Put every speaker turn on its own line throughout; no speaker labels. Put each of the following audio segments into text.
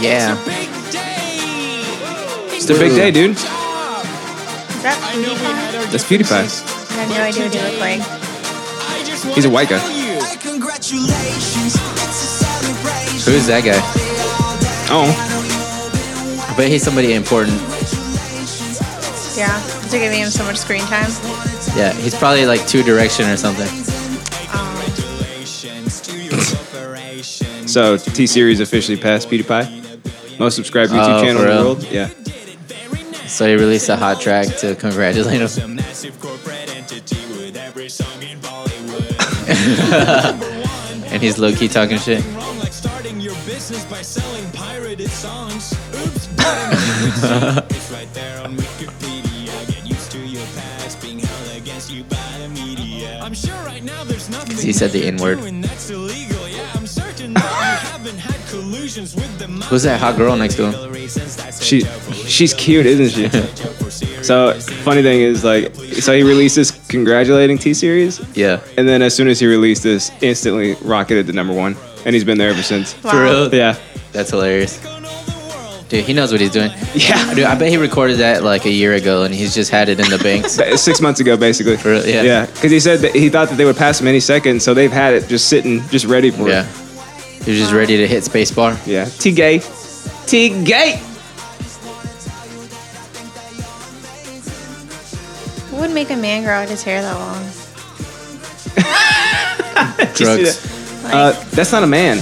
Yeah.
It's the big
Ooh.
day, dude.
Is that PewDiePie?
That's PewDiePie.
I have no idea what he looked like.
He's a white guy.
Who is that guy?
Oh,
I bet he's somebody important.
Yeah. They're giving him so much screen time.
Yeah, he's probably like Two Direction or something.
Um,
so T Series officially passed PewDiePie, most subscribed YouTube
Oh,
channel
for
in the
real?
world. Yeah,
So he released a hot track to congratulate him. and he's low key talking shit. he said the N word. Who's that hot girl next to him?
she she's cute, isn't she? so funny thing is like, so he released this congratulating T Series,
Yeah.
and then as soon as he released this, instantly rocketed to number one, and he's been there ever since.
Wow.
For real?
Yeah,
That's hilarious. Dude, he knows what he's doing.
yeah.
Dude, I bet he recorded that like a year ago and he's just had it in the banks.
Ba- Six months ago, basically.
real? Yeah.
Yeah, because he said that he thought that they would pass him any second, so they've had it just sitting, just ready for
Yeah.
it.
He was just ready to hit spacebar.
Yeah. T gay. T gay.
What would make a man grow out his hair that long?
Drugs.
Like,
Uh, that's not a man.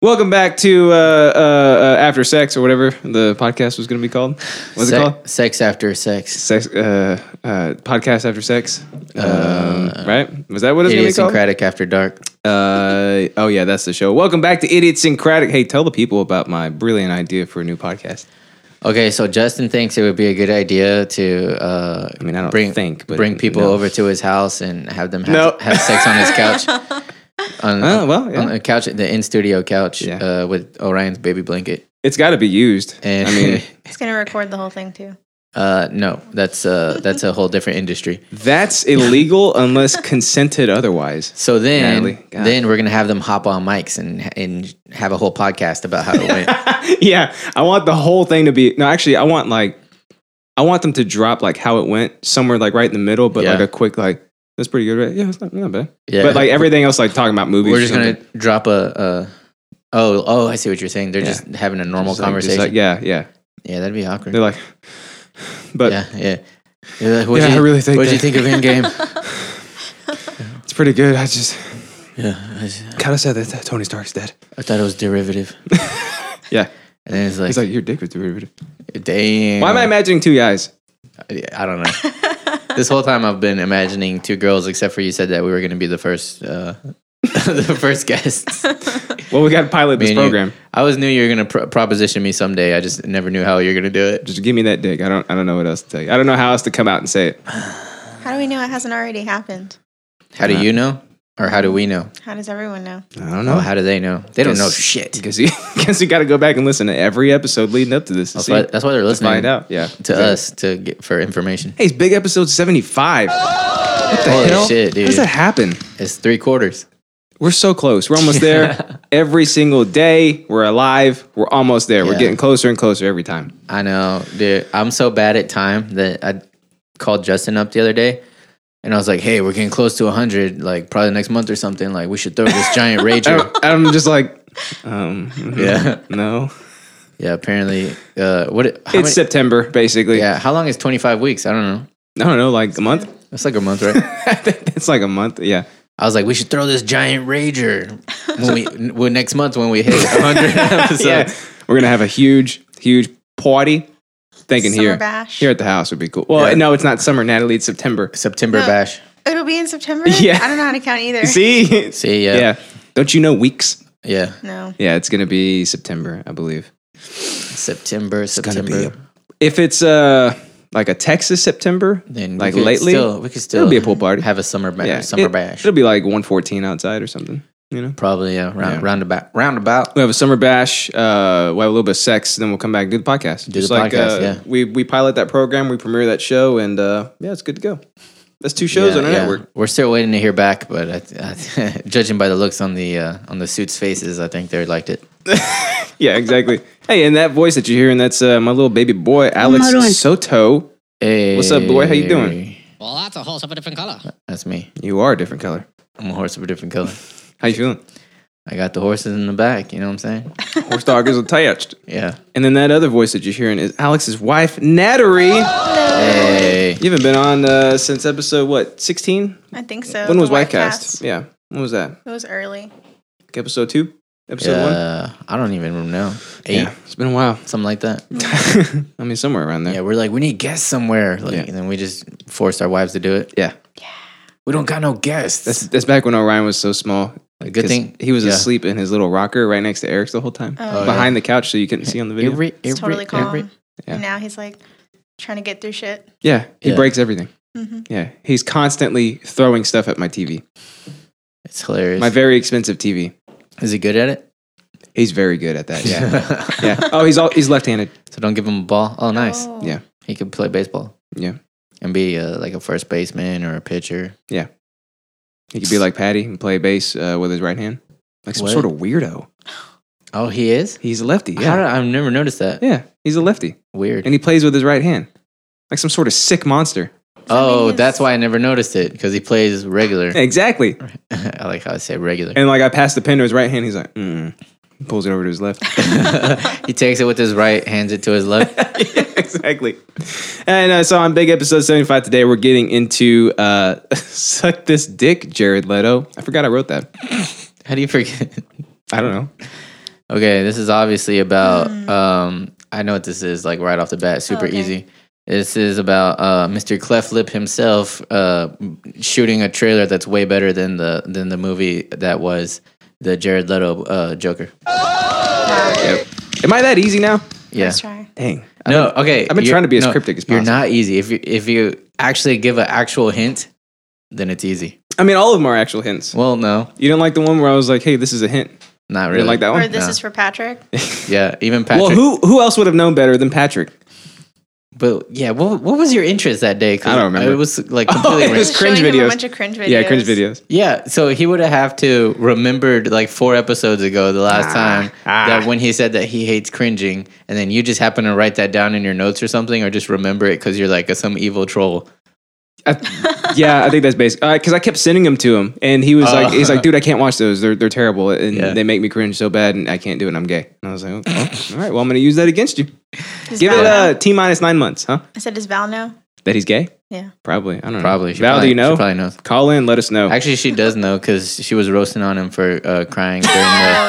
Welcome back to uh, uh, uh, After Sex or whatever the podcast was going to be called. What's it
Se-
called?
Sex after sex.
Sex uh, uh, podcast after sex, um, right? Was that what it's going to be called?
Idiosyncratic after dark.
Uh, oh yeah, that's the show. Welcome back to Idiosyncratic. Hey, tell the people about my brilliant idea for a new podcast.
Okay, so Justin thinks it would be a good idea to uh,
I mean, I don't
bring
think, but
bring people
no.
over to his house and have them have,
No.
have sex on his couch. on,
Oh, well, yeah.
on a couch, the in studio couch
Yeah.
uh, with Orion's baby blanket.
It's got to be used.
And
I mean,
he's gonna record the whole thing too.
uh, no, that's uh, that's a whole different industry.
that's illegal unless consented otherwise.
So then,
Natalie, God.
then we're gonna have them hop on mics and and have a whole podcast about how it went.
yeah, I want the whole thing to be. No, actually, I want like, I want them to drop like how it went somewhere like right in the middle, but
Yeah.
like a quick like that's pretty good, right? Yeah, it's not, not bad.
Yeah.
But like everything else, like talking about movies.
we're
or
just
something.
gonna drop a. a Oh, oh! I see what you're saying. They're just having a normal
Just like- just
conversation.
like- yeah, yeah.
yeah, that'd be awkward.
They're like, but
yeah, yeah. You're like, what'd
Yeah, I
you,
really think
What'd
that-
you think of Endgame?
it's pretty good. I just
yeah, I, s-
kind of said that Tony Stark's dead.
I thought it was derivative.
Yeah,
And then it's like,
he's like your dick was derivative.
damn.
Why am I imagining two guys?
I don't know. this whole time I've been imagining two girls, except for you said that we were going to be the first, uh, the first guests. Me
Well, we got to pilot this
and you.
program.
I always knew you were going to pro- proposition me someday. I just never knew how you're going to do it.
Just give me that dick. I don't. I don't know what else to tell you. I don't know how else to come out and say it.
How do we know it hasn't already happened?
How
Uh-huh.
do you know? Or how do we know?
How does everyone know?
I don't
Oh, how do they know? They don't know
Guess-
shit.
Because you, because you got to go back and listen to every episode leading up to this. to
That's
see-
why, that's why they're listening
find out. Yeah.
to us to get for information.
Hey, it's big episode 75. What the
Holy
hell?
shit,
How does
dude.
that happen?
It's three quarters.
We're so close. We're almost there. every single day, we're alive. We're almost there. We're
Yeah.
getting closer and closer every time.
I know, dude. I'm so bad at time that I called Justin up the other day and I was like, hey, we're getting close to 100, like probably next month or something. Like, we should throw this giant rager.
I'm just like, um,
yeah.
no.
Yeah, apparently. Uh, what? How
it's
many,
September, basically.
yeah, how long is 25 weeks? I don't know.
I don't know, like a month?
That's like a month, right?
it's like a month. Yeah.
I was like, we should throw this giant rager when we n- when next month when we hit 100 episodes.
yeah. We're going to have a huge, huge party. Thinking
Summer
here.
bash.
Here at the house would be cool. Well,
Yeah.
no, it's not summer, Natalie. It's September.
September
No.
bash.
It'll be in September.
Yeah.
I don't know how to count either.
See?
See, yeah, yeah,
yeah. Don't you know weeks?
No.
Yeah, it's gonna be September, I believe.
September,
gonna be
September.
If it's uh like a Texas September,
Then we
like
could
lately,
still, we could still
be a pool party.
Have a summer bash.
yeah,
summer
it,
bash.
It'll be like 114 outside or something. You know,
Probably yeah, round,
Yeah.
roundabout, roundabout.
we have a summer bash. Uh, we will have a little bit of sex, then we'll come back and do the podcast.
Do the
like
podcast,
uh,
yeah.
we we pilot that program, we premiere that show, and uh, yeah, it's good to go. That's two shows
Yeah,
on our
yeah.
network.
We're still waiting to hear back, but I, th- I, judging by the looks on the uh, on the suits' faces, I think they liked it.
Yeah, exactly. Hey, and that voice that you're hearing, that's uh, my little baby boy, Alex
How you doing?
Soto.
Hey,
What's up, boy? How you doing?
Well, that's a horse of a different color.
That's me.
You are a different color.
I'm a horse of a different color.
How you feeling?
I got the horses in the back. You know what I'm saying?
Horse dog is attached.
Yeah.
And then that other voice that you're hearing is Alex's wife, Nattery.
Hey.
You haven't been on uh, since episode what, 16?
I think so.
when
The
was
White
Whitecast? Cast?
Cast.
Yeah. When was that?
It was early.
Like episode two? Episode one?
Uh, I don't even know. Eight,
Yeah. It's been a while.
something like that.
I mean, somewhere around there.
Yeah, we're like, we need guests somewhere. Like,
Yeah.
And then we just forced our wives to do it.
Yeah.
We don't got no guests.
That's, that's back when Orion was so small.
a good
'Cause
thing.
He was
Yeah.
asleep in his little rocker right next to Eric's the whole time.
Oh,
behind the couch so you couldn't see on the video.
Every, every,
It's totally calm.
every-
yeah.
And now he's like trying to get through shit.
yeah. He
Yeah.
breaks everything.
Mhm.
Yeah. He's constantly throwing stuff at my TV.
it's hilarious.
My very expensive TV.
Is he good at it?
He's very good at that. Yeah. yeah. Oh, he's all he's left handed.
so don't give him a ball. Oh, nice.
Oh.
Yeah.
He could play baseball.
Yeah.
And be uh, like a first baseman or a pitcher.
He could be like Patty and play bass uh, with his right hand, like some
What?
sort of weirdo.
Oh, he is?
He's a lefty.
How did,
Yeah,
I've never noticed that.
yeah, he's a lefty,
Weird.
and he plays with his right hand, like some sort of sick monster.
oh,
he's-
that's why I never noticed it because he plays regular.
Exactly.
I like how I say regular.
And like I passed the pen to his right hand, he's like, mm. He pulls it over to his left.
he takes it with his right, hands it to his left.
Yeah, exactly. And uh, so on big episode seventy five today, we're getting into uh, suck this dick, Jared Leto. I forgot I wrote that.
How do you forget?
I don't know.
Okay, this is obviously about. Um, I know what this is like right off the bat, super
okay.
easy. This is about uh, Mr. Cleft Lip himself uh, shooting a trailer that's way better than the than the movie that was the Jared Leto uh, Joker.
Am I that easy now?
Yeah.
Let's try.
Dang.
No. Okay.
I've been
you're-
trying to be as cryptic as
You're
possible.
not easy. If you if you actually give an actual hint, then it's easy.
I mean, all of them are actual hints.
Well, no,
You didn't like the one where I was like, "Hey, this is a hint."
not
You
really.
didn't like that one?
Or this
No.
is for Patrick.
Yeah. Even Patrick.
Well, who who else would have known better than Patrick?
But yeah, what what was your interest that day? 'Cause
I don't remember.
It was like
Oh,
completely.
it
random.
was cringe
showing him
videos.
a bunch of cringe videos.
Yeah, cringe videos.
Yeah, so he would have have to remembered like four episodes ago, the
Ah,
last time that when he said that he hates cringing, and then you just happen to write that down in your notes or something, or just remember it because you're like a, some evil troll.
I- yeah, I think that's basic. Because I kept sending them to him, and he was like, "He's like, dude, I can't watch those. They're they're terrible, and
Oh. Yeah.
they make me cringe so bad, and I can't do it. I'm gay." And I was like, oh, oh, "All right, well, I'm gonna use that against you.
Does
Give
Val
it
know?
uh, t minus nine months, huh?
I said, does Val know?
That he's gay?
Yeah.
Probably. I don't know.
Probably. She
Val,
probably
do you know?
She probably knows.
Call in, let us know.
Actually, she does know because she was roasting on him for uh, crying during
Oh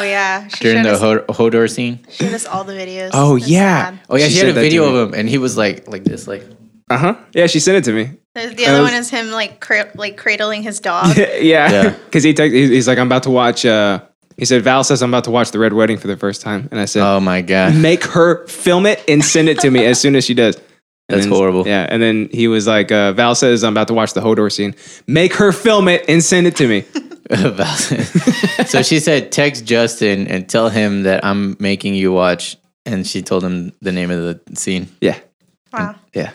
the
yeah. She
during
showed,
the
us,
Ho- Hodor scene.
showed us all the videos.
oh
That's
yeah.
sad.
Oh yeah, she, had
sent
a
that to
video
me.
of him, and he was like like this, like
Uh huh. Yeah, she sent it to me.
There's, the other
was-
one is him like cra- like cradling his dog.
yeah,
Yeah.
because he text, he's he's like, I'm about to watch. Uh, he said, Val says I'm about to watch the Red Wedding for the first time, and I said,
oh my god,
make her film it and send it to me as soon as she does. And
That's
then-
horrible.
Yeah, and then he was like, uh, Val says I'm about to watch the Hodor scene. Make her film it and send it to me.
Val- so she said, text Justin and tell him that I'm making you watch. And she told him the name of the scene.
yeah,
Wow.
yeah.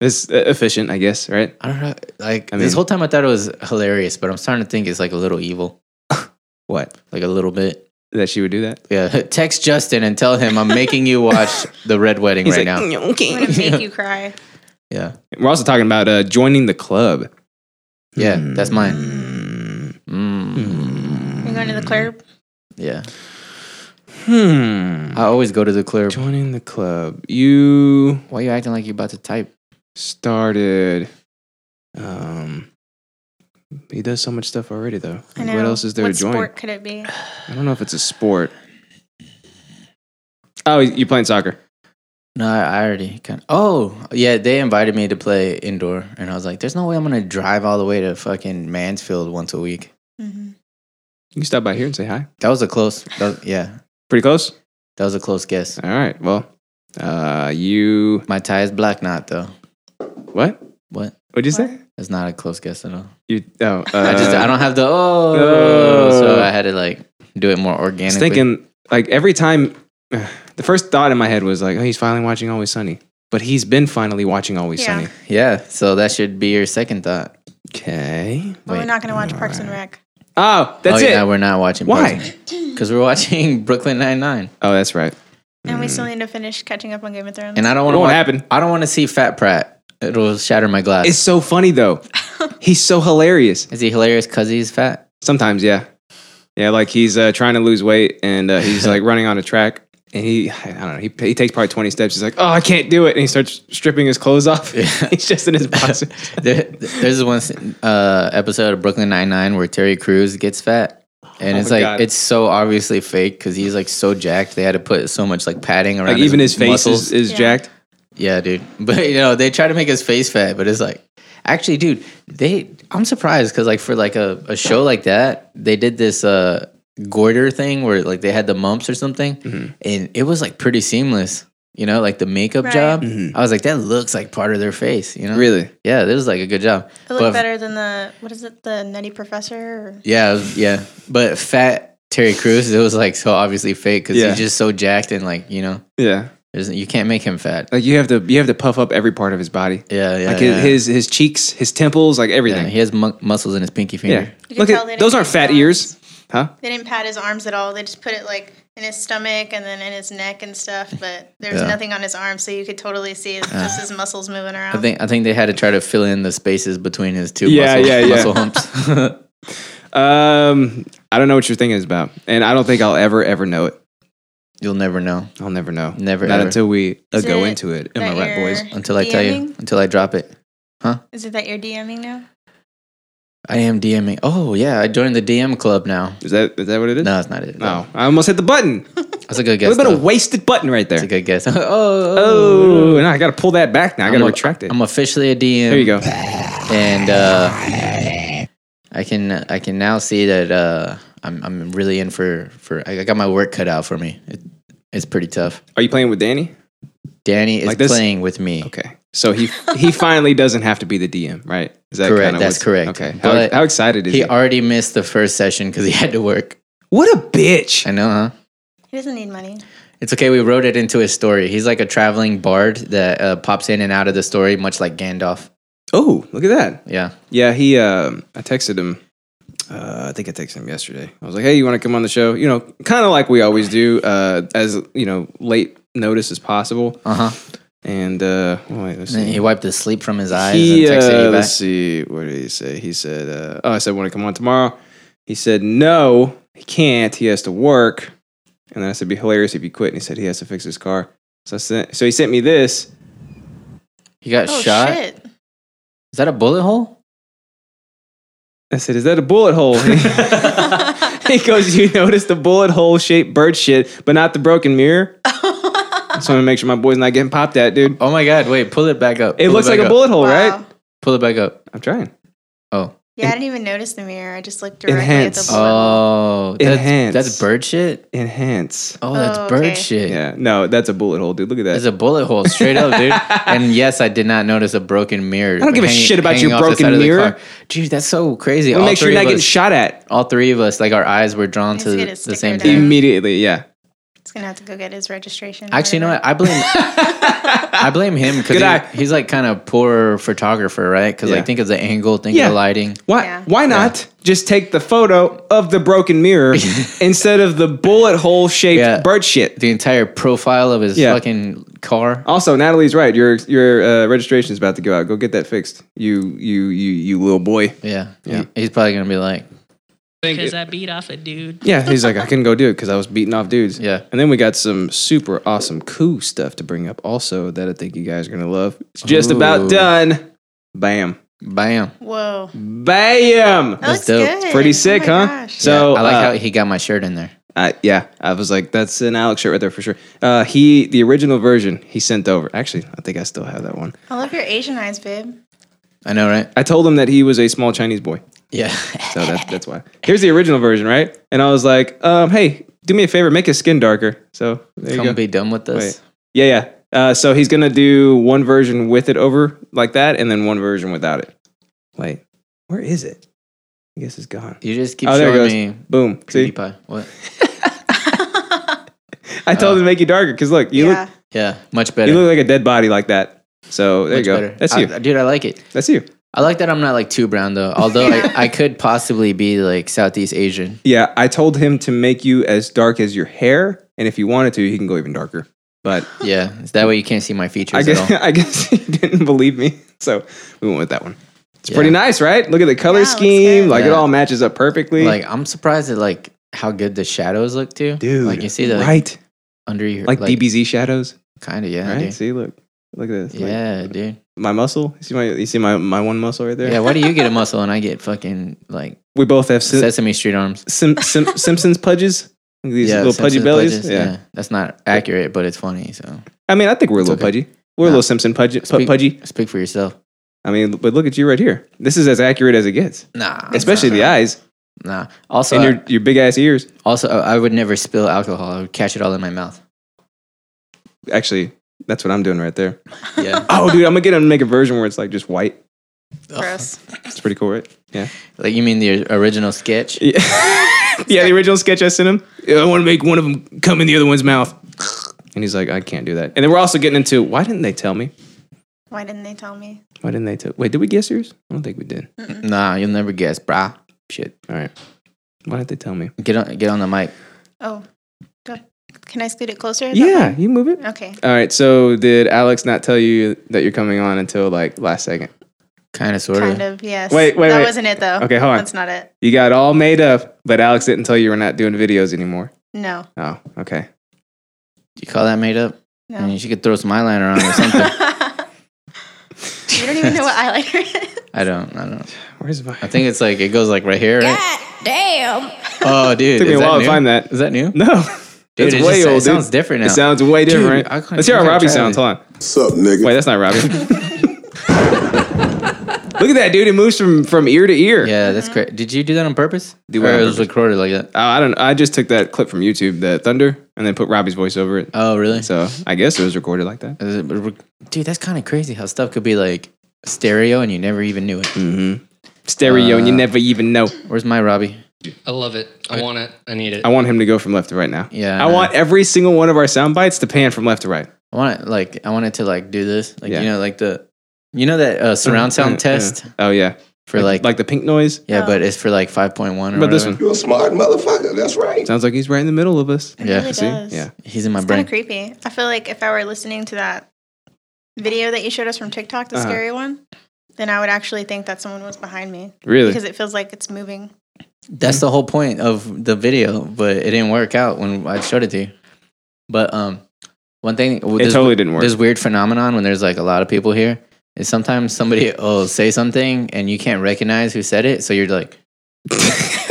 It's uh, efficient, I guess, right?
I don't know. Like
I
this
mean-
whole time, I thought it was hilarious, but I'm starting to think it's like a little evil,
What
like a little bit.
that she would do that?
Yeah. Text Justin and tell him I'm making you watch the Red Wedding
He's
right
like,
now.
"Mm,
I'm
okay.
gonna make you cry.
Yeah.
We're also talking about uh, joining the club.
Yeah. That's mine.
Hmm.
Mm.
You're going to the club.
Yeah.
Hmm.
I always go to the clear.
Joining the club. You
Why you acting like you're about to type?
started. Um, he does so much stuff already, though.
I
Like,
know.
What else is there
What
to join?
sport could it be?
I don't know if it's a sport. Oh, you playing soccer?
No, I I already kind of. Oh, yeah. They invited me to play indoor, and I was like, "There's no way I'm gonna drive all the way to fucking Mansfield once a week."
Mhm.
You can stop by here and say hi.
That was a close. That was- yeah,
Pretty close.
that was a close guess.
All right. Well, uh, you
My tie is black knot though.
what?
What?
What'd you say?
That's not a close guess at all.
You oh, uh,
I just I don't have the oh,
Oh.
so I had to like do it more
I was
organically.
thinking like every time. The first thought in my head was like, "Oh, he's finally watching Always Sunny." but he's been finally watching Always
Yeah.
Sunny.
Yeah, so that should be your second thought.
Okay.
But we're
Wait.
not going to watch Parks and Rec.
Oh, that's
oh,
it.
yeah, we're not watching.
Why?
Because we're watching Brooklyn Nine Nine,
Oh, that's right.
And we still need to finish catching up on Game of Thrones.
and I don't want
It
to
won't happen.
I don't want to see Fat Pratt. It'll shatter my glass.
It's so funny though. he's so hilarious.
Is he hilarious because he's fat?
Sometimes, yeah, yeah. Like he's uh, trying to lose weight and uh, he's like running on a track. And he, I don't know, he, he takes probably 20 steps. He's like, oh, I can't do it. And he starts stripping his clothes off. he's just in his boxers.
There, there's this one uh, episode of Brooklyn Nine Nine where Terry Crews gets fat, and
Oh
it's
my
like
God.
it's so obviously fake because he's like so jacked. They had to put so much like padding around.
like, even his face
muscles.
is, is
Yeah.
jacked.
Yeah, dude. But you know, they try to make his face fat, but it's like, actually, dude, they. I'm surprised because like for like a, a show like that, they did this uh goiter thing where like they had the mumps or something,
Mm-hmm.
and it was like pretty seamless. You know, like the makeup
Right.
job. I was like, that looks like part of their face. You know,
Mm-hmm. Really?
Yeah, this is like a good job.
it looked
But-
better than the, what is it, the Nutty Professor? Or,
Yeah, it was- yeah. But fat Terry Crews, it was like so obviously fake because
Yeah.
he's just so jacked and like you know,
Yeah.
there's, you can't make him fat.
Like you have to, you have to puff up every part of his body.
Yeah, yeah.
like
yeah.
his, his his cheeks, his temples, like
Yeah,
everything.
he has mu- muscles in his pinky finger.
Yeah.
You can
Look
tell they
at
didn't
those aren't
use
fat
arms.
ears, huh?
They didn't pat his arms at all. They just put it like in his stomach and then in his neck and stuff. But there was
Yeah.
nothing on his arm, so you could totally see it's just his muscles moving around.
I think I think they had to try to fill in the spaces between his two
Yeah,
muscle,
yeah, yeah.
muscle humps.
Um, I don't know what your thing is about, and I don't think I'll ever ever know it.
You'll never know
I'll never know.
Never,
Not
ever.
until we uh,
Is
go
it
into it. Am
that
I right, boys?
you're
until I tell you
DMing?
until I drop it.
Is it that you're DMing now?
I am DMing. Oh yeah, I joined the DM club now.
Is that is that what it is?
No, it's not it.
No, I almost hit the button.
that's a good
It
guess.
would have been Oh. a
though.
wasted button right there.
That's a good guess. oh, oh,
Oh, now I got to pull that back. Now I got
I'm
to
a-
retract it.
I'm officially a DM.
there you go.
And uh, I can I can now see that uh, I'm I'm really in for for I got my work cut out for me. It, it's pretty tough.
Are you playing with Danny?
Danny is
Like this?
playing with me.
Okay, so he he finally doesn't have to be the DM, right? Is that
Correct,
kinda
that's
what's-
correct.
Okay, how,
But
how excited is he?
He already missed the first session because he had to work.
what a bitch!
I know, huh?
He doesn't need money.
It's okay. We wrote it into his story. He's like a traveling bard that uh, pops in and out of the story, much like Gandalf.
Oh, look at that.
Yeah.
Yeah, he. Um, I texted him. Uh, I think I texted him yesterday. I was like, "Hey, you want to come on the show?" You know, kind of like we always do, uh, as you know, late notice as possible.
Uh huh.
And uh, oh, wait, let's
And
see.
he wiped the sleep from his eyes
He,
and texted
uh,
you back.
let's see. What did he say? He said, uh, "Oh, I said, want to come on tomorrow?" He said, "No, he can't. He has to work." And then I said, "Be hilarious if you quit." And he said, "He has to fix his car." So I sent, so he sent me this.
He got
Oh
shot.
shit!
Is that a bullet hole?
I said, "Is that a bullet hole?" he goes, "You noticed the bullet hole shaped bird shit, but not the broken mirror." Just want to make sure my boy's not getting popped at, dude.
Oh my God! Wait, pull it back up.
It
Pull
looks like
back
a
up.
bullet hole,
Wow.
Oh, right?
Pull it back up.
I'm trying.
Oh.
Yeah, I didn't even notice the mirror. I just looked directly at
Enhance.
the bullet. hole.
Oh, that's,
Enhance.
that's bird shit.
Enhance.
Oh, that's
Oh,
bird
okay.
shit.
Yeah, no, that's a bullet hole, dude. Look at that.
It's a bullet hole straight up, dude. And yes, I did not notice a broken mirror. I
don't give a shit about your broken mirror.
Dude, that's so crazy.
Wanna
all,
make sure
three
you're not
of
getting
us,
shot at
all three of us, like our eyes were drawn
Let's
to
get
the
a sticker
same
down.
thing.
immediately. Yeah.
It's gonna have to go get his registration. or
Actually, you know
whatever.
what? I blame I blame him
Good eye.
because he's like kind of poor photographer, right? Because
Yeah.
like think of the angle, think
Yeah.
of the lighting.
Why?
Yeah.
Why not just take the photo of the broken mirror instead of the bullet hole shaped
Yeah.
bird shit?
The entire profile of his
Yeah.
fucking car.
Also, Natalie's right. Your your uh, registration is about to go out. Go get that fixed. You you you you little boy.
Yeah. yeah. He's probably gonna be like,
Because I beat off a dude.
Yeah, he's like, I couldn't go do it because I was beating off dudes.
Yeah.
And then we got some super awesome cool stuff to bring up also that I think you guys are gonna love. It's just about
Ooh.
done. Bam.
Bam.
Whoa, that
Bam.
That's
looks
dope.
good.
It's
Pretty sick, huh?
oh my Gosh.
So
I like
uh,
how he got my shirt in there.
I, yeah, I was like, that's an Alex shirt right there for sure. Uh, he, the original version, he sent over. Actually, I think I still have that one.
I love your Asian eyes, babe.
I know, right?
I told him that he was a small Chinese boy,
Yeah.
so that's that's why. Here's the original version, right? And I was like, um, hey, do me a favor, make his skin darker. So there you
Come
go.
be done with this.
Wait. Yeah, yeah. Uh, so he's gonna do one version with it over like that, and then one version without it. Wait, where is it? I guess it's gone.
You just keep
Oh, there it
showing
goes.
me
Boom. See,
PewDiePie. What?
I told him to make you darker because look, you
yeah,
look
Yeah, much better.
You look like a dead body like that. So there
Much
you go.
better.
That's
I-
you.
dude. I like it.
That's you.
I like that I'm not like too brown though. Although I, I could possibly be like Southeast Asian,
Yeah, I told him to make you as dark as your hair, and if you wanted to, he can go even darker. But
yeah. It's that way you can't see my features
I guess
at all.
I guess he didn't believe me, so we went with that one. It's
Yeah.
pretty nice, right? Look at the color
Yeah, looks
scheme;
good.
like it
Yeah.
all matches up perfectly.
Like I'm surprised at like how good the shadows look too.
dude,
like you see the like,
right,
under your
like, DBZ shadows,
kind of yeah,
right?
dude.
See, look, look at this. like,
yeah, dude.
my muscle. You see my, you see my, my one muscle right there.
Yeah, why do you get a muscle and I get fucking like
we both have sim-
Sesame Street arms?
sim- sim- Simpsons pudges. These
yeah,
little
Simpsons
pudgy bellies.
pudges,
yeah.
that's not accurate, but it's funny. So
I mean, I think we're a
It's
little
okay.
pudgy. We're a
Nah.
little Simpson pudgy. pu-
Speak-
pudgy.
speak for yourself.
I mean, but look at you right here. This is as accurate as it gets,
Nah, I'm
especially
sorry.
the eyes
Nah. Also,
and
I-
your your big ass ears.
also, I I would never spill alcohol. I would catch it all in my mouth.
Actually, that's what I'm doing right there.
Yeah.
Oh, dude, I'm gonna get him to make a version where it's like just white.
Gross.
It's pretty cool, right? Yeah.
Like you mean the original sketch?
Yeah, yeah the original sketch I sent him. Yeah, I want to make one of them come in the other one's mouth. And he's like, I can't do that. And then we're also getting into why didn't they tell me?
Why didn't they tell me?
Why didn't they tell? Wait, did we guess yours? I don't think we did.
Nah, you'll never guess, brah.
Shit. All right. Why didn't they tell me?
Get on, get on the mic.
Oh, do I- can I scoot it closer? Is that
Yeah, you move it.
fine? Okay.
All right. So did Alex not tell you that you're coming on until like last second?
Kind of, sort
Kind
of.
of. Yes.
Wait, wait,
That
wait.
wasn't it though.
Okay, hold on.
That's not it.
You got all made up, but Alex didn't tell you we're not doing videos anymore.
No.
Oh, okay.
You call that made up? I mean,
No.
she could throw some eyeliner on or something.
you don't even know what eyeliner is.
I don't. I don't.
Where's my?
I think it's like it goes like right here, right?
Damn.
Oh, dude.
Took me
is
a
that
while to
new?
find that.
Is that new?
No,
Dude,
it's
it
way
just-
old.
It sounds
dude.
different now.
It sounds way different.
I can't-
Let's hear
I
how
can't
Robbie
try
sounds.
it.
Hold on.
Sup, nigga?
Wait, that's not Robbie. Look at that dude. It moves from from ear to ear.
yeah, that's great. Did you do that on purpose?
Do
or
what on
it was
purpose?
recorded like that?
Oh, I don't. I just took that clip from YouTube, the thunder, and then put Robbie's voice over it.
Oh, really?
So I guess it was recorded like that.
Is it- Dude, that's kind of crazy how stuff could be like stereo and you never even knew it.
Mm-hmm. Stereo,
Uh,
and you never even know.
Where's my Robbie?
I love it. I want it. I need it.
I want him to go from left to right now.
Yeah, I
I,
know.
want every single one of our sound bites to pan from left to right.
I want it like I wanted to like do this, like
Yeah.
you know, like the you know that uh, surround sound
Yeah, yeah.
test
Oh yeah,
for like,
like the pink noise.
yeah, but it's for like five point one.
But this one
You a smart motherfucker. That's right.
sounds like he's right in the middle of us.
Yeah.
Really
See?
does.
Yeah.
he's in my
It's kind
brain.
of creepy. I feel like if I were listening to that video that you showed us from TikTok, the
Uh-huh.
scary one, then I would actually think that someone was behind me
Really?
because it feels like it's moving.
That's the whole point of the video, but it didn't work out when I showed it to you. But um, one thing it
It totally didn't work.
This weird phenomenon when there's like a lot of people here is sometimes somebody will say something and you can't recognize who said it, so you're like.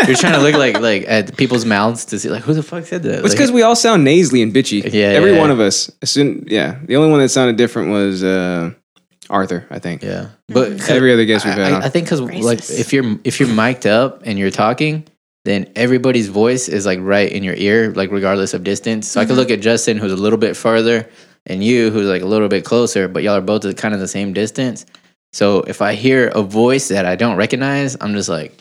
you're trying to look like like at people's mouths to see like who the fuck said that.
It's
Like,
because we all sound nasally and bitchy.
Yeah,
every
yeah,
one
yeah.
of us. As soon, yeah, the only one that sounded different was uh, Arthur, I think.
yeah, but uh,
Every other guest we've
I,
had.
I,
on.
I think because like
Racist.
if you're if you're mic'd up and you're talking, then everybody's voice is like right in your ear, like regardless of distance. So I could look at Justin, who's a little bit further, and you, who's like a little bit closer, but y'all are both kind of the same distance. So if I hear a voice that I don't recognize, I'm just like,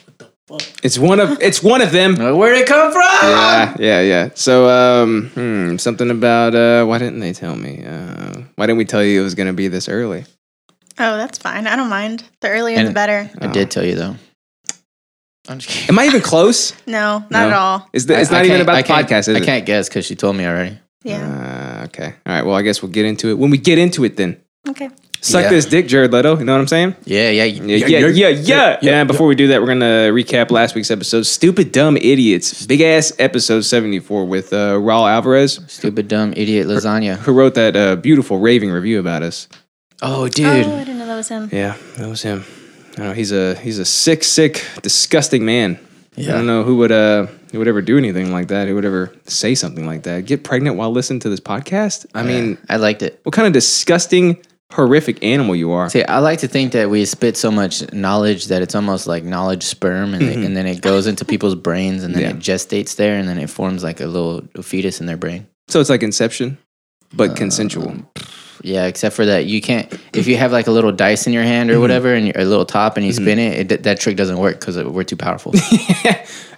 it's one of it's one of them.
where'd it come from?
Yeah, yeah, yeah. So, um, hmm, something about uh, why didn't they tell me? Uh, why didn't we tell you it was going to be this early?
Oh, that's fine. I don't mind. The earlier
And-
the better.
I
Oh.
did tell you though. I'm just kidding.
Am I even close?
No, not
No.
at all.
Is the, it's
I- I
not even
can't-
about
I
the
can't-
podcast? Is
I
it?
can't guess because she told me already.
Yeah.
Uh, okay. All right. Well, I guess we'll get into it when we get into it. Then
okay.
suck
Yeah.
this dick, Jared Leto. You know what I'm saying?
Yeah, yeah,
Yeah, yeah, yeah, yeah. yeah. And before we do that, we're gonna recap last week's episode, "Stupid Dumb Idiots," big ass episode seventy four with uh, Raul Alvarez,
Stupid dumb idiot lasagna.
who wrote that uh, beautiful raving review about us.
Oh, dude.
Oh, I didn't know that was him.
Yeah, that was him. I don't know, he's a he's a sick, sick, disgusting man. I
Yeah.
don't know who would uh who would ever do anything like that. Who would ever say something like that? Get pregnant while listening to this podcast? I mean,
I liked it.
what kind of disgusting, horrific animal you are?
See, I like to think that we spit so much knowledge that it's almost like knowledge sperm, and, it- and then it goes into people's brains, and then
Mm-hmm. Yeah.
it gestates there, and then it forms like a little fetus in their brain.
So it's like Inception, but consensual.
Yeah, except for that, you can't. If you have like a little dice in your hand
Mm-hmm.
or whatever, and you- a little top, and you spin it, it, that trick doesn't work because we're too powerful.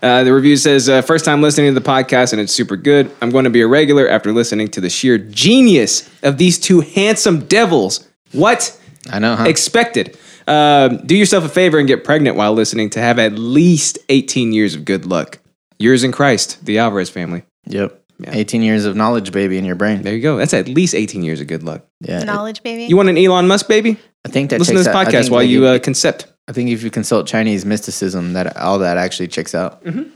Uh, the review says, uh, first time listening to the podcast, and it's super good. I'm going to be a regular after listening to the sheer genius of these two handsome devils. What?
I know, huh?
Expected. Um, do yourself a favor and get pregnant while listening to have at least 18 years of good luck. Yours in Christ, the Alvarez family.
yep. 18 years of knowledge, baby, in your brain.
There you go. That's at least 18 years of good luck.
Yeah.
Knowledge, baby.
You want an Elon Musk baby?
I think that
Listen to
checks
this
out. I
podcast
think
while
that
you uh, concept.
I think if you consult Chinese mysticism, that all that actually checks out.
the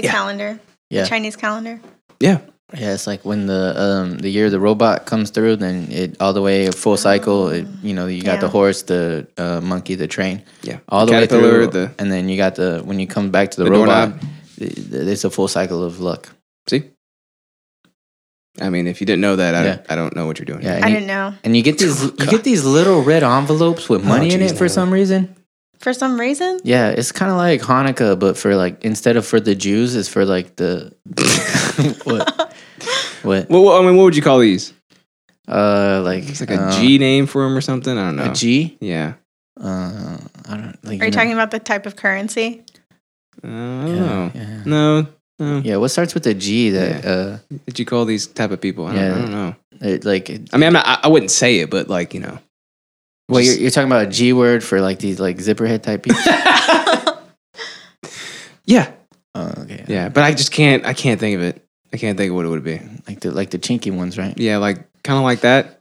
calendar.
Yeah.
The Chinese calendar.
Yeah.
Yeah, it's like when the um, the year the robot comes through, then it all the way full cycle. It, you know, you got the
Ah. Yeah.
horse, the uh, monkey, the train,
Yeah.
all the, way
caterpillar,
through,
the-
and then you got the when you come back to the,
The
robot,
doorknob.
th- th- it's a full cycle of luck.
See? I mean, if you didn't know that, I,
Yeah.
don't, I don't know what you're doing.
Yeah,
here.
and
I
you,
didn't know.
And you get these you get these little red envelopes with money in
geez,
it for
Oh, no.
some reason.
For some reason,
Yeah, it's kind of like Hanukkah, but for like instead of for the Jews, it's for like the what what
Well, well, I mean, what would you call these?
uh like
It's like a G
uh,
name for him or something. I don't know.
a G.
Yeah.
Uh, I don't. Like,
are
know-
you talking about the type of currency?
Uh, I don't
Yeah,
know.
yeah.
No. No.
Oh. Yeah, what starts with a G that uh,
Did you call these type of people? I don't, I
Yeah.
don't know.
it, like? it-
I mean, I'm not, I, I wouldn't say it, but like, you know.
Well, you're,
Just-
you're talking about a G word for like these like zipperhead type people.
Yeah.
oh, okay.
Yeah. But I just can't, I can't think of it. I can't think of what it would be.
Like the like the chinky ones, right? Uh,
Yeah. Like, kind of like that.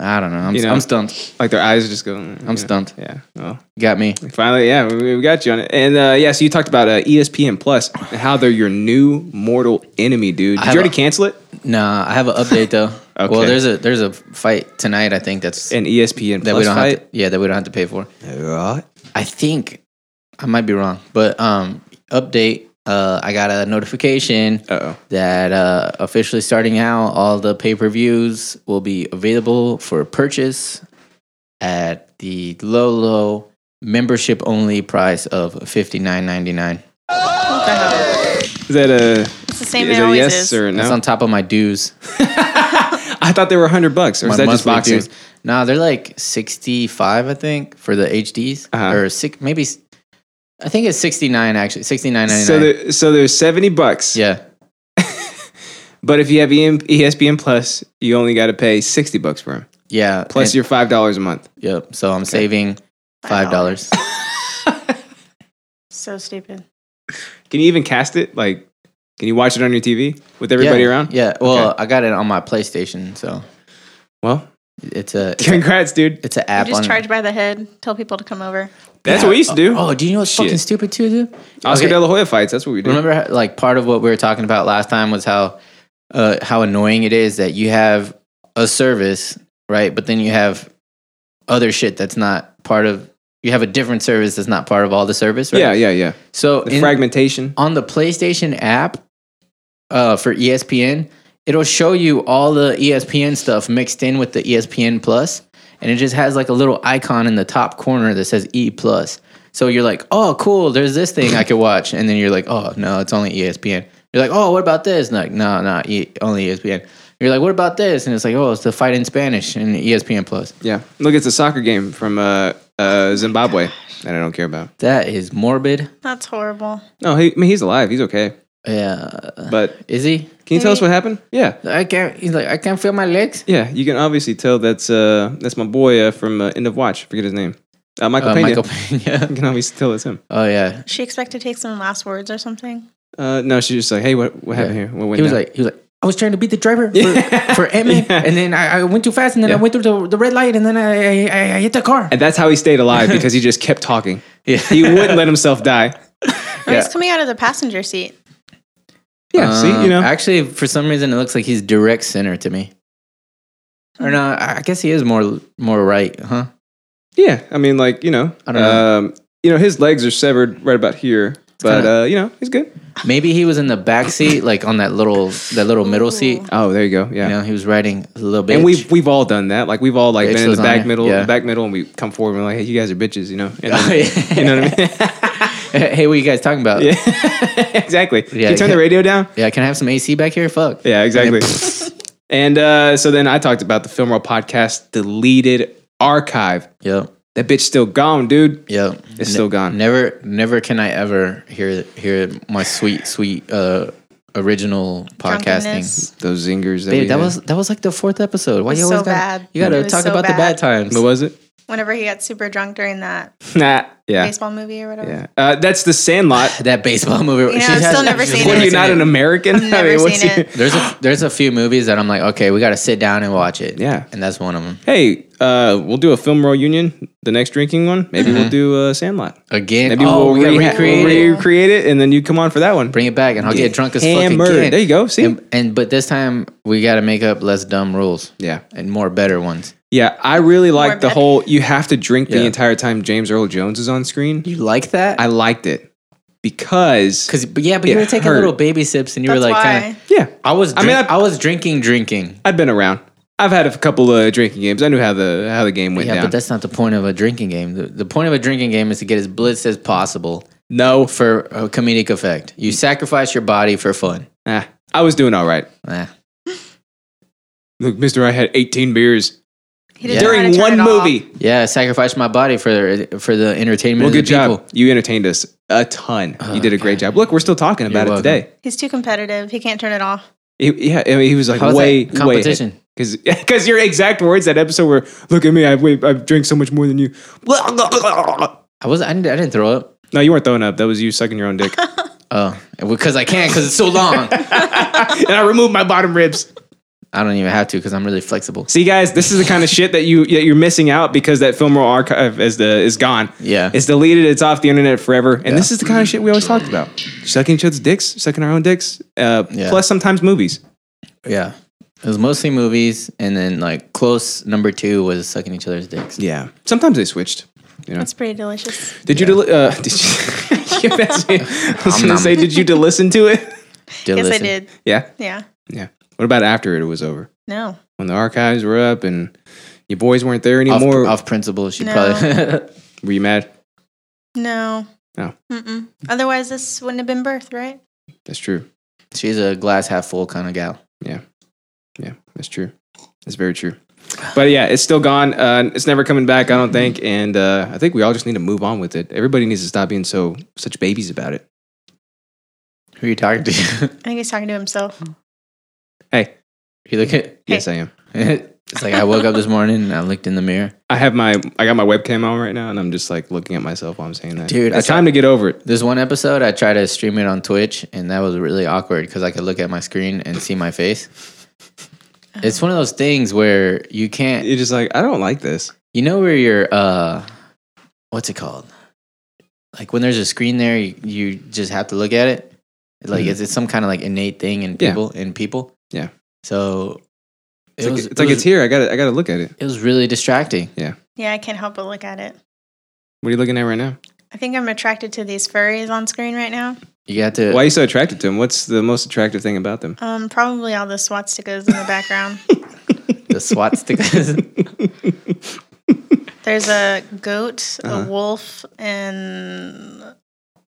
I don't know. I'm,
You know.
I'm stumped.
Like their eyes just go. I'm
I'm stumped.
Yeah. Well,
Got me.
finally, yeah, we, we got you on it. And uh, yeah, so you talked about uh, ESPN Plus and how they're your new mortal enemy, dude. Did
I
you
have
already
a-
cancel it?
Nah, I have an update though.
Okay.
Well, there's a there's a fight tonight. I think that's
An E ESPN
that
Plus
we don't
fight.
have. To, yeah, that we don't have to pay for.
Right.
I think I might be wrong, but um, update. Uh, I got a notification
Uh-oh.
that uh, officially starting out, all the pay per views will be available for purchase at the low, low membership only price of fifty nine ninety nine.
What the hell?
Is that a,
It's the same
is
it
that a
always
yes
is.
or no?
That's on top of my dues.
I thought they were 100 bucks. Or is
my
that just
monthly
boxing?
dues. Nah, they're like sixty five, I think, for the HDs
Uh-huh.
or six, maybe. s- I think it's sixty nine actually. Sixty nine ninety nine.
So, there, so there's 70 bucks.
yeah.
But if you have E EM, ESPN Plus, you only got to pay 60 bucks for them.
Yeah.
Plus
and-
your $5 a month.
Yep. So I'm saving five dollars.
So stupid.
Can you even cast it? Like, can you watch it on your TV with everybody
yeah,
around?
Yeah. Well,
Okay.
I got it on my PlayStation, so
Well,
it's a it's,
congrats, dude.
it's an
You
app.
just
on,
charge by the head. Tell people to come over.
That's what we used to do.
Oh, do you know what's
Shit.
fucking stupid too, dude?
Oscar
okay.
De La Hoya fights. That's what we do.
Remember, how- like part of what we were talking about last time was how uh, how annoying it is that you have a service, right? But then you have other shit that's not part of. You have a different service that's not part of all the service, right?
Yeah, yeah, yeah.
So
The
in-
fragmentation.
on the PlayStation app uh, for ESPN, it'll show you all the E ESPN stuff mixed in with the E ESPN Plus, and it just has like a little icon in the top corner that says E Plus. So you're like, oh, cool, there's this thing I could watch, and then you're like, oh no, it's only ESPN. You're like, oh, what about this? And like, no, no, e- only ESPN. You're like, what about this? And it's like, oh, it's the fight in E Spanish and ESPN Plus.
Yeah. Look, it's a soccer game from uh, uh, Zimbabwe that I don't care about.
That is morbid.
That's horrible.
No, he, I mean, he's alive. He's okay.
Yeah,
But
Uh, is he?
can you tell us what happened? Yeah.
I can't. He's like, I can't feel my legs.
Yeah, you can obviously tell that's uh, that's my boy uh, from uh, End of Watch. Forget his name. Uh, Michael
Uh,
Pena.
Michael Pena.
You can obviously tell it's him.
Oh yeah.
She expected to take some last words or something.
Uh, no, she's just like, hey, what what happened here? What went
He was
down?
like he was like I was trying to beat the driver
Yeah.
for, for Emmett,
Yeah.
and then I, I went too fast, and then
Yeah.
I went through the, the red light, and then I, I, I hit the car.
and that's how he stayed alive because he just kept talking.
Yeah.
He wouldn't let himself die.
Oh,
Yeah.
He's coming out of the passenger seat.
Yeah, see, you know,
Um, Actually, for some reason, it looks like he's direct center to me. Or no, I I guess he is more more right, huh?
yeah. I mean, like, you know,
I don't know.
Um, you know, his legs are severed right about here, but
kinda-
uh, you know, he's good.
Maybe he was in the back seat, like on that little that little middle seat.
Oh, there you go. Yeah.
You know, he was riding a little bit.
And we've we've all done that. Like we've all like
Bitch
been in the back
lasagna,
middle,
yeah.
back middle, and we come forward and we're like, hey, you guys are bitches, you know. And then-
you
You know what I mean?
Oh, hey, what are you guys talking about? Yeah,
Yeah, exactly.
Yeah,
Can you turn
yeah.
the radio down?
can I have some AC back here? Fuck.
Yeah, exactly. And uh, so then I talked about the Filmroll podcast deleted archive.
Yep.
That bitch still gone, dude.
Yep.
It's still gone.
Never, never can I ever hear hear my sweet, sweet uh, original podcasting.
Drunkenness.
Those zingers. That we
Babe, that
had.
was that was like the fourth episode. Why
It
you
was
always
so
gotta,
bad.
You gotta
It was
talk
so
about the bad
bad.
times.
What was it?
Whenever he got super drunk during that
Nah. Yeah.
baseball movie or whatever.
Yeah. Uh, that's the Sandlot.
that baseball movie.
You know,
She
I've
has-
still never
she's
seen
never
What are you
seen
not
it.
an American?
I've never
what's
seen
your-
it.
There's a there's a few movies that I'm like, okay, we got to sit down and watch it.
Yeah.
and that's one of them.
Hey, uh, we'll do a film roll union. The next drinking one, maybe we'll do a Sandlot.
Again,
Maybe
Mm-hmm. oh,
we'll
we gotta
reha-
recreate it.
we'll recreate it, and then you come on for that one.
Bring it back, and I'll get drunk as fucking
Hammered.
kid.
There you go. See?
And, and but this time we got to make up less dumb rules
yeah,
and more better ones.
yeah. I really
More
like the
better.
whole. You have to drink the
Yeah.
entire time James Earl Jones is on screen.
You like that?
I liked it because
Because yeah, but
It
you were taking
hurt.
little baby sips, and you
That's
were like,
why.
kind of.
yeah,
I was.
I mean,
drink-
I-
I was drinking, drinking.
I've been around. I've had a couple of drinking games. I knew how the how the game went
Yeah,
down.
but that's not the point of a drinking game. The, the point of a drinking game is to get as blitzed as possible
no,
for a comedic effect. You sacrifice your body for fun.
ah, I was doing all right.
Eh.
Look, Mister, I had 18 beers
He
Yeah.
didn't know how
during
to turn
one
it off.
movie.
Yeah, I sacrificed my body for for the entertainment.
Well,
of the
good job.
people. Uh,
You entertained us a ton. you did a great job. Look, we're still talking about
You're
it today.
He's too competitive. He can't turn it off.
He- yeah, I mean, he was like
How's
way
that competition?
because because your exact words that episode were, "Look at me, I've way, I've drank so much more than you."
I was. I didn't, I didn't throw up.
No, you weren't throwing up. That was you sucking your own dick.
Oh, because I can't. Because it's so long.
and I removed my bottom ribs.
I don't even have to because I'm really flexible.
See, guys, this is the kind of shit that you that you're missing out because that film roll archive is the is gone.
Yeah.
it's deleted. It's off the internet forever. And this is the kind of shit we always talked about: sucking each other's dicks, sucking our own dicks, uh,
Yeah.
plus sometimes movies.
Yeah, it was mostly movies, and then like close number two was sucking each other's dicks.
Yeah, sometimes they switched.
That's pretty delicious.
Did you? Deli- uh, did you? Yeah, that's it. I was gonna
nom.
say, did you to listen to it?
Did
yes,
listen.
I did.
Yeah,
Yeah.
yeah. What about after it was over?
No.
When the archives were up and your boys weren't there
Off,
anymore?
off principle, she
No.
probably.
Were you mad?
No.
No.
Mm-mm. Otherwise, this wouldn't have been birth, right?
That's true.
She's a glass half full kind of gal.
Yeah, that's true. That's very true. But yeah, it's still gone. Uh, it's never coming back, I don't think. And uh, I think we all just need to move on with it. Everybody needs to stop being so such babies about it.
Who are you talking to?
I think he's talking to himself.
Hey,
you look at.
yes, I am.
it's like I woke up this morning and I looked in the mirror.
I have my I got my webcam on right now, and I'm just like looking at myself while I'm saying that.
Dude, I
it's
saw-
time to get over it.
This one episode, I tried to stream it on Twitch, and that was really awkward because I could look at my screen and see my face. It's one of those things where you can't,
You're just like, I don't like this.
you know, where your uh, what's it called? Like when there's a screen there, you, you just have to look at it. Like it's, it's some kind of like innate thing in
Mm-hmm. Yeah.
people. In people,
Yeah.
So
It's
it
like,
was,
it's, like
it was,
it's here. I got to I got to look at it.
it was really distracting.
Yeah, I can't help but look at it.
What are you looking at right now?
I think I'm attracted to these furries on screen right now.
You got to.
Why are you so attracted to them? What's the most attractive thing about them?
Um, probably all the swastikas in the background.
the SWAT stickers.
There's a goat,
Uh-huh.
a wolf, and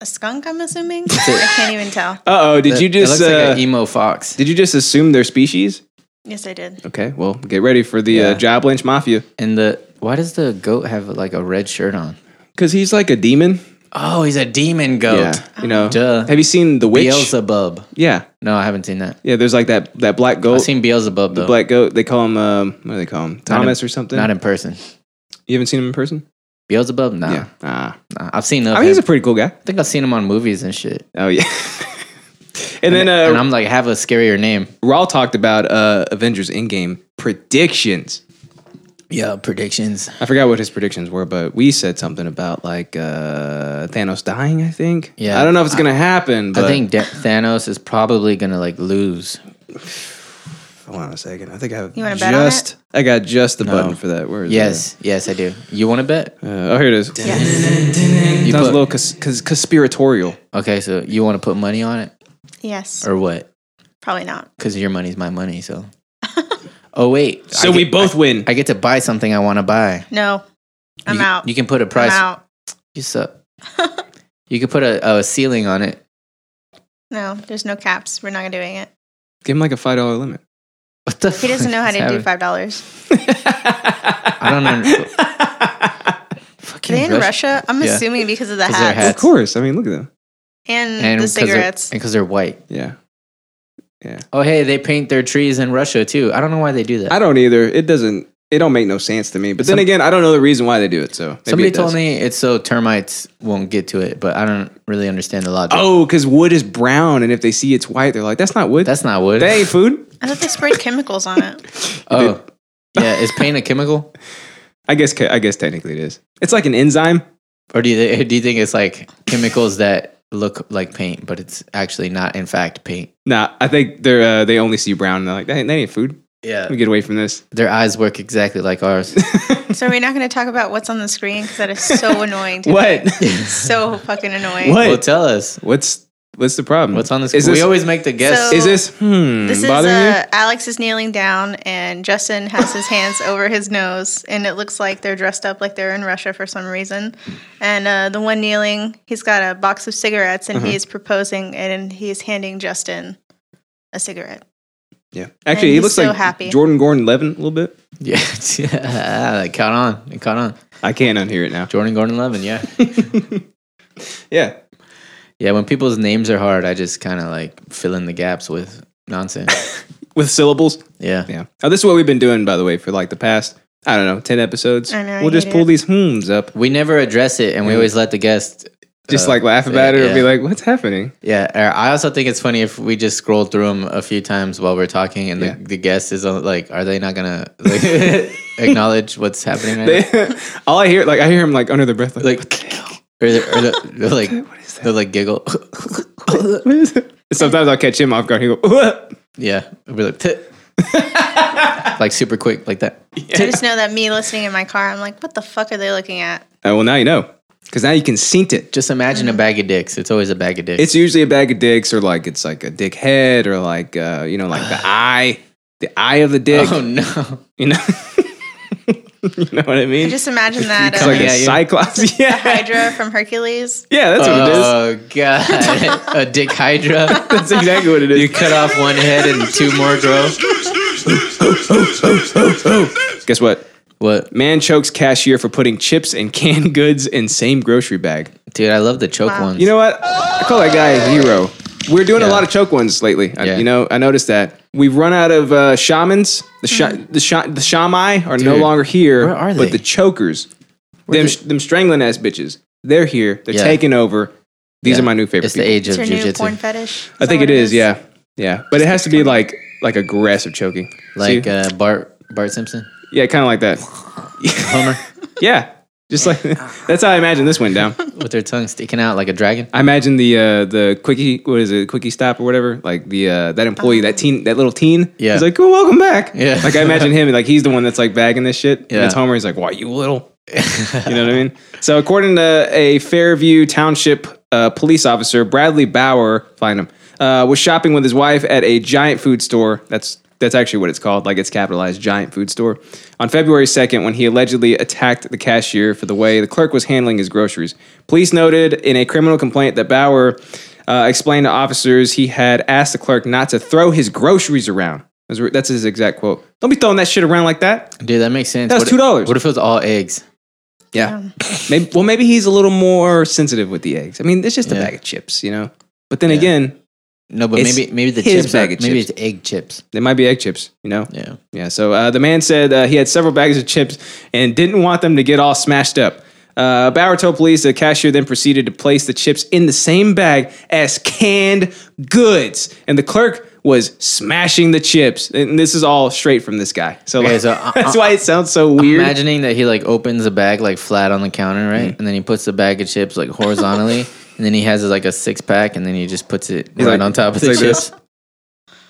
a skunk. I'm assuming. I can't even tell.
Uh oh! Did you
It
just
looks like
uh,
an emo fox.
did you just assume their species?
Yes, I did.
Okay, well, get ready for the uh,
Yeah.
job lynch mafia
And the why does the goat have like a red shirt on?
because he's like a demon.
Oh, he's a demon goat.
Yeah, you know.
Duh.
Have you seen the witch?
Beelzebub.
Yeah,
No, I haven't seen that.
yeah. There's like that that black goat.
I've seen Beelzebub though.
the black goat. They call him um, what do they call him?
Not in-
Thomas or something.
Not in person.
you haven't seen him in person?
Beelzebub? Nah.
Yeah. Ah,
nah. I've seen him.
I mean he's a pretty cool guy.
I think I've seen him on movies and shit.
Oh yeah. and, then uh,
and I'm like, have a scarier name.
Raul talked about uh, Avengers Endgame predictions.
Yeah, predictions.
I forgot what his predictions were, but we said something about like uh, Thanos dying. I think.
Yeah.
I don't know if it's gonna happen. But
I think De- Thanos is probably gonna like lose.
Hold on a second. I think I have
You wanna bet on
just. I got just the button
No.
for that. Where is
Yes, yes, I do. You want to bet?
it? Uh, oh, here it is. Sounds
Yes.
You
a
put,
little cons- cons- conspiratorial.
okay, so you want to put money on it
Yes.
or what?
Probably not.
Because your money's my money. So. oh wait. I get-
both win.
I get to buy something I want to buy.
No. I'm
you,
out.
You can put a
I'm
price.
out.
You suck. you can put a, a ceiling on it.
No, there's no caps. We're not doing it.
Give him like a five dollar limit.
What the?
He doesn't know how to do five dollars.
I don't know.
Are they in Russia? I'm
Yeah.
assuming because of the
'Cause
hats,
their
Of
hats.
course. I mean, look at them.
And,
And
the
'cause they're-
cigarettes.
and because they're white.
Yeah.
Oh, hey, they paint their trees in Russia too. I don't know why they do that.
I don't either. It doesn't. It don't make no sense to me. But then
Some-
again, I don't know the reason why they do it. So maybe
Somebody
it
told
does.
me it's so termites won't get to it, but I don't really understand the logic.
Oh, because wood is brown, and if they see it's white, they're like, "That's not wood.
that's not wood.
that ain't food."
I thought they sprayed chemicals on it.
oh, yeah. Is paint a chemical,
I guess. ca- I guess technically it is. It's like an enzyme.
or do you thi- do you think it's like chemicals that look like paint, but it's actually not in fact paint?
Nah, I think they're uh, they only see brown. and They're like, "That ain't, that ain't food. Let
Yeah,
me get away from this."
their eyes work exactly like ours.
So we're not going to talk about what's on the screen because that is so annoying. To
What?
Me. So fucking annoying.
what?
well, tell us
What's what's the problem?
what's on this.
Is
we
this,
always make the guess.
So-
is this hmm
This is
bothering
uh, Alex is kneeling down and Justin has his hands over his nose and it looks like they're dressed up like they're in Russia for some reason. And uh, the one kneeling, he's got a box of cigarettes and
Uh-huh.
he is proposing and he's handing Justin a cigarette.
you? Yeah. Actually, he
he's
looks
so
like
happy.
Jordan Gordon Levin a little bit.
yeah, it caught on. It caught on.
I can't unhear it now.
Jordan Gordon Levin. Yeah,
Yeah.
yeah. When people's names are hard, I just kind of like fill in the gaps with nonsense.
With syllables.
Yeah.
Yeah. Oh, this is what we've been doing, by the way, for like the past, I don't know, 10 episodes.
I know, I
we'll just
hate
pull
it.
these hmms up,
We never address it, and we always let the guest
just
Uh,
like laugh
say
about
it,
it, or be
yeah.
like, what's happening?
Yeah, er, I also think it's funny if we just scroll through them a few times while we're talking, and
Yeah.
the, the guest is uh, like, "Are they not gonna like, acknowledge what's happening right now?"
All I hear, like, I hear him like under their breath, like,
Like, or the, or the, they'll, like,
is
they'll like giggle.
what is it? Sometimes I'll catch him off guard. He go, "What?" Uh,
yeah, it'll be like, "Tut." like super quick, like that.
I just know that me listening in my car, I'm like, what the fuck are they looking at?
Oh, well, now you know, because now you can scent it.
Just imagine a bag of dicks. It's always a bag of dicks.
It's usually a bag of dicks, or like it's like a dick head, or like uh, you know, like the eye, the eye of the dick.
oh no!
You know, you know what I
I
mean?
just imagine that
it's
uh,
like a
at you.
cyclops. Yeah,
Hydra from Hercules.
yeah, that's what it is.
Oh god, a dick hydra.
That's exactly what it is.
You cut off one head and two more grow.
Guess what?
What,
Man chokes cashier for putting chips and canned goods in same grocery bag.
dude? I love the choke
Wow.
ones.
You know what? I call that guy a hero. We're doing a lot of choke ones lately. I-
Yeah.
you know, I noticed that we've run out of uh, shamans. The sh- the sh- the shamai are no
Dude,
longer here.
where are
But
they?
the chokers, them
they-
them strangling ass bitches, they're here. They're
Yeah.
taking over. These
Yeah.
are my new favorite.
It's the
people.
age of
It's your new
jujitsu.
porn fetish. Is
I
that
think
what
it is, Yeah, yeah. But it has to be like like aggressive choking.
like
See?
uh, Bart Bart Simpson,
yeah, kind of like that.
Homer,
Yeah, just like that's how I imagine this went down.
with their tongue sticking out like a dragon.
I imagine the uh, the quickie what is it quickie stop or whatever like the uh, that employee that teen that little teen
Oh. Yeah.
he's like oh welcome back
Yeah.
like I imagine him like he's the one that's like bagging this shit and
Yeah.
it's Homer he's like why you little you know what I mean so according to a Fairview Township uh, police officer Bradley Bauer find him uh, was shopping with his wife at a giant food store that's that's actually what it's called like it's capitalized giant food store on February 2nd when he allegedly attacked the cashier for the way the clerk was handling his groceries police noted in a criminal complaint that Bauer uh, explained to officers he had asked the clerk not to throw his groceries around that's re- that's his exact quote don't be throwing that shit around like that
Dude, that makes sense.
That was
What-
$2.
What if it was all eggs?
yeah. Maybe, well, maybe he's a little more sensitive with the eggs. I mean, it's just a
Yeah.
bag of chips, you know. But then again,
No, but
It's
maybe maybe the
his
chips.
bag
are-
of
maybe
chips.
it's egg chips.
they might be egg chips, you know. Yeah.
Yeah.
so uh, the man said uh, he had several bags of chips and didn't want them to get all smashed up. Uh, Bauer told police the cashier then proceeded to place the chips in the same bag as canned goods, and the clerk was smashing the chips. And this is all straight from this guy. So,
Okay,
like,
so uh, I-
that's
I-
why it sounds so weird.
Imagining that he like opens a bag like flat on the counter, right, and then he puts the bag of chips like horizontally, and then he has like a six pack, and then he just puts it right
like-
on top of
it's
the
like
chips.
this.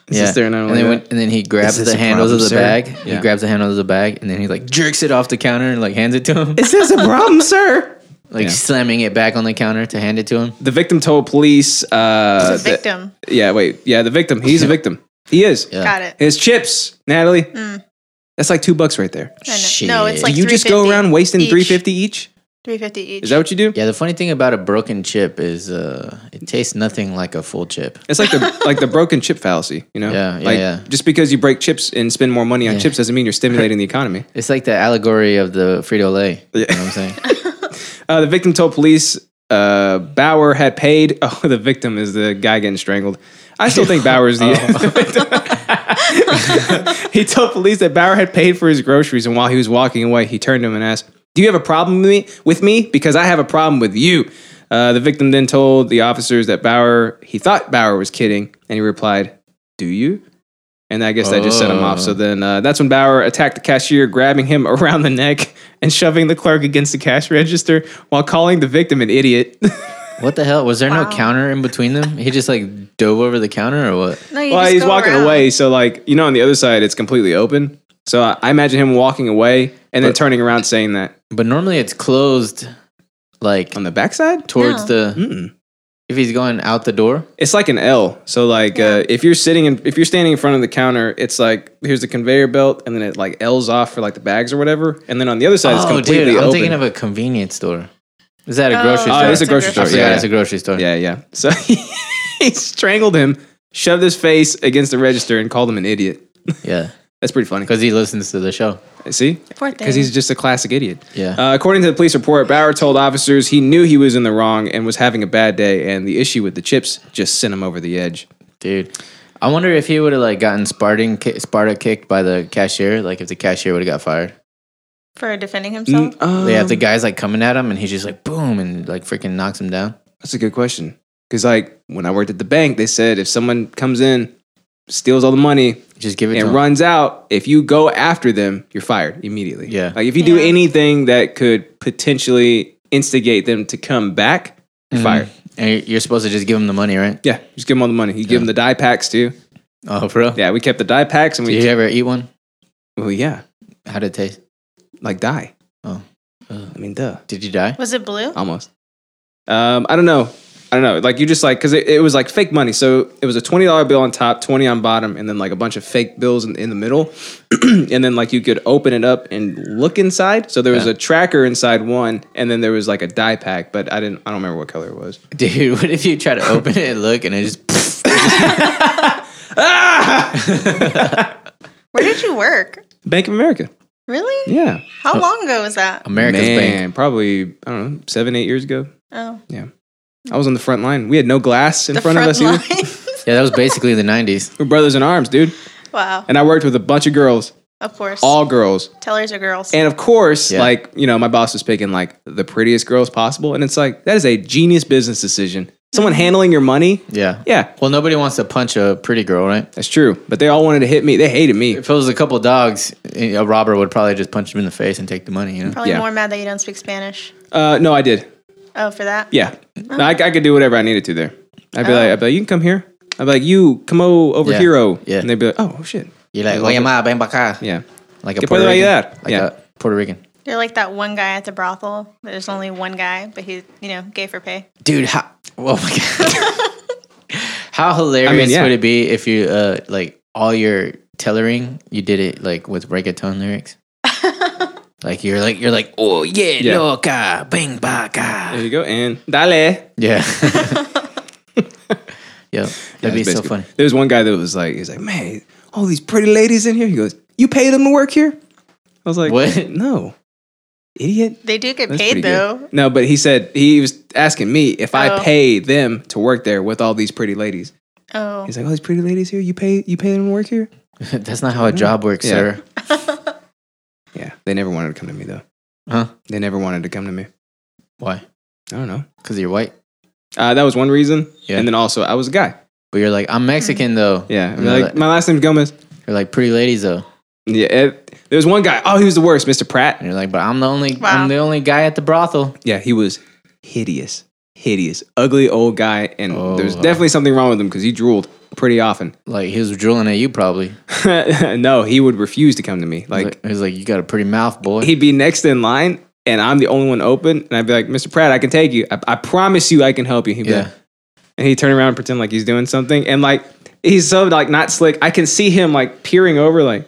It's just there and I'm
and then
like
when,
that.
and then he grabs
Is this
the
a
handles
problem,
of the
sir?
bag.
Yeah.
He grabs the handles of the bag, and then he like jerks it off the counter and like hands it to him,
Is this a problem, sir?
like slamming it back on the counter to hand it to him.
The victim told police. Uh,
The
that-
victim.
yeah, wait. Yeah, the victim. He's a victim. He is.
Yeah.
Got it.
His chips, Natalie. That's like two bucks right there.
I know. No, it's
Shit.
Mm. like
Do you just go
$3.50
around wasting
each.
three fifty each?
Three fifty each.
Is that what you do?
Yeah, the funny thing about a broken chip is uh, it tastes nothing like a full chip.
It's like the like the broken chip fallacy, you know?
Yeah, yeah,
like,
yeah.
Just because you break chips and spend more money on
Yeah.
chips doesn't mean you're stimulating the economy.
It's like the allegory of the Frito Lay. You
Yeah.
know what I'm saying?
Uh, the victim told police uh, Bauer had paid. Oh, the victim is the guy getting strangled. I still think Bauer's the.
Oh,
he told police that Bauer had paid for his groceries, and while he was walking away, he turned to him and asked, "Do you have a problem with me? With me? Because I have a problem with you." Uh, the victim then told the officers that Bauer he thought Bauer was kidding, and he replied, "Do you?" And I guess that just set him off.
Oh.
So then uh, that's when Bauer attacked the cashier, grabbing him around the neck and shoving the clerk against the cash register while calling the victim an idiot.
What the hell? Was there
Wow.
no counter in between them? He just like dove over the counter or what?
No, you
well,
just
he's
go
walking
around.
away. So, like, you know, on the other side, it's completely open. So I, I imagine him walking away and then turning around saying that
But normally it's closed like
on the backside.
towards
No.
the
Mm-mm.
if he's going out the door.
It's like an L. So, like, uh, if you're sitting in, if you're standing in front of the counter, it's like here's the conveyor belt, and then it like L's off for like the bags or whatever, and then on the other side, it's
oh,
completely
dude, I'm
open.
thinking of a convenience store. Is that a
Oh,
grocery
Oh,
store?
it is a grocery
I
store,
forgot
yeah.
it's a grocery store.
Yeah, yeah. So he, strangled him, shoved his face against the register, and called him an idiot.
Yeah.
That's pretty funny.
Because he listens to the show.
See?
Poor thing.
Because he's just a classic idiot.
Yeah.
Uh, according to the police report, Bauer told officers he knew he was in the wrong and was having a bad day, and the issue with the chips just sent him over the edge.
Dude, I wonder if he would have like gotten Spartan ki- Sparta kicked by the cashier. Like if the cashier would have got fired.
for defending
Mm.
himself.
uh,
yeah, if
Um.
the guy's like coming at him and he's just like boom and like freaking knocks him down.
That's a good question. Because, like, when I worked at the bank, they said if someone comes in, steals all the money,
Just give it to
and
him.
runs out, if you go after them, you're fired immediately.
Yeah.
Like if you do
Yeah.
anything that could potentially instigate them to come back, you're
Mhm.
fired.
And you're supposed to just give him the money, right?
Yeah. Just give them all the money. You give them the die packs too.
Oh, bro.
Yeah. We kept the die packs and we,
Did you ever eat one?
well, yeah,
How did it taste?
like die.
Oh.
I mean, duh.
Did you die?
Was it blue?
Almost. Um, I don't know. I don't know. Like you just like, cause it, it was like fake money. So it was a $20 bill on top, 20 on bottom, and then like a bunch of fake bills in, in the middle. and then like you could open it up and look inside. So there was
Yeah.
a tracker inside one, and then there was like a die pack, but I didn't, I don't remember what color it was.
Dude, what if you try to open it and look and it just
Where did you work?
Bank of America.
Really?
Yeah.
How long ago was that?
America's Bank?
Probably, I don't know, seven, eight years ago.
Oh,
Yeah. I was on the front line. We had no glass in
the
front, of
front
us
line.
either.
Yeah, that was basically the '90s.
We're brothers in arms, dude.
wow.
And I worked with a bunch of girls,
Of course.
all girls.
tellers are girls.
And of course,
Yeah.
like, you know, my boss was picking like the prettiest girls possible. And it's like, that is a genius business decision. Someone handling your money.
Yeah.
Yeah,
Well, nobody wants to punch a pretty girl, right?
that's true. But they all wanted to hit me. They hated me.
If it was a couple dogs, a robber would probably just punch him in the face and take the money. You know.
Probably
yeah.
more mad that you don't speak Spanish.
Uh, no, I did.
Oh, for that?
Yeah. No, I, I could do whatever I needed to there. I'd be
Oh.
like, I'd be like, you can come here. I'd be like, you come o- over
Yeah.
here. oh."
Yeah.
And they'd be like, oh, oh, shit.
You're like, oye ma, ven pa acá.
Yeah.
Like a
Que
Puerto
puedo
Rican.
ayudar?
Like
Yeah.
a Puerto Rican.
They're like that one guy at the brothel. There's only one guy, but he's, you know, gay for pay.
Dude, how? Oh my god. how hilarious
yeah.
would it be if you uh like all your tellering you did it like with reggaeton lyrics? like you're like you're like oh yeah,
Yeah.
loca, bing ba ca.
There you go. And dale.
Yeah. yeah. That'd be
That's
so
basically-
funny.
There was one guy that was like, he's like, man, all these pretty ladies in here. He goes, you pay them to work here? I was like,
What?
No, idiot.
They do get
That's pretty
paid,
good.
though.
No, but he said he was asking me if I
Oh.
pay them to work there with all these pretty ladies.
Oh.
He's like, all these pretty ladies here. You pay you pay them to work here?
That's not how a job works,
Yeah.
sir.
Yeah, they never wanted to come to me though.
Huh?
They never wanted to come to me.
Why?
I don't know.
Because you're white.
Uh, that was one reason.
Yeah.
And then also, I was a guy.
But you're like, I'm Mexican though.
Yeah. I'm
No,
like,
that-
my last name's Gomez.
You're like pretty ladies though.
Yeah. it- there was one guy. Oh, he was the worst, Mr. Pratt.
And you're like, but I'm the only
Wow.
I'm the only guy at the brothel.
Yeah, he was hideous, hideous, ugly old guy, and
Oh,
there's
wow.
definitely something wrong with him because he drooled pretty often.
Like he was drooling at you probably.
no, he would refuse to come to me.
Like,
Like
he was like, you got a pretty mouth, boy.
he'd be next in line, and I'm the only one open, and I'd be like, "Mr. Pratt, I can take you. I, I promise you, I can help you." He'd be
yeah.
like, and he'd turn around and pretend like he's doing something, and like he's so like not slick. I can see him like peering over, like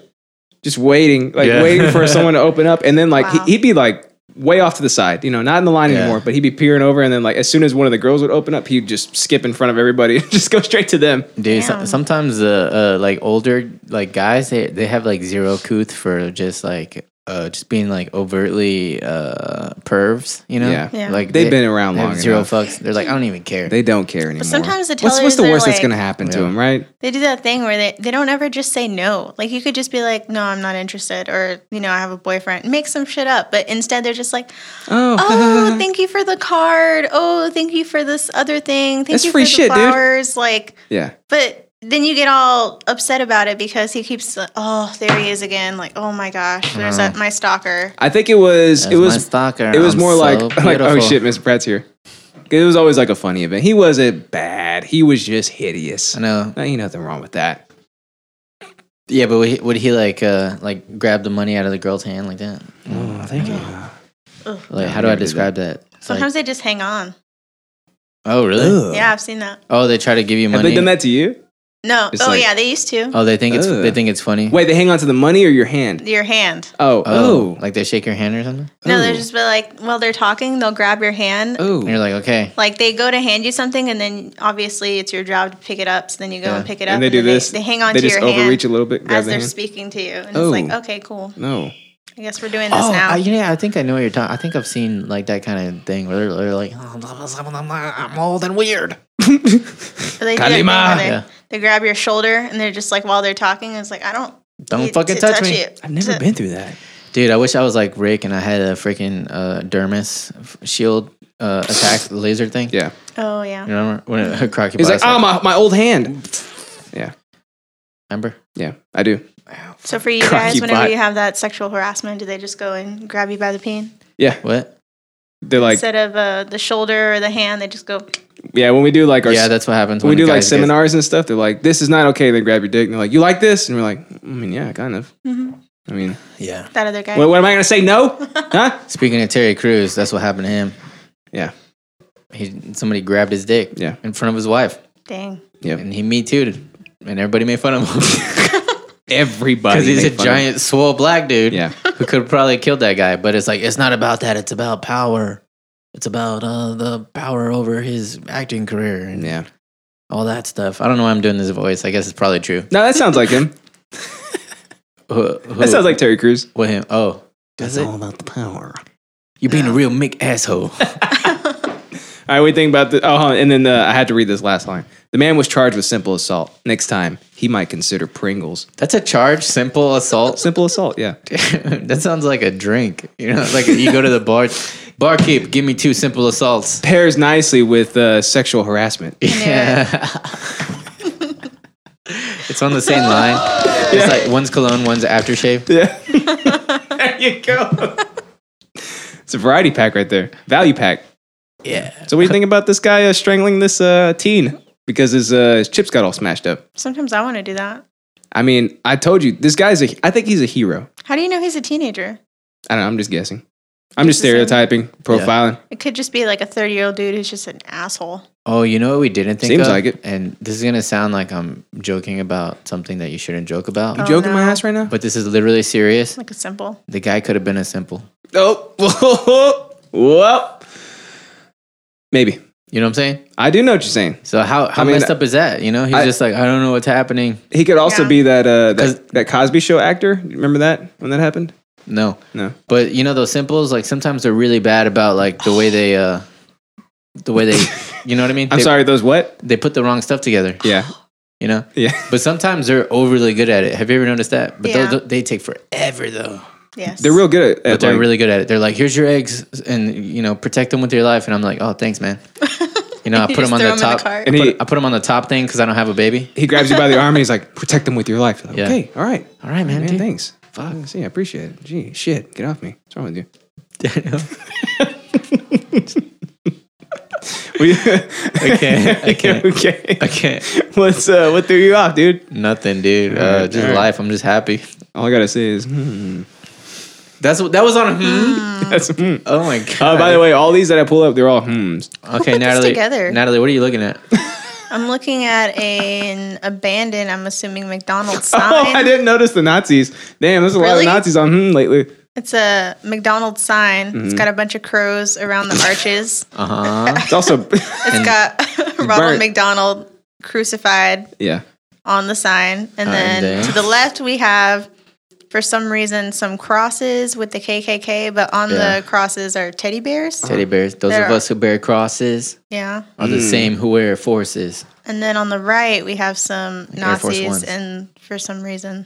just waiting, like
Yeah.
waiting for someone to open up, and then like
Wow.
he, he'd be like way off to the side, you know, not in the line
Yeah.
anymore, but he'd be peering over. And then, like, as soon as one of the girls would open up, he'd just skip in front of everybody and just go straight to them.
Dude, so-
Damn.
sometimes uh, uh, like older like guys, they they have like zero couth for just like uh, just being like overtly uh, pervs. You know,
Yeah.
Yeah.
like
They've been around
they have
long
zero
enough.
fucks. They're like, I don't even care.
They don't care anymore.
sometimes the
what's, what's
tellers
the
are
worst that's
like-
going to happen to
Yeah.
them, right?
They do that thing where they, they don't ever just say no. Like you could just be like, no, I'm not interested, or you know, I have a boyfriend. Make some shit up, but instead they're just like,
Oh,
oh, thank you for the card. Oh, thank you for this other thing. Thank
That's
you
free
for
shit,
the
dude.
flowers. Like,
yeah.
but then you get all upset about it because he keeps, uh, oh, there he is again. Like, oh my gosh, there's
Uh-huh.
that my stalker.
I think it was
That's
it
my
was
stalker.
it was
I'm
more
so
like, like oh
beautiful."
shit, Miss Pratt's here. It was always like a funny event. He wasn't bad. He was just hideous.
I know.
Ain't nothing wrong with that.
Yeah, but would he, would he like uh, like grab the money out of the girl's hand like that? Oh, thank you.
Ugh.
Like,
No,
how do I
never did
describe that? It's like-
Sometimes they just hang on.
oh, really?
Yeah, I've seen that.
Oh, they try to give you
Have
money.
they done that to you?
No,
It's
oh
like- Uh,
yeah, they used to.
Oh, they think it's
Ugh.
they think it's funny.
Wait, they hang on to the money or your hand?
Your hand.
Oh,
Oh,
oh,
like they shake your hand or something,
No,
Ooh.
they'll just be like, while they're talking, they'll grab your hand.
and you're
oh.
like, okay,
Like they go to hand you something, and then obviously it's your job to pick it up. So then you go
Yeah.
and pick it up,
And they do
then
this.
They, hang on
They
to
just
your
overreach
hand
a little bit. Grab
as
the
they're
hand.
speaking to you, and
Oh.
it's like, okay, cool.
No.
I guess we're doing this
Oh,
now.
I, yeah, I think I know what you're talking. I think I've seen like that kind of thing where they're, they're like, "Oh, blah, blah, blah, blah, blah, I'm old and weird.
But they do that thing where they,
Yeah.
they grab your shoulder, and they're just like, while they're talking, it's like, I don't.
Don't
need
fucking
to
touch, me,
it.
I've never
To-
been through that.
dude. I wish I was like Rick and I had a freaking uh, dermis f- shield uh, attack laser thing.
Yeah.
Oh yeah.
you remember when a crocky
He's like,
bicep-
oh, my, my old hand. Yeah.
remember?
Yeah, I do.
So for you
Cocky
guys, whenever
butt.
you have that sexual harassment, do they just go and grab you by the peen
Yeah.
What?
They're like,
instead of uh, the shoulder or the hand? They just go.
yeah, when we do like our,
yeah, that's what happens.
when we
the
do like
guys get-
seminars and stuff, they're like, this is not okay. They grab your dick and they're like, you like this? And we're like, I mean, yeah, kind of.
Mhm.
I mean,
yeah.
That other guy.
what, what am I going to say? No? huh?
Speaking of Terry Crews, that's what happened to him.
Yeah.
He somebody grabbed his dick.
Yeah.
in front of his wife,
Dang.
Yep.
and he me too, and everybody made fun of him.
Everybody.
Because he's a
made fun of him.
giant, swole black dude
Yeah.
who could have probably killed that guy. But it's like, it's not about that. It's about power. It's about uh, the power over his acting career and
Yeah.
all that stuff. I don't know why I'm doing this voice. I guess it's probably true.
No, that sounds like him.
Who, who,
That sounds like Terry Crews.
what him? Oh, does it?
about the power.
You're being a real Mick asshole.
All right, we think about the. Oh, hold on. and then uh, I had to read this last line. The man was charged with simple assault. Next time, he might consider Pringles.
That's a charge, simple assault.
Simple assault, yeah.
that sounds like a drink. You know, like you go to the bar, barkeep, give me two simple assaults.
Pairs nicely with uh, sexual harassment.
Yeah. it's on the same line. It's like one's cologne, one's aftershave.
Yeah. there you go. It's a variety pack right there. Value pack.
Yeah.
So, what do you think about this guy uh, strangling this uh, teen because his, uh, his chips got all smashed up?
Sometimes I want to do that.
I mean, I told you, this guy's a. I think he's a hero.
How do you know he's a teenager?
I don't know. I'm just guessing. I'm just
the same.
stereotyping, profiling.
It could just be like a 30 year old dude who's just an asshole.
Oh, you know what we didn't think
Seems
of?
like it.
And this is going to sound like I'm joking about something that you shouldn't joke about.
You
Oh,
joking my
no.
ass right now?
But this is literally serious.
Like a simple.
The guy could have been a simple.
Oh, well, maybe.
You know what I'm saying?
I do know what you're saying.
So how, how
I mean,
messed up is that? You know, he's
I-
just like, I don't know what's happening.
He could also
Yeah.
be that uh,
'Cause-
that, that Cosby Show actor. Remember that when that happened?
No.
No.
But you know those simples, like sometimes they're really bad about like the way they, uh, the way they, you know what I mean?
I'm
They-
sorry. Those what?
They put the wrong stuff together.
Yeah,
You know?
yeah.
But sometimes they're overly good at it. Have you ever noticed that? But
Yeah.
those, they take forever though.
Yes.
They're real good at.
But
at
they're
like-
really good at it. They're like, "Here's your eggs, and you know, protect them with your life." And I'm like, "Oh, thanks, man." You know, I
You
put them on
just throw
the
'em in the
top.
cart.
I,
And
put,
he-
I put 'em on the top thing because I don't have a baby.
He grabs you by the arm and he's like, "Protect them with your life." You're like,
Yeah.
Okay, all right,
All right, man.
man.
dude.
Thanks. Fuck. See, I appreciate it. Gee, shit, get off me. What's wrong with you?
I can't. I can't.
okay.
I can't.
What's uh, what threw you off, dude?
Nothing, dude.
All
Uh,
right,
just
all right.
life. I'm just happy.
All I gotta say is, hmm.
That's what. That was on. a
Mm.
Hmm.
That's, hmm.
Oh my god.
Uh, by the way, all these that I pull up, they're all hmms.
okay,
put this
Natalie.
together.
Natalie, what are you looking at?
I'm looking at an abandoned, I'm assuming McDonald's sign.
Oh, I didn't notice the Nazis. Damn, there's a lot of
Really?
Nazis on hmm lately.
It's a McDonald's sign.
Mm-hmm.
It's got a bunch of crows around the arches.
Uh huh.
It's also,
It's got Ronald
burnt.
McDonald crucified
yeah.
on the sign. And then
damn.
to the left, we have, for some reason, some crosses with the KKK, but on
Yeah.
the crosses are teddy bears.
Teddy bears. Those
There
of
are-
us who bear crosses
Yeah.
are
Mm.
the same who wear forces.
And then on the right, we have some
Air Force
Nazis
Ones.
and, for some reason,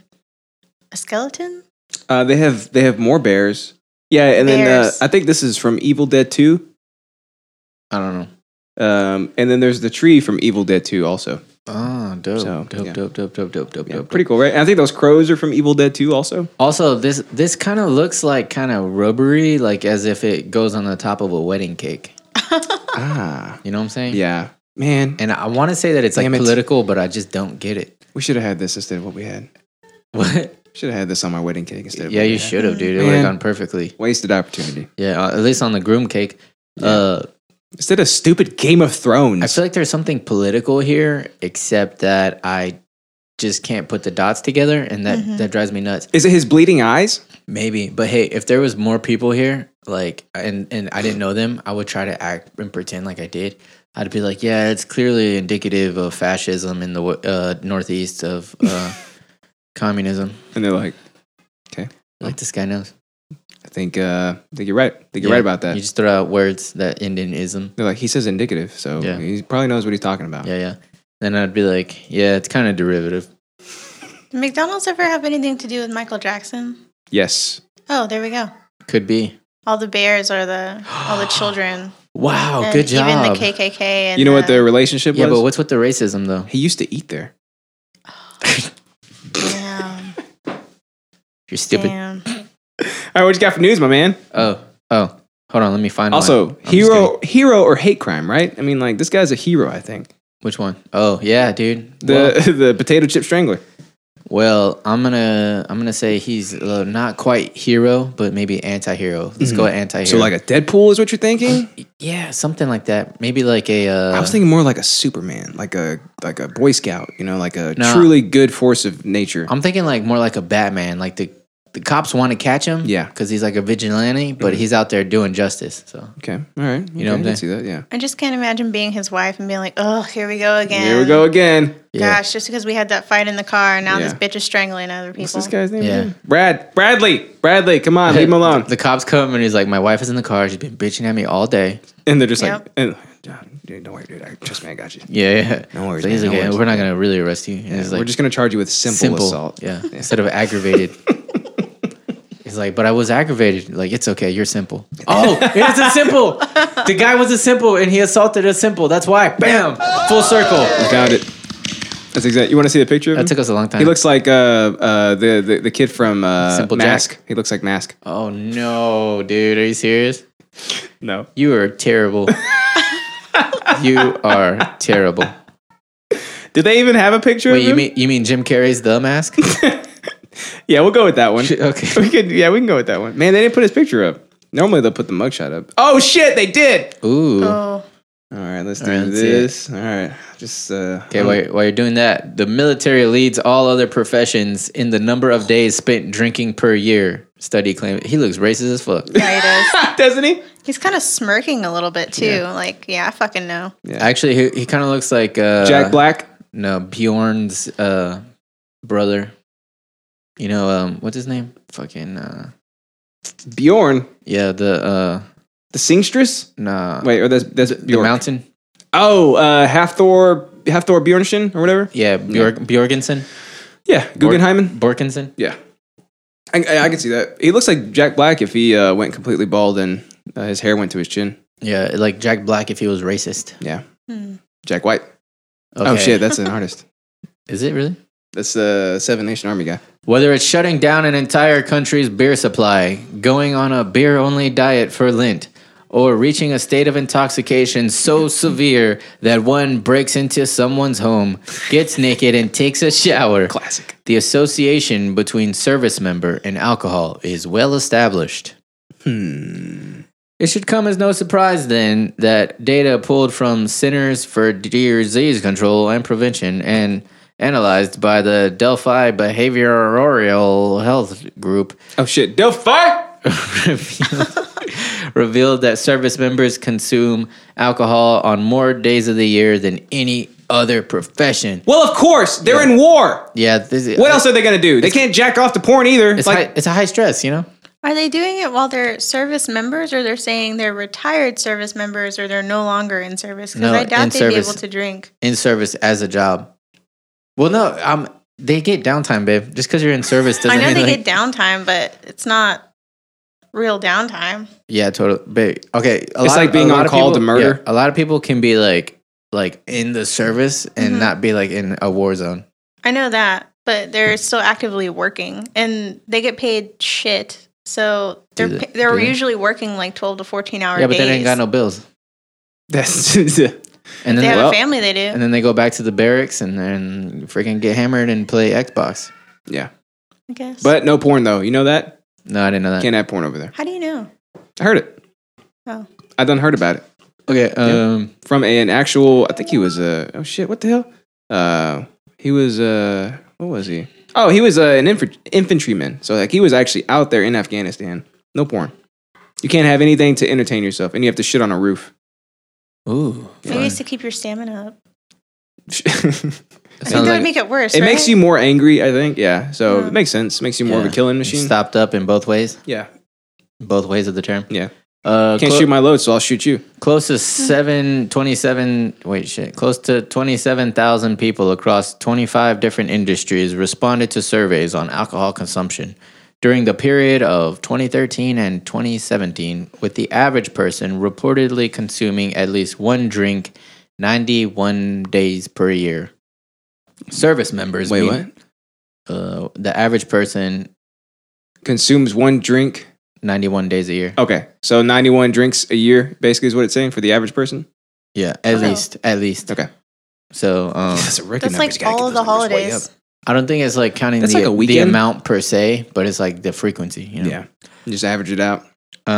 a skeleton?
Uh, they have they have more bears. Yeah, and then uh,
Bears.
I think this is from Evil Dead Two.
I don't know.
Um, and then there's the tree from Evil Dead Two also.
Oh, dope.
So,
dope,
yeah.
dope, dope, dope, dope, dope,
Yeah,
dope.
pretty cool, right? And I think those crows are from Evil Dead Two also.
Also, this this kind of looks like kind of rubbery, like as if it goes on the top of a wedding cake.
Ah,
You know what I'm saying?
yeah, man.
And I want to say that it's like
Damn it.
political, but I just don't get it.
we should have had this instead of what we had.
What?
Should have had this on my wedding cake instead. of
Yeah,
what we
you
had.
should have, dude. It would
Man.
have gone perfectly.
Wasted opportunity.
Yeah, uh, at least on the groom cake. Uh,
Instead of stupid Game of Thrones.
I feel like there's something political here, except that I just can't put the dots together, and that that drives me nuts.
is it his bleeding eyes?
Maybe, but hey, if there was more people here, like, and and I didn't know them, I would try to act and pretend like I did. I'd be like, yeah, it's clearly indicative of fascism in the wo- uh, northeast of uh, communism.
And they're like,
Like this guy knows.
I think, uh, I think you're right. I think you're
Yeah,
right about that.
You just throw out words that end in ism.
they're like, he says indicative, so
Yeah.
he probably knows what he's talking about.
Yeah, yeah. Then I'd be like, yeah, it's kind of derivative.
Did McDonald's ever have anything to do with Michael Jackson?
Yes.
Oh, there we go.
Could be.
All the bears are the all the children.
Wow,
and
Oh, good job.
Even the KKK. And uh,
you know what their relationship
yeah,
was?
but what's with the racism though?
he used to eat there.
Damn.
You're stupid.
damn.
All right, what you got for news, my man?
Oh, oh, hold on. Let me find. one.
Also,
I'm just kidding.
hero, hero or hate crime, right? I mean, like this guy's a hero. I think
Which one? Oh, yeah, dude.
the the potato chip strangler.
well, well, I'm gonna I'm gonna say he's uh, not quite hero, but maybe anti-hero. Let's go anti-hero.
Mm-hmm. So like a Deadpool is what you're thinking?
yeah, something like that. Maybe like a. Uh,
I was thinking more like a Superman, like a like a Boy Scout. You know, like a
Nah.
truly good force of nature.
I'm thinking like more like a Batman. Like the the cops want to catch him.
Yeah. Mm-hmm.
because he's like a vigilante, but he's out there doing justice. So
okay, all right. You
know what I'm
I can
saying?
see that. Yeah.
I just can't imagine being his wife and being like, oh, here we go again.
Here we go again.
yeah,
Gosh, just because we had that fight in the car, and now this
Yeah.
bitch is strangling other people.
What's this guy's name?
Yeah.
again? Brad. Bradley. Bradley. Come on, leave him alone.
The cops come and he's like, my wife is in the car. She's been bitching at me all day.
And they're just like,
Yep.
and, John, dude, don't worry, dude. I, trust me, I got you.
Yeah, yeah.
No worries,
So he's
man,
like,
no
"Yeah,
worries."
we're not gonna really arrest you. And he's like,
We're just gonna charge you with simple, assault.
Yeah. Instead of aggravated. He's like, but I was aggravated. Like, it's okay. You're simple. Oh, it's a simple. The guy was a simple and he assaulted a simple. That's why. Bam. Full circle.
I found it. That's exact. You want to see the picture? Of
That
him?
took us a long time.
He looks like uh, uh, the, the the kid from uh,
Simple
Mask.
Jack.
He looks like Mask.
Oh, no, dude. Are you serious?
No.
You are terrible. you are terrible.
Did they even have a picture of
Wait,
him?
you mean, you mean Jim Carrey's The Mask?
yeah, we'll go with that one.
okay.
we could, yeah, we can go with that one. Man, they didn't put his picture up. Normally they'll put the mugshot up. Oh shit, they did.
Ooh.
Oh,
All right, let's do
All right, let's see it.
this. All right, just uh,
Okay, while you're, while you're doing that, the military leads all other professions in the number of days spent drinking per year. Study claim he looks racist as fuck.
yeah, he does.
doesn't he?
He's kind of smirking a little bit too. Like, yeah, I fucking know.
Actually, he, he kind of looks like uh,
Jack Black.
No, Bjorn's uh, brother. You know, um, what's his name? Fucking uh,
Bjorn,
yeah, the uh,
the singstress.
nah,
Wait, or that's that's
the
Bjorn.
mountain.
Oh, uh, Hathor, Hathor Bjornsson or whatever.
Yeah, Bjorg, Bjorgensen,
Yeah, Guggenheimen.
Borkensen.
Yeah, I, I, I can see that. He looks like Jack Black if he uh, went completely bald and uh, his hair went to his chin.
Yeah, like Jack Black if he was racist.
Yeah,
Hmm.
Jack White. Oh
Okay.
shit, that's an artist.
Is it really?
That's the Seven Nation Army guy.
Whether it's shutting down an entire country's beer supply, going on a beer only diet for Lent, or reaching a state of intoxication so severe that one breaks into someone's home, gets naked, and takes a shower,
Classic.
the association between service member and alcohol is well established.
Hmm.
It should come as no surprise then that data pulled from Centers for Disease Control and Prevention and analyzed by the Delphi Behavioral Health Group
Oh shit, Delphi.
revealed, revealed that service members consume alcohol on more days of the year than any other profession.
Well, of course, they're in war.
Yeah. This is,
What else are they gonna do? They can't jack off to porn either.
It's,
like
high, it's a high stress, you know?
Are they doing it while they're service members, or they're saying they're retired service members, or they're no longer in service? Because
No,
I
in
doubt they'd
service.
be able to drink.
In service as a job. Well, no, um, they get downtime, babe. Just because you're in service doesn't
I know
mean
they
like,
get downtime, but it's not real downtime.
Yeah, totally. But okay, a
It's like being
a
on
of
call to
people-
murder.
yeah, a lot of people can be like, like in the service and
Mhm.
not be like in a war zone.
I know that, but they're still actively working, and they get paid shit. So they're
Do they-
pa- they're
do they?
usually working like twelve to fourteen hour
yeah, but
days.
they ain't got no bills,
that's
and
They
then
have
they,
Well-
a family. They do.
and then they go back to the barracks and then freaking get hammered and play Xbox.
yeah.
I guess.
But no porn though. You know that?
No, I didn't know that.
Can't have porn over there.
how do you know?
I heard it.
Oh.
I done heard about it
okay, um,
from an actual. I think he was a. Oh shit! What the hell? Uh, he was uh What was he? Oh, he was uh, an inf- infantryman. So like he was actually out there in Afghanistan. No porn. You can't have anything to entertain yourself, and you have to shit on a roof.
ooh,
Maybe it's to keep your stamina up. I think
Sounds
that
like
would make it worse.
it makes
right?
you more angry, I think. Yeah. So
Yeah.
it makes sense. Makes you more of
Yeah.
a killing machine.
stopped up in both ways,
Yeah.
both ways of the term.
Yeah.
Uh,
Can't
clo-
shoot my load, so I'll shoot you.
close to seven twenty-seven. wait shit close to 27,000 people across 25 different industries responded to surveys on alcohol consumption during the period of 2013 and 2017 with the average person reportedly consuming at least one drink 91 days per year service members
Wait,
mean-
what?
uh, the average person
Consumes one drink.
91 days a year
Okay. So 91 drinks a year, basically, is what it's saying for the average person.
yeah at
Oh.
least at least
Okay.
so um
a record.
That's like all of the holidays.
I don't think it's like counting
That's
the,
like a
the
weekend.
amount per se, but it's like the frequency. You know?
Yeah. Just average it out.
Yeah.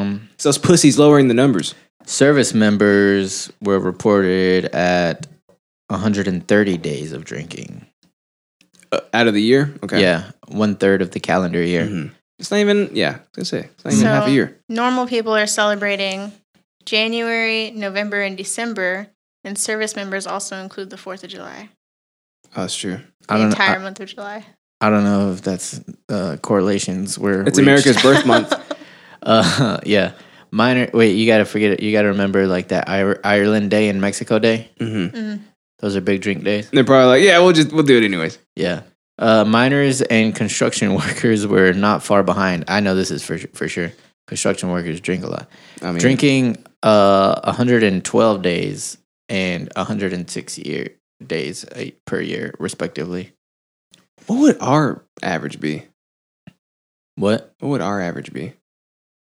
Um,
So those pussies lowering the numbers.
service members were reported at 130 days of drinking.
Uh, out of the year? Okay.
Yeah, one third of the calendar year.
Mhm. It's not even, yeah, I was gonna say, it's not even
So-
half a year.
Normal people are celebrating January, November, and December, and service members also include the Fourth of July,
Oh, that's true.
I
the
don't.
entire
I,
month of July.
I don't know if that's uh, correlations were. reached.
It's America's birth month.
Uh, yeah. Minor. Wait, you gotta forget it. You gotta remember like that Ir- Ireland Day and Mexico Day.
hmm
Mm.
Those are big drink days.
They're probably like, yeah, we'll just, we'll do it anyways.
Yeah. Uh, miners and construction workers were not far behind. I know this is for for sure. Construction workers drink a lot.
I mean,
Drinking uh 112 days and 106 year days uh, per year respectively.
what would our average be?
What?
What would our average be?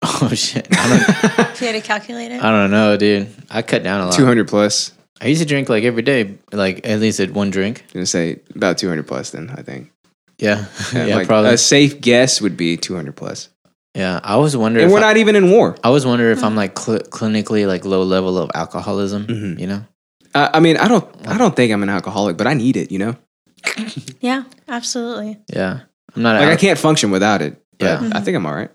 Oh shit. I
If you had to calculate it,
don't I don't know, dude. I cut down a lot.
200 plus.
I used to drink like every day, like at least at one drink.
I'm gonna say about 200 plus then, I think.
Yeah. Yeah,
like,
probably.
A safe guess would be 200 plus.
yeah. I was wondering
And Hmm.
if
we're
I-
not even in war.
I was wondering if I'm like cl- clinically like low level of alcoholism,
Mhm.
you know?
I I mean, I don't, I don't think I'm an alcoholic, but I need it, you know?
yeah, absolutely.
Yeah. I'm not an
Like, I
al-
can't function without it. But
Yeah.
I think I'm all right.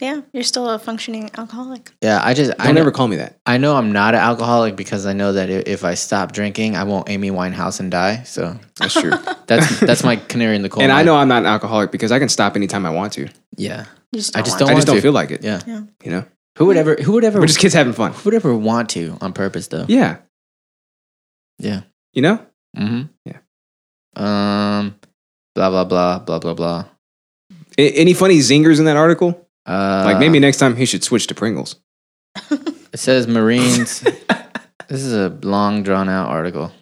Yeah, you're still a functioning alcoholic.
Yeah, I just I
Don't
never.
ever call me that.
I know I'm not an alcoholic because I know that i- if I stop drinking, I won't Amy Winehouse and die. So
That's true.
that's that's my canary in the coal.
and I
mine.
know I'm not an alcoholic because I can stop anytime I want to.
Yeah,
You just
I just don't
I
don't want
just
want
don't
to.
feel like it.
yeah.
You know,
Who would ever? Who would ever?
we're just kids having fun.
who would ever want to on purpose though?
Yeah.
Yeah.
You know,
Mm-hmm.
Yeah.
Um. Blah blah blah blah blah blah.
A- any funny zingers in that article?
Uh,
like maybe next time he should switch to Pringles.
it says Marines. this is a long drawn out article.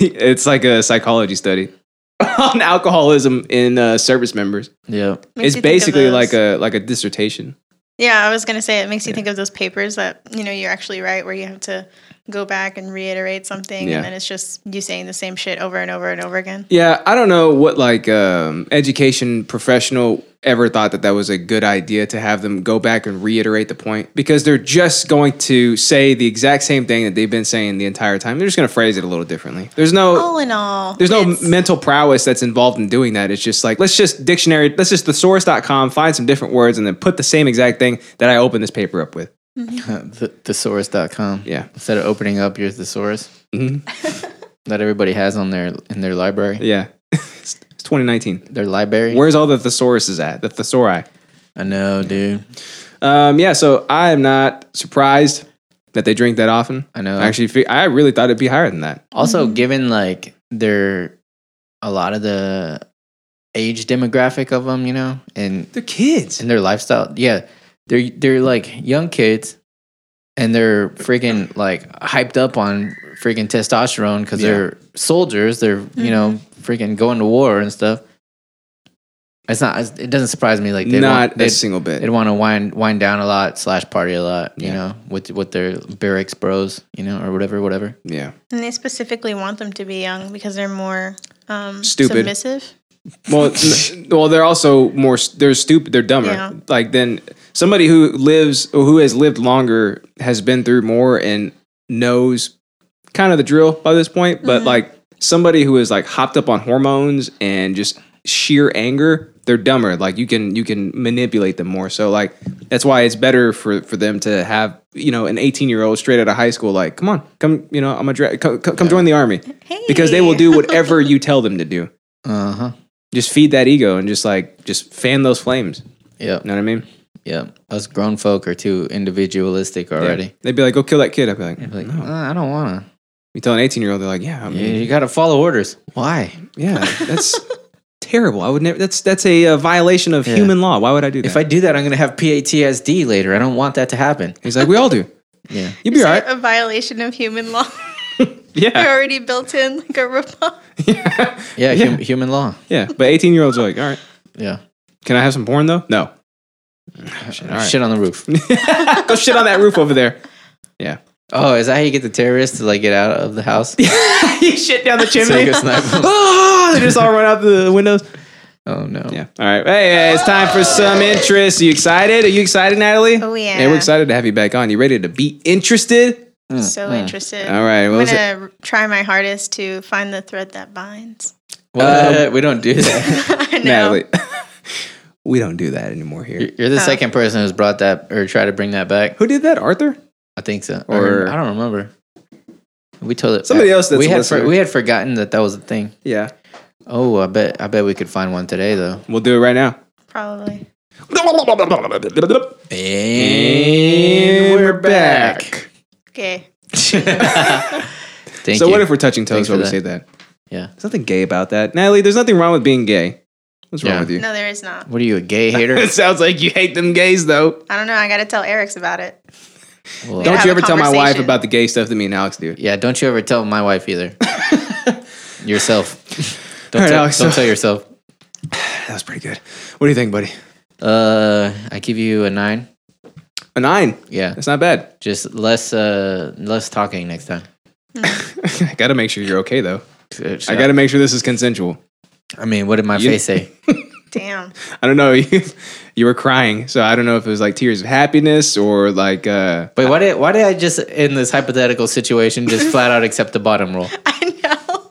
it's like a psychology study on alcoholism in uh, service members.
Yeah.
it's
Makes you think of
basically
those-
like a like a dissertation.
Yeah, I was gonna say it makes you think of those papers that you know you actually write where you have to go back and reiterate something,
Yeah.
and then it's just you saying the same shit over and over and over again.
Yeah, I don't know what like um, education professional ever thought that that was a good idea to have them go back and reiterate the point because they're just going to say the exact same thing that they've been saying the entire time. They're just going to phrase it a little differently. There's no
all in all,
there's no
Oh, it's-
mental prowess that's involved in doing that. It's just like, let's just dictionary, let's just thesaurus.com, find some different words, and then put the same exact thing that I opened this paper up with.
Th- thesaurus.com.
Yeah.
Instead of opening up your thesaurus
Mhm.
that everybody has on their in their library,
Yeah. it's, it's 2019.
their library.
Where's all the thesauruses at? The thesauri.
I know, dude.
Um, yeah, so I am not surprised that they drink that often.
I know.
I actually, fe- I really thought it'd be higher than that.
Also, given like their a lot of the age demographic of them, you know, and
They're kids.
and their lifestyle, yeah, they're they're like young kids, and they're freaking like hyped up on freaking testosterone because
Yeah. Mm-hmm.
they're soldiers. They're you know freaking going to war and stuff. It's not. It doesn't surprise me. Like they
Not
want,
a
they,
single bit.
they'd want to wind wind down a lot slash party a lot. You
Yeah.
know, with with their barracks bros, you know, or whatever, whatever.
yeah.
and they specifically want them to be young because they're more um,
Stupid.
submissive.
Well, n- well, they're also more. s- They're stupid. They're dumber.
Yeah.
Like then somebody who lives or who has lived longer has been through more and knows kind of the drill by this point. But like somebody who is like hopped up on hormones and just sheer anger, they're dumber. Like you can you can manipulate them more. So like that's why it's better for for them to have you know an eighteen year old straight out of high school. Like come on, come you know I'm a dra- come, come come join the army
Hey,
because they will do whatever you tell them to do
Uh huh.
just feed that ego and just like just fan those flames.
Yep.
You know what I mean?
Yep. Us grown folk are too individualistic already.
They'd be like, "Go kill that kid." I'd be like,
They're Like,
"No."
"Uh, I don't wanna.
You tell an eighteen-year-old, they're like, "Yeah, I
You,
mean,
got to follow orders. Why?
yeah, that's terrible. I would never. That's that's a, uh violation of
Yeah.
human law. Why would I do that?"
If I do that, I'm gonna have PTSD later. I don't want that to happen.
he's like, "We all do.
Yeah.
You'd be
Is
all
that
right."
a violation of human law? they're
Yeah,
already built in like a ripoff.
Yeah.
Yeah.
Hum, human law.
yeah. But eighteen-year-olds are like, "All right,
Yeah.
can I have some porn though?" No. all right.
Shit on the roof.
Go shit on that roof over there.
oh, is that how you get the terrorists to like get out of the house? so
you shit down the
you
chimney.
can snipe 'em?
Oh, they just all run out the windows.
Oh no.
Yeah. All right. Hey, hey, it's time for some interest. Are you excited? Are you excited, Natalie?
Oh, yeah.
Hey, we're excited to have you back on. You ready to be interested?
so interested.
All right. What
I'm
was it?
gonna r- try my hardest to find the thread that binds.
What? uh, we don't do that.
I know.
Natalie. we don't do that anymore here.
You're the second person who's brought that or tried to bring that back.
Who did that? Arthur?
I think so.
Or-
Or I don't remember. We told it.
Somebody else that's
we
a
had
listener.
we had forgotten that that was a thing.
Yeah.
Oh, I bet I bet we could find one today though.
We'll do it right now.
Probably.
And
Okay.
Thank
so
you.
what if we're touching toes
Thanks
while
for
we
that.
say that?
Yeah.
There's nothing gay about that. Natalie, there's nothing wrong with being gay. What's wrong
Yeah.
with you?
No, there is not.
what are you a gay hater?
It sounds like you hate them gays though.
I don't know. I gotta tell Eric's about it.
Well,
Yeah.
Don't
have
you
a
ever tell my wife
conversation.
about the gay stuff that me and Alex do.
yeah, don't you ever tell my wife either. yourself. Don't,
All right,
tell,
Alex,
don't
so-
tell yourself.
That was pretty good. What do you think, buddy?
Uh, I give you a nine.
A nine.
Yeah,
That's not bad.
just less uh less talking next time.
I gotta make sure you're okay though. I
I
gotta make sure this is consensual.
I mean, what did my
You-
face say?
Damn.
I don't know. You, you were crying, so I don't know if it was like tears of happiness or like uh,
Wait, why did why did I just in this hypothetical situation just flat out accept the bottom roll?
I know.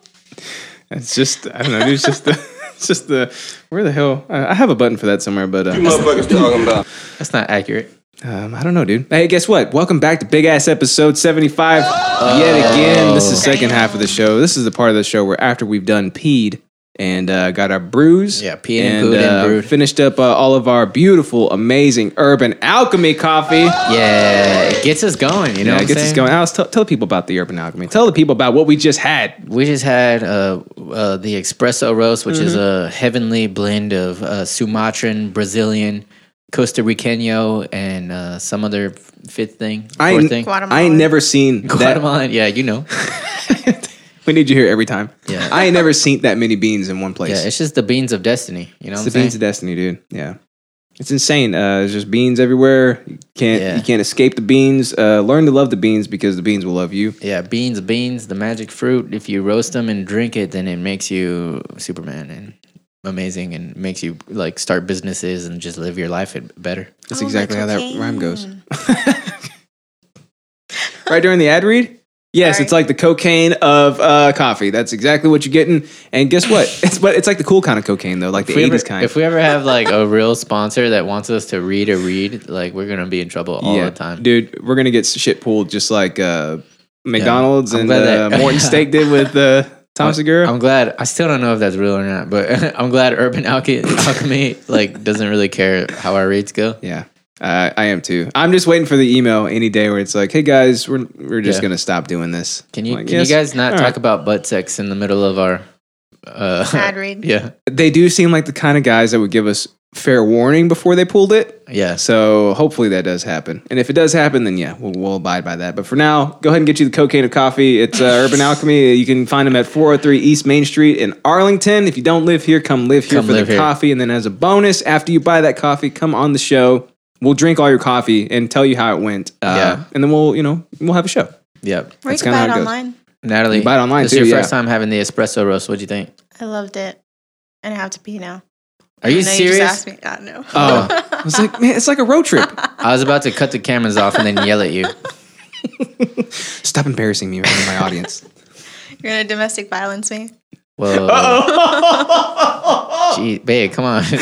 it's just I don't know. It's just the it's just the where the hell I, I have a button for that somewhere, but
You
uh,
motherfuckers talking about.
That's not accurate.
um, I don't know, dude. Hey, guess what? Welcome back to Big Ass Episode Seventy Five
Oh.
yet again. This is the second half of the show. This is the part of the show where after we've done peed and uh, got our brews,
Yeah, peed and pooed and
uh,
brewed.
finished up uh, all of our beautiful, amazing Urban Alchemy coffee.
Yeah, it gets us going. You know,
yeah,
what
it
I'm
gets us
saying?
going. Alice, tell, tell the people about the Urban Alchemy. Tell the people about what we just had.
We just had uh, uh, the espresso roast, which is
Mm-hmm.
a heavenly blend of uh, Sumatran, Brazilian, Costa Ricano, and uh, some other fifth thing, fourth
I ain't-
thing.
I ain't
Guatemala.
never seen that.
Guatemalan. Yeah, you know.
We need you here every time.
Yeah.
I ain't never seen that many beans in one place.
Yeah, it's just the beans of destiny. You know
It's
what
the
I'm saying?
beans of destiny, dude. Yeah, it's insane. Uh, there's just beans everywhere. You can't
Yeah.
you can't escape the beans. Uh, learn to love the beans because the beans will love you.
yeah, beans, beans, the magic fruit. If you roast them and drink it, then it makes you Superman. And amazing and makes you like start businesses and just live your life it- better.
That's
Oh, my
exactly how that
cocaine.
rhyme goes. right during the ad read? Yes,
Sorry.
it's like the cocaine of uh, coffee. That's exactly what you're getting. And guess what? It's but it's like the cool kind of cocaine though, like the
If we, ever,
'80s kind.
if we ever have like a real sponsor that wants us to read a read, like we're gonna be in trouble all the time.
dude. We're gonna get shit pulled just like uh, McDonald's
I'm
and
glad
uh,
that-
Morton Steak did with uh, Tom Segura.
I'm glad. I still don't know if that's real or not, but I'm glad Urban Alche- Alchemy like doesn't really care how our rates go.
yeah, uh, I am too. I'm just waiting for the email any day where it's like, hey guys, we're we're just
Yeah.
gonna stop doing this.
Can you
Like,
can
yes,
you guys not
all
talk
right.
about butt sex in the middle of our uh,
Ad read.
Yeah,
They do seem like the kind of guys that would give us fair warning before they pulled it.
yeah.
So hopefully that does happen. And if it does happen, then yeah, we'll, we'll abide by that. But for now, go ahead and get you the cocaine of coffee. It's uh, Urban Alchemy. You can find them at 403 East Main Street in Arlington. If you don't live here, come live here
Come
for the
live here.
coffee. And then as a bonus, after you buy that coffee, come on the show. We'll drink all your coffee and tell you how it went. Uh,
Yeah.
And then we'll, you know, we'll have a show.
Yep.
Or you
That's
can
kinda how
buy
it
it
goes.
online.
Natalie,
You buy it online
This
too,
is your
yeah.
first time having the espresso roast. What'd you think?
I loved it. And I have to pee now.
Are you
I know You just
serious?
asked me. God, no.
Oh, I was like, man, it's like a road trip.
I was about to cut the cameras off and then yell at you.
Stop embarrassing me in front of my audience.
You're going to domestic violence me?
Whoa. Gee, babe, come on. you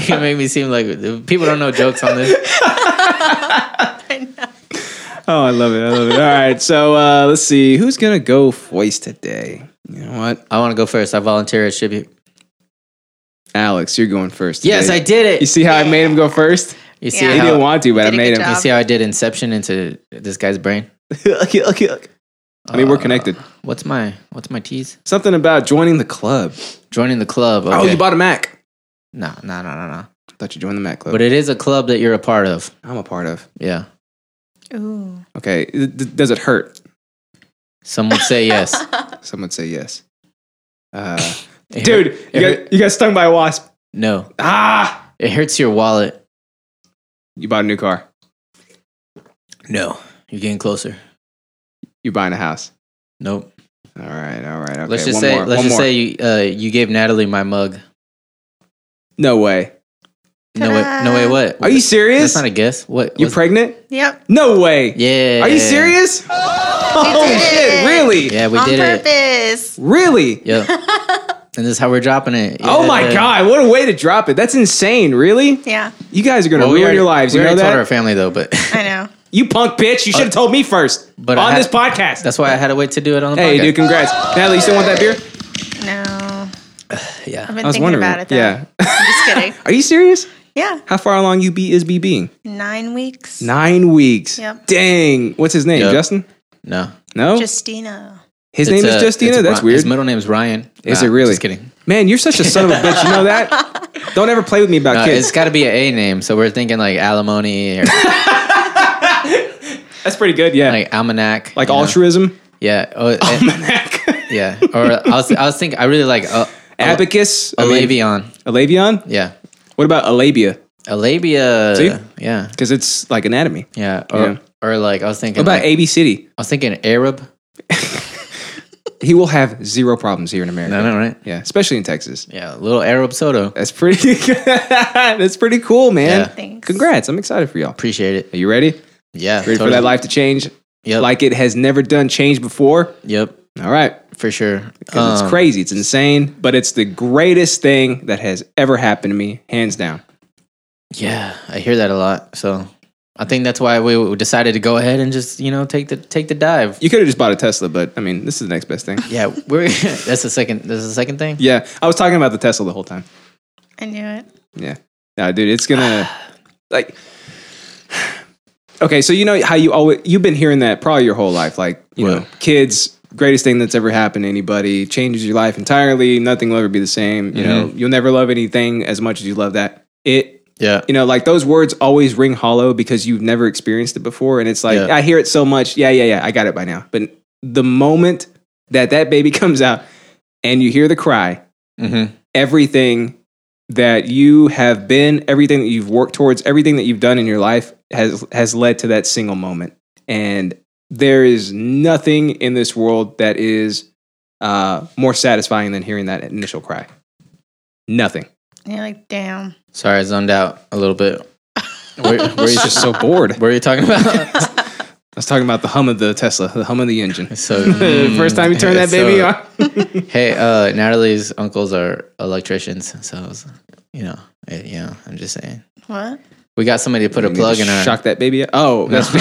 can make me seem like people don't know jokes on this.
I know.
Oh, I love it. I love it. All right. So uh, let's see. Who's going to go voice today? You know what?
I want to go first. I volunteer as tribute.
Alex, you're going first. Today.
Yes, I did
You
it.
see how I made him go first?
You see,
Yeah.
He
how,
didn't want to, but
Did
I
a
made
good
him.
you
job.
see how I did inception into this guy's brain?
Look, look, look. I mean, we're
Uh,
connected.
What's my what's my tease?
Something about joining the club.
Joining the club.
Oh,
okay.
you bought a Mac.
no, no, no, no, no.
I thought you joined the Mac club.
But it is a club that you're a part of.
I'm a part of.
Yeah.
Ooh.
Okay. D- d- does it hurt?
Some would say yes.
Some would say yes. Uh,
It hurt-
dude, you
it
got, you got stung by a wasp.
no,
Ah!
it hurts your wallet.
You bought a new car.
No, you're getting closer.
You buying a house.
Nope.
All right. All right. Okay.
let's just
one
say
more,
let's
one
just
more.
say you uh, you gave Natalie my mug.
No way.
No way, no way. What?
Are you serious?
That's not a guess. What?
You're
what's-
pregnant?
Yep.
No way.
yeah.
Are you serious? Oh
did
shit!
it.
Really?
Yeah, we
On
did it.
purpose.
Really?
Yep. and this is how we're dropping it.
Oh my
Yeah.
god! What a way to drop it. That's insane. Really?
Yeah,
You guys are gonna
Well, we already,
ruin your lives.
we
You know
already told our
that?
family though, but
I know.
You punk bitch! You should have told me first.
but
But
I
on
had-
this podcast.
that's why I had to wait to do it on the
hey,
podcast.
dude! Congrats, Natalie. You still want that beer?
No. I've
Yeah.
been
I was
thinking
wondering.
about it though.
Yeah.
I'm just kidding.
Are you serious?
Yeah.
How far along you be is B being?
Nine weeks.
Nine weeks.
Yep.
Dang. What's his name?
Yep.
Justin?
No.
No.
Justina.
his
It's,
name
uh,
is Justina.
it's
That's
Ri-
weird.
His middle name's Ryan.
Is
Nah,
it really?
Just kidding.
Man, you're such a son of a bitch. You know that? Don't ever play with me about
Uh,
kids.
it's got to be an A name, so we're thinking like alimony or
That's pretty good. Yeah. Like,
like almanac, you know?
altruism.
Yeah, oh, and-
Almanac.
yeah. Or I was, I was thinking, I really like uh,
Abacus. I mean,
Alavion.
Alavion?
Yeah,
What about Alabia?
Alabia.
See?
Yeah,
Because it's like anatomy.
yeah. Or,
Yeah.
or like I was thinking.
What about
like-
AB City?
I was thinking Arab.
He will have zero problems here in America.
I know, right?
Yeah, especially in Texas.
Yeah, little Arab soda.
That's pretty. that's pretty cool, man.
Yeah.
Thanks.
Congrats! I'm excited for y'all.
Appreciate it.
Are you ready?
Yeah,
Ready for that life to change
Yep.
like it has never done change before?
Yep,
All right,
for sure.
'Cause
Um,
it's crazy, it's insane, but it's the greatest thing that has ever happened to me, hands down.
Yeah, I hear that a lot. So I think that's why we decided to go ahead and just you know take the take the dive.
You could have just bought a Tesla, but I mean, this is the next best thing.
Yeah, we're that's the second. That's the second thing.
Yeah, I was talking about the Tesla the whole time.
I knew it.
Yeah. No, dude, it's gonna like Okay, so you know how you always you've been hearing that probably your whole life. Like, you know,
What?
kids, greatest thing that's ever happened to anybody, changes your life entirely, nothing will ever be the same. You know, you'll never love anything as much as you love that. It
Yeah,
you know, like those words always ring hollow because you've never experienced it before. And it's like,
Yeah.
I hear it so much. Yeah, yeah, yeah. I got it by now. But the moment that that baby comes out and you hear the cry,
mm-hmm.
everything that you have been, everything that you've worked towards, everything that you've done in your life has has led to that single moment. And there is nothing in this world that is uh, more satisfying than hearing that initial cry. Nothing.
You're like, damn.
Sorry, I zoned out a little bit. Where, where,
He's
you,
just so bored. I
where are you talking about?
was talking about the hum of the Tesla, the hum of the engine.
so mm,
The First time you turn that
So-
baby on.
Hey, uh, Natalie's uncles are electricians, so I was, you know, eh, you know, I'm just saying.
What?
We got somebody to put a
You
plug in
just
our.
Shock that baby. Up. Oh, that's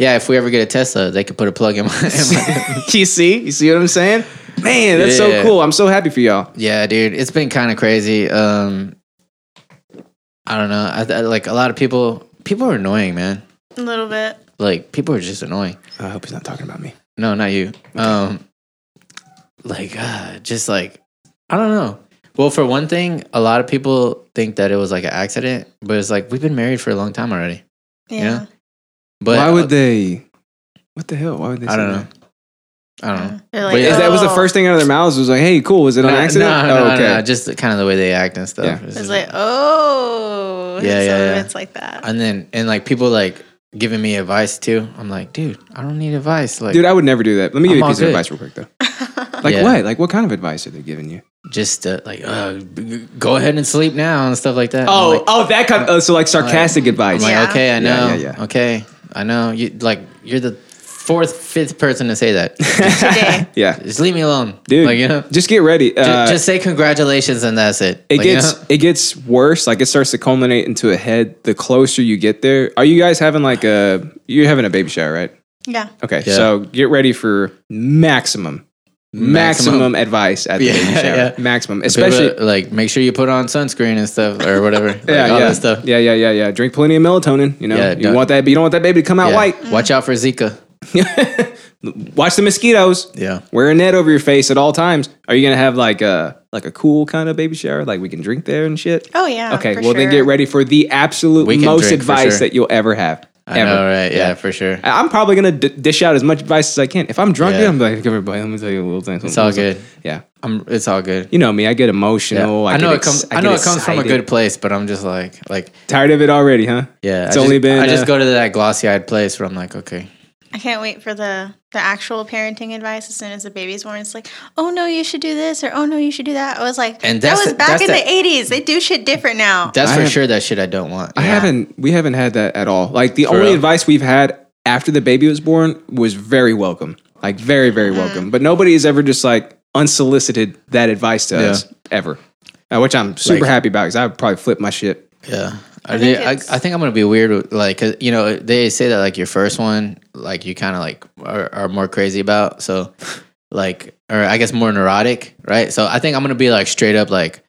yeah, if we ever get a Tesla, they could put a plug in my. in my-
you see, you see what I'm saying? Man, that's so
Yeah.
cool. I'm so happy for y'all.
Yeah, dude, it's been kind of crazy. Um, I don't know. I, I, like a lot of people, people are annoying, man.
A little bit.
Like people are just annoying.
I hope he's not talking about me.
No, not you. Um, like uh, just like I don't know. Well, for one thing, a lot of people think that it was like an accident, but it's like we've been married for a long time already.
Yeah.
Yeah. But
Why would they? What the hell? Why would they?
I don't
say
know. I don't know.
They're
But
like,
yeah.
That? Is that was the
"Oh."
first thing out of their mouths? Was like, hey, cool. Was it on
No,
accident?
No, no,
Oh,
no,
okay.
no, Just the, kind of the way they act and stuff.
Yeah.
It's
It's
just-
like, oh.
Yeah, yeah,
Some of
yeah.
It's like that.
and then and like people like giving me advice too. I'm like, dude, I don't need advice. Like,
Dude, I would never do that. Let me give
I'm
you a
all
piece
good.
of advice real quick, though. Like
Yeah.
what? Like what kind of advice are they giving you?
just uh, like, uh, b- g- go ahead and sleep now and stuff like that. And I'm
Oh,
like,
oh, that kind. Of, oh, so like sarcastic
I'm
advice.
like,
Yeah.
okay, I know.
Yeah, yeah, yeah.
Okay, I know. You like, you're the fourth, fifth person to say that. Just-
Today.
yeah,
just leave me alone,
dude.
Like, you know,
just get ready.
ju-
Uh,
just say congratulations and that's it.
it
Like, you
gets
know?
it gets worse. Like it starts to culminate into a head. The closer you get there, are you guys having like a? You're having a baby shower, right?
yeah.
Okay,
Yeah.
so get ready for maximum, maximum,
Maximum.
advice at the
Yeah,
baby shower.
yeah.
Maximum,
People,
especially.
like, make sure you put on sunscreen and stuff or whatever. Like,
yeah,
all
yeah,
that stuff.
yeah, yeah, yeah, yeah. Drink plenty of melatonin. You know,
Yeah,
you
don't-
want that. You don't want that baby to come out
Yeah.
white.
Watch out for Zika.
Watch the mosquitoes.
Yeah.
Wear a net over your face at all times. Are you gonna have like a like a cool kind of baby shower? Like we can drink there and shit.
Oh, yeah.
okay,
for
well then
sure.
get ready for the absolute
We can
most
drink, for
advice
sure.
that you'll ever have.
I
ever.
know, right? Yeah, for sure.
I- I'm probably gonna d- dish out as much advice as I can. If I'm drunk,
Yeah.
dude, I'm like, give everybody. Let me tell you a little thing.
It's all good.
Yeah,
I'm, it's all good.
you know me. I get
Yeah.
emotional.
I, know
get
it comes.
ex-
I,
get
know it comes from a
excited.
good place, but I'm just like, like,
Tired of it already, huh?
yeah.
It's
I just,
only been,
I just
uh,
go to that glossy-eyed place where I'm like, okay,
I can't wait for the the actual parenting advice as soon as the baby's born. It's like, oh no, you should do this, or oh no, you should do that. I was like,
And
that
that's
was
the-
back
that's
in
the-
the eighties. They do shit different now.
that's
I
for
have-
sure. That shit I don't want.
I
Yeah.
haven't. We haven't had that at all. Like the
For
only
real.
advice we've had after the baby was born was very welcome. Like very, very
Mm.
welcome. But nobody has ever just like unsolicited that advice to
Yeah.
us ever, uh, which I'm super
Like-
happy about because I would probably flip my shit.
Yeah. I,
think
think I,
it's-
I think I'm gonna be weird with like 'cause, you know they say that like your first one like you kind of like are, are more crazy about so like or I guess more neurotic right so I think I'm gonna be like straight up like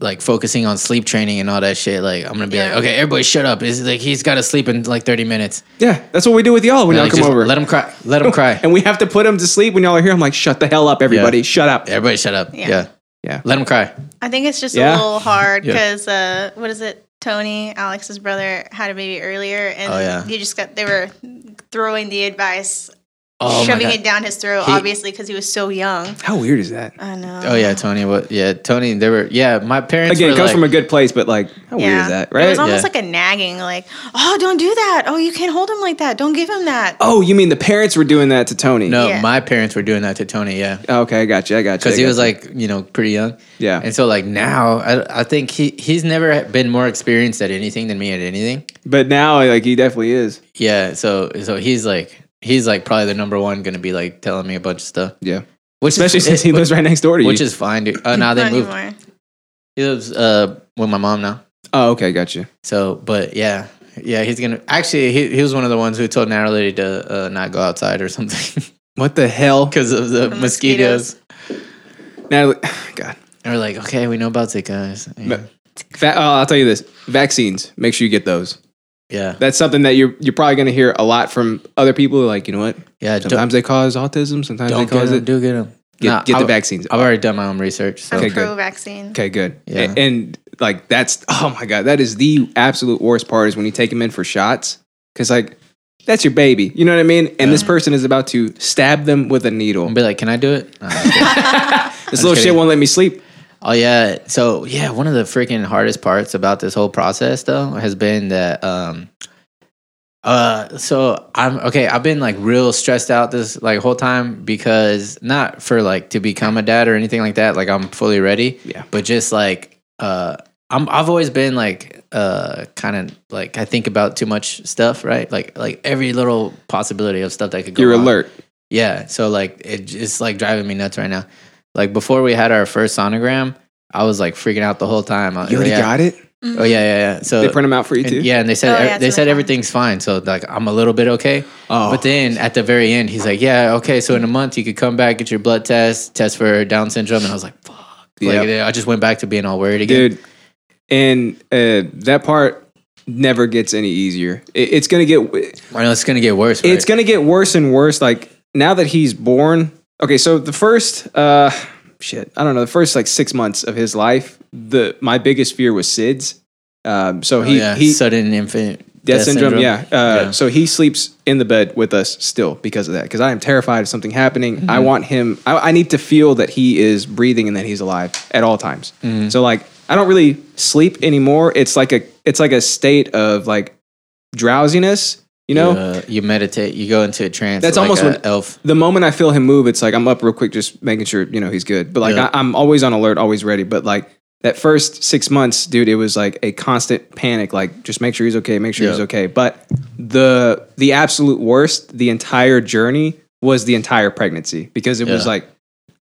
like focusing on sleep training and all that shit like I'm gonna be
Yeah.
like okay everybody shut up is like he's got to sleep in like 30 minutes
Yeah, that's what we do with y'all when
And,
y'all
like,
come
just
over.
let him cry let him cry
and we have to put them to sleep when y'all are here. I'm like, shut the hell up, everybody.
Yeah.
Shut up.
everybody shut up
Yeah.
yeah,
Yeah.
let him cry
I think it's just
Yeah.
a little hard
Yeah.
because uh, what is it? Tony, Alex's brother, had a baby earlier, and
Oh, yeah.
you just got they were throwing the advice,
oh my
shoving
God.
it down his throat,
He-
obviously because he was so young.
How weird is that?
I know.
oh yeah Tony what yeah Tony they were yeah my parents
Again,
were,
it comes
like-
from a good place, but like, how weird is that,
It
right?
was almost
Yeah.
like a nagging, like, "Oh, don't do that. Oh, you can't hold him like that. Don't give him that."
oh, you mean the parents were doing that to Tony?
no
Yeah.
my parents were doing that to Tony yeah
Okay, I got you. I got you. I
because he
got
was
you.
like you know pretty young
yeah.
and so like now I, I think he he's never been more experienced at anything than me at anything
But now, like, he definitely is.
yeah so so he's like he's like probably the number one gonna be like telling me a bunch of stuff
Yeah.
which
Especially
is,
since he lives right next door to you.
which is fine dude oh now they
Not
moved
anymore.
he lives uh with my mom now
oh, okay, got you.
so but yeah yeah he's gonna actually he, he was one of the ones who told Natalie to uh, not go outside or something
What the hell,
because of the,
The
mosquitoes.
mosquitoes.
Natalie? God,
and we're like okay we know about Zika yeah,
But- Va- oh, I'll tell you this: vaccines. Make sure you get those.
yeah.
That's something that you're you're probably going to hear a lot from other people. Like, you know what?
yeah don't-
Sometimes they cause autism. Sometimes
don't
they
get
cause
them
it.
do get them
Get, get the
vaccine.
vaccines.
I've already done my own research. So
I'm
Okay, good.
pro-vaccine.
Okay, good. A-
Yeah.
And, like that's oh my god, that is the absolute worst part is when you take them in for shots because like that's your baby, you know what I mean? And this person is about to stab them with a needle.
I'll be like, can I do it? No, I'm just kidding.
This little shit
kidding.
won't let me sleep.
oh yeah. So yeah, one of the freaking hardest parts about this whole process though has been that um Uh, so I'm okay. I've been like real stressed out this like whole time because not for like to become a dad or anything like that. Like I'm fully ready.
Yeah.
But just like uh, I'm I've always been like uh kind of like I think about too much stuff, right? Like like every little possibility of stuff that could go.
You're
wrong.
alert.
Yeah. So like it, it's like driving me nuts right now. Like before we had our first sonogram, I was like freaking out the whole time. I-
You already
Uh, yeah.
got it.
Oh yeah, yeah, yeah. So
They print them out for you
and-
too.
yeah, and they said
Mm-hmm. Oh,
ev-
yeah, it's
they
in
said
the
everything's fine. So like I'm a little bit okay.
Oh.
But then at the very end, he's like, "Yeah, okay. So in a month, you could come back get your blood test, test for Down syndrome." And I was like, "Fuck!" Like
Yep.
I just went back to being all worried again.
dude. And uh, that part never gets any easier. It, it's gonna get
I know it's gonna get worse.
it's gonna get worse and worse. Like now that he's born. Okay, so the first uh, shit, I don't know, the first like six months of his life, the my biggest fear was SIDS. Um, so
Oh,
he
yeah,
he
sudden infant
death, syndrome, Yeah. Uh,
Yeah.
So he sleeps in the bed with us still because of that. Because I am terrified of something happening. I
Mm-hmm.
want him. I, I need to feel that he is breathing and that he's alive at all times.
Mm-hmm.
So like I don't really sleep anymore. It's like a it's like a state of like drowsiness. You know,
You, uh, you meditate. You go into a trance.
That's
like
almost
a
when-
elf.
the moment I feel him move, it's like I'm up real quick, just making sure you know he's good. But like
Yeah.
I, I'm always on alert, always ready. But like that first six months, dude, it was like a constant panic. Like just make sure he's okay, make sure he's
Yeah.
okay. But the the absolute worst, the entire journey was the entire pregnancy because it was
Yeah.
like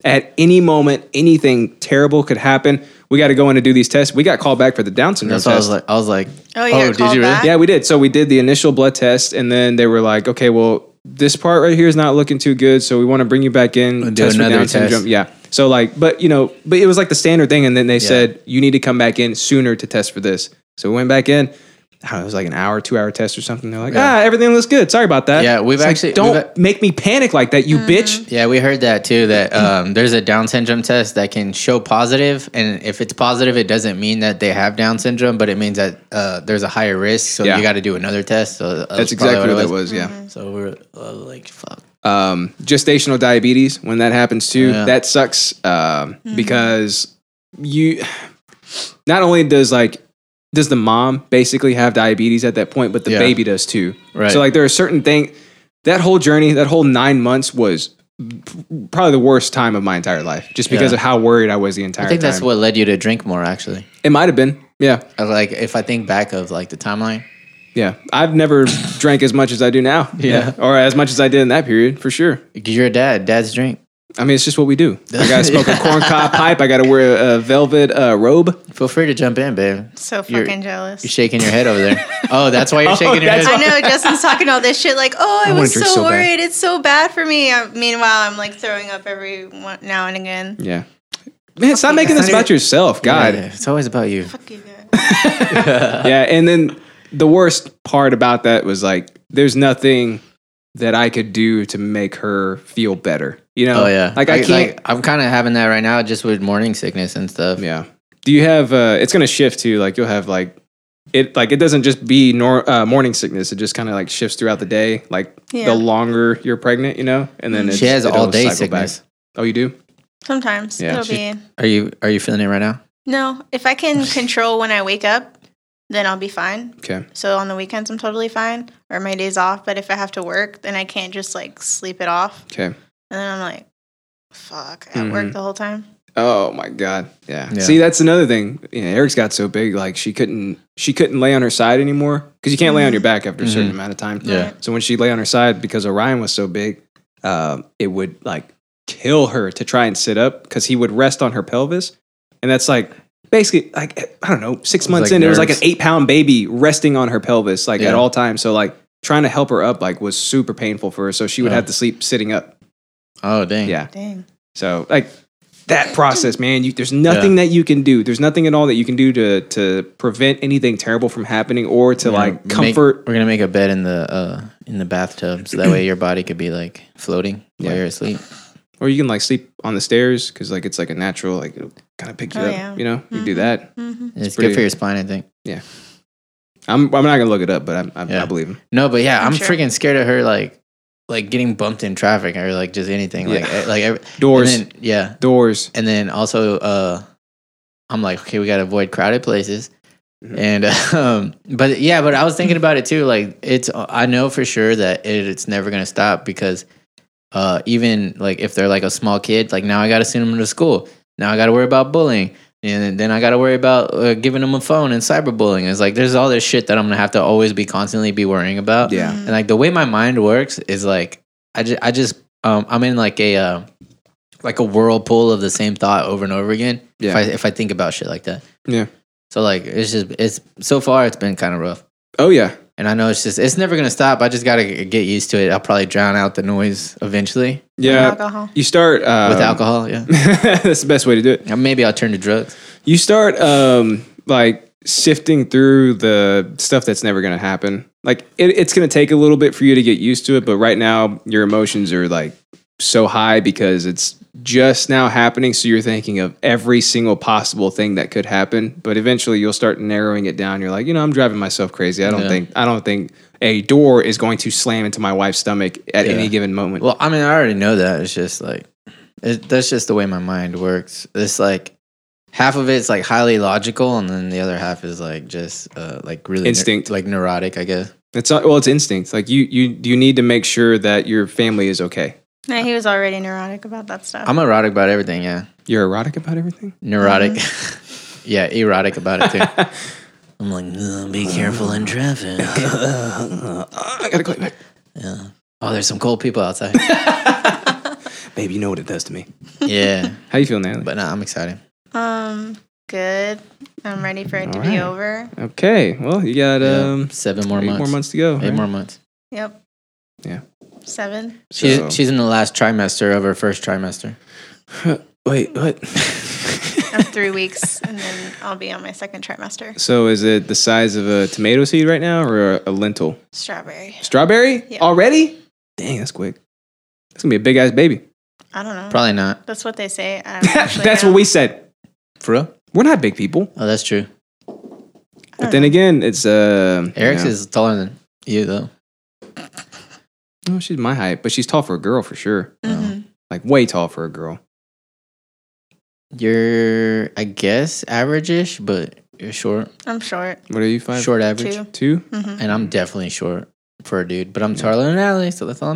at any moment anything terrible could happen. We got to go in and do these tests. We got called back for the Down syndrome
That's
test.
why I was like, I was like,
Oh, you got
did
called
you really?
back?
Yeah, we did. So we did the initial blood test, and then they were like, okay, well, this part right here is not looking too good, so we want to bring you back in.
And do
for
another
Down syndrome."
test.
Yeah. So like, but you know, but it was like the standard thing, and then they said you need to come back in sooner to test for this. So we went back in. I don't know, it was like an hour, two hour test or something. They're like, ah, everything looks good. Sorry about that.
Yeah, we've
It's like,
actually-
don't
we've a-
make me panic like that, you bitch.
Yeah, we heard that too. That um, there's a Down syndrome test that can show positive, and if it's positive, it doesn't mean that they have Down syndrome, but it means that uh, there's a higher risk. So
Yeah.
you got to do another test. So that
That's
was probably
exactly what
it
that was. Yeah.
So we're uh, like, fuck.
um, gestational diabetes when that happens too
Yeah.
that sucks um,
Mm-hmm.
because you not only does like does the mom basically have diabetes at that point but the
Yeah.
baby does too
Right.
so like there are certain things that whole journey that whole nine months was p- probably the worst time of my entire life just because
Yeah.
of how worried i was the entire
I think
time
that's what led you to drink more. Actually,
it might have been yeah
I was like if I think back of like the timeline.
yeah i've never drank as much as i do now
Yeah.
or as much as i did in that period for sure
You're a dad. Dads drink
I mean, it's just what we do. I gotta smoke a corn cob pipe. I gotta wear a, a velvet uh, robe.
Feel free to jump in, babe.
So
You're-
fucking jealous.
You're shaking your head over there. Oh, that's why you're shaking your
that's
head.
I know Justin's talking all this shit like, oh, I,
wanna
was so,
drink so bad."
worried. It's so bad for me. Uh meanwhile, I'm like throwing up every one, now and again.
Yeah, man, stop making this about yourself, God.
Yeah, it's always about you.
Fuck you guys.
yeah, and then the worst part about that was like, there's nothing that I could do to make her feel better. You know?
Oh yeah.
Like I, can't.
Like, I'm kind of having that right now, just with morning sickness and stuff.
yeah. Do you have? Uh, it's gonna shift to like you'll have like. It like it doesn't just be nor, uh, morning sickness. It just kind of like shifts throughout the day. Like
Yeah.
the longer you're pregnant, you know, and then it's,
Mm. She has
it'll
all day
cycle back.
sickness.
Oh, you do?
Sometimes
Yeah.
it'll be
Are you are you feeling it right now?
no. If I can control when I wake up, then I'll be fine.
Okay.
So on the weekends, I'm totally fine, or my days off. But if I have to work, then I can't just like sleep it off,
Okay.
and then I'm like, fuck, at
Mm-hmm.
work the whole time.
Oh my god. Yeah.
Yeah.
See, that's another thing. You know, Eric's got so big, like she couldn't she couldn't lay on her side anymore because you can't lay on your back after a
Mm-hmm.
certain amount of time.
Yeah.
So when she lay on her side, because Orion was so big, um, it would like kill her to try and sit up because he would rest on her pelvis, and that's like basically like I don't know six months
like
in, it was like an
nerves.
eight pound baby resting on her pelvis like at
Yeah.
all times. So like trying to help her up like was super painful for her. So she would
Yeah.
have to sleep sitting up.
Oh dang.
Yeah.
Dang.
So like that process, man, you, there's nothing that you can do. There's nothing at all that you can do to to prevent anything terrible from happening or to
We're gonna
like
make-
comfort.
we're gonna make a bed in the uh in the bathtub so that way your body could be like floating
Yeah.
while you're asleep.
or you can like sleep on the stairs because like it's like a natural like it'll kind of pick you
Oh,
up.
yeah. Mm-hmm.
You know, you do that.
It's,
pretty-
good for your spine, I think.
I'm I'm not gonna look it up, but I'm, I'm, I
Yeah.
believe him.
No, but yeah, I'm,
sure.
freaking scared of her like like getting bumped in traffic or like just anything like
Yeah.
eh, like every,
Doors,
And then, yeah,
doors.
and then also uh, I'm like, okay, we gotta avoid crowded places. And um, but yeah, but I was thinking about it too. Like it's, I know for sure that it, it's never gonna stop because uh, even like if they're like a small kid, like now I gotta send them to school. Now I gotta worry about bullying, and then I gotta worry about uh, giving them a phone and cyberbullying. It's like there's all this shit that I'm gonna have to always be constantly be worrying
Uh-huh.
about.
Yeah.
And like the way my mind works is like I just, I just, um, I'm in like a, uh, like a whirlpool of the same thought over and over again.
Yeah.
If I if I think about shit like that.
Yeah.
So like it's just it's so far it's been kind of rough,
Oh yeah.
and I know it's just it's never gonna stop. I just gotta g- get used to it. I'll probably drown out the noise eventually
Yeah.
alcohol.
You start uh
with alcohol. Yeah.
that's the best way to do it.
And Maybe I'll turn to drugs.
You start um like sifting through the stuff that's never gonna happen. Like it, it's gonna take a little bit for you to get used to it, but right now your emotions are like so high because it's just now happening. So you're thinking of every single possible thing that could happen. But eventually you'll start narrowing it down. You're like, you know, I'm driving myself crazy. I don't
Yeah.
think I don't think a door is going to slam into my wife's stomach at
Yeah.
any given moment.
Well, I mean, I already know that. It's just like it, that's just the way my mind works. It's like half of it's like highly logical, and then the other half is like just uh, like really neu-
Instinct.
like neurotic, I guess.
It's not, well, it's instinct. Like you, you, you need to make sure that your family is okay.
No, he was already neurotic about that stuff.
I'm erotic about everything. Yeah,
You're erotic about everything.
neurotic. yeah, erotic about it too. I'm like, "Ugh, be careful in traffic.
I gotta call you back.
oh, there's some cold people outside.
Babe, you know what it does to me.
yeah,
How you feeling, Natalie?
but no, I'm excited.
um, good. I'm ready for it to
All
be
right.
over.
Okay. Well, you got
Yeah,
um
seven more
eight
months.
more months to go.
Eight
right?
more months.
Yep.
Yeah.
Seven.
She's
So-
she's in the last trimester of her first trimester.
Wait, what?
I'm three weeks, and then I'll be on my second trimester.
so is it the size of a tomato seed right now, or a, a lentil?
Strawberry.
Strawberry
Yeah.
already? Dang, that's quick. That's gonna be a big ass baby.
I don't know.
Probably not.
That's what they say. I don't actually
that's
know.
what we said.
For real?
We're not big people.
Oh, that's true.
I
But
don't
then
know.
again, it's um. you
Eric's
know.
is taller than you though.
Oh, she's my height, but she's tall for a girl for sure.
Mhm.
Like way tall for a girl.
You're I guess average-ish, but you're short.
mm-hmm. I'm short.
What are you five?
Short average.
Two.
Two.
hmm
And I'm definitely short for a dude, but I'm taller than Natalie, so that's all that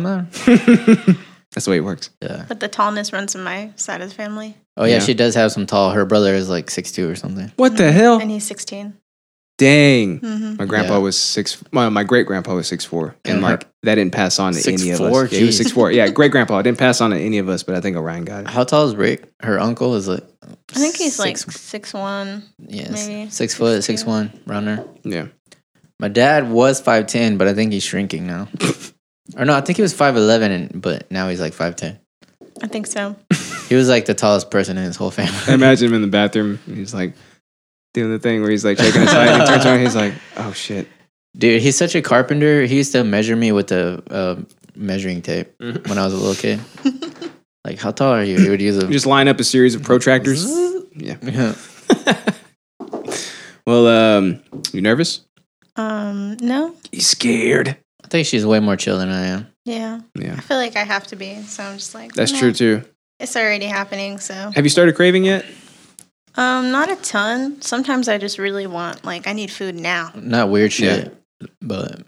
matters.
That's the way it works.
Yeah.
But the tallness runs in my side of the family,
Oh yeah,
Yeah.
she does have some tall. Her brother is like six two or something.
What the hell?
Mm-hmm. and he's 16.
Dang.
hmm
My grandpa
Yeah.
was six. My, my great grandpa was six four, and
And
like that didn't pass on to any
6'4",
of us. Yeah, he was
geez.
Uh-huh. six four. Yeah, great grandpa didn't pass on to any of us, but I think Orion got it.
How tall is Rick? Her uncle is like
I think he's like
six,
six one.
yes,
maybe
six foot, six
6'2".
one, runner.
Yeah,
My dad was five ten, but I think he's shrinking now. or no, I think he was five eleven, and but now he's like five ten.
I think so.
He was like the tallest person in his whole
I
family.
imagine him in the bathroom. and He's like doing the thing where he's like shaking his head. and He turns around. and He's like, "Oh shit."
Dude, he's such a carpenter. He used to measure me with a uh, measuring tape
Mm-hmm.
when I was a little kid. like, how tall are you? He would use a.
You just line up a series of protractors. Yeah.
Yeah.
Well, um, you nervous?
Um, no.
You scared?
I think she's way more chill than I am.
Yeah.
Yeah,
I feel like I have to be, so I'm just like
that's
"Nah,
true too.
It's already happening, so
Have you started craving yet?
um, not a ton. Sometimes I just really want like I need food now.
Not weird shit, but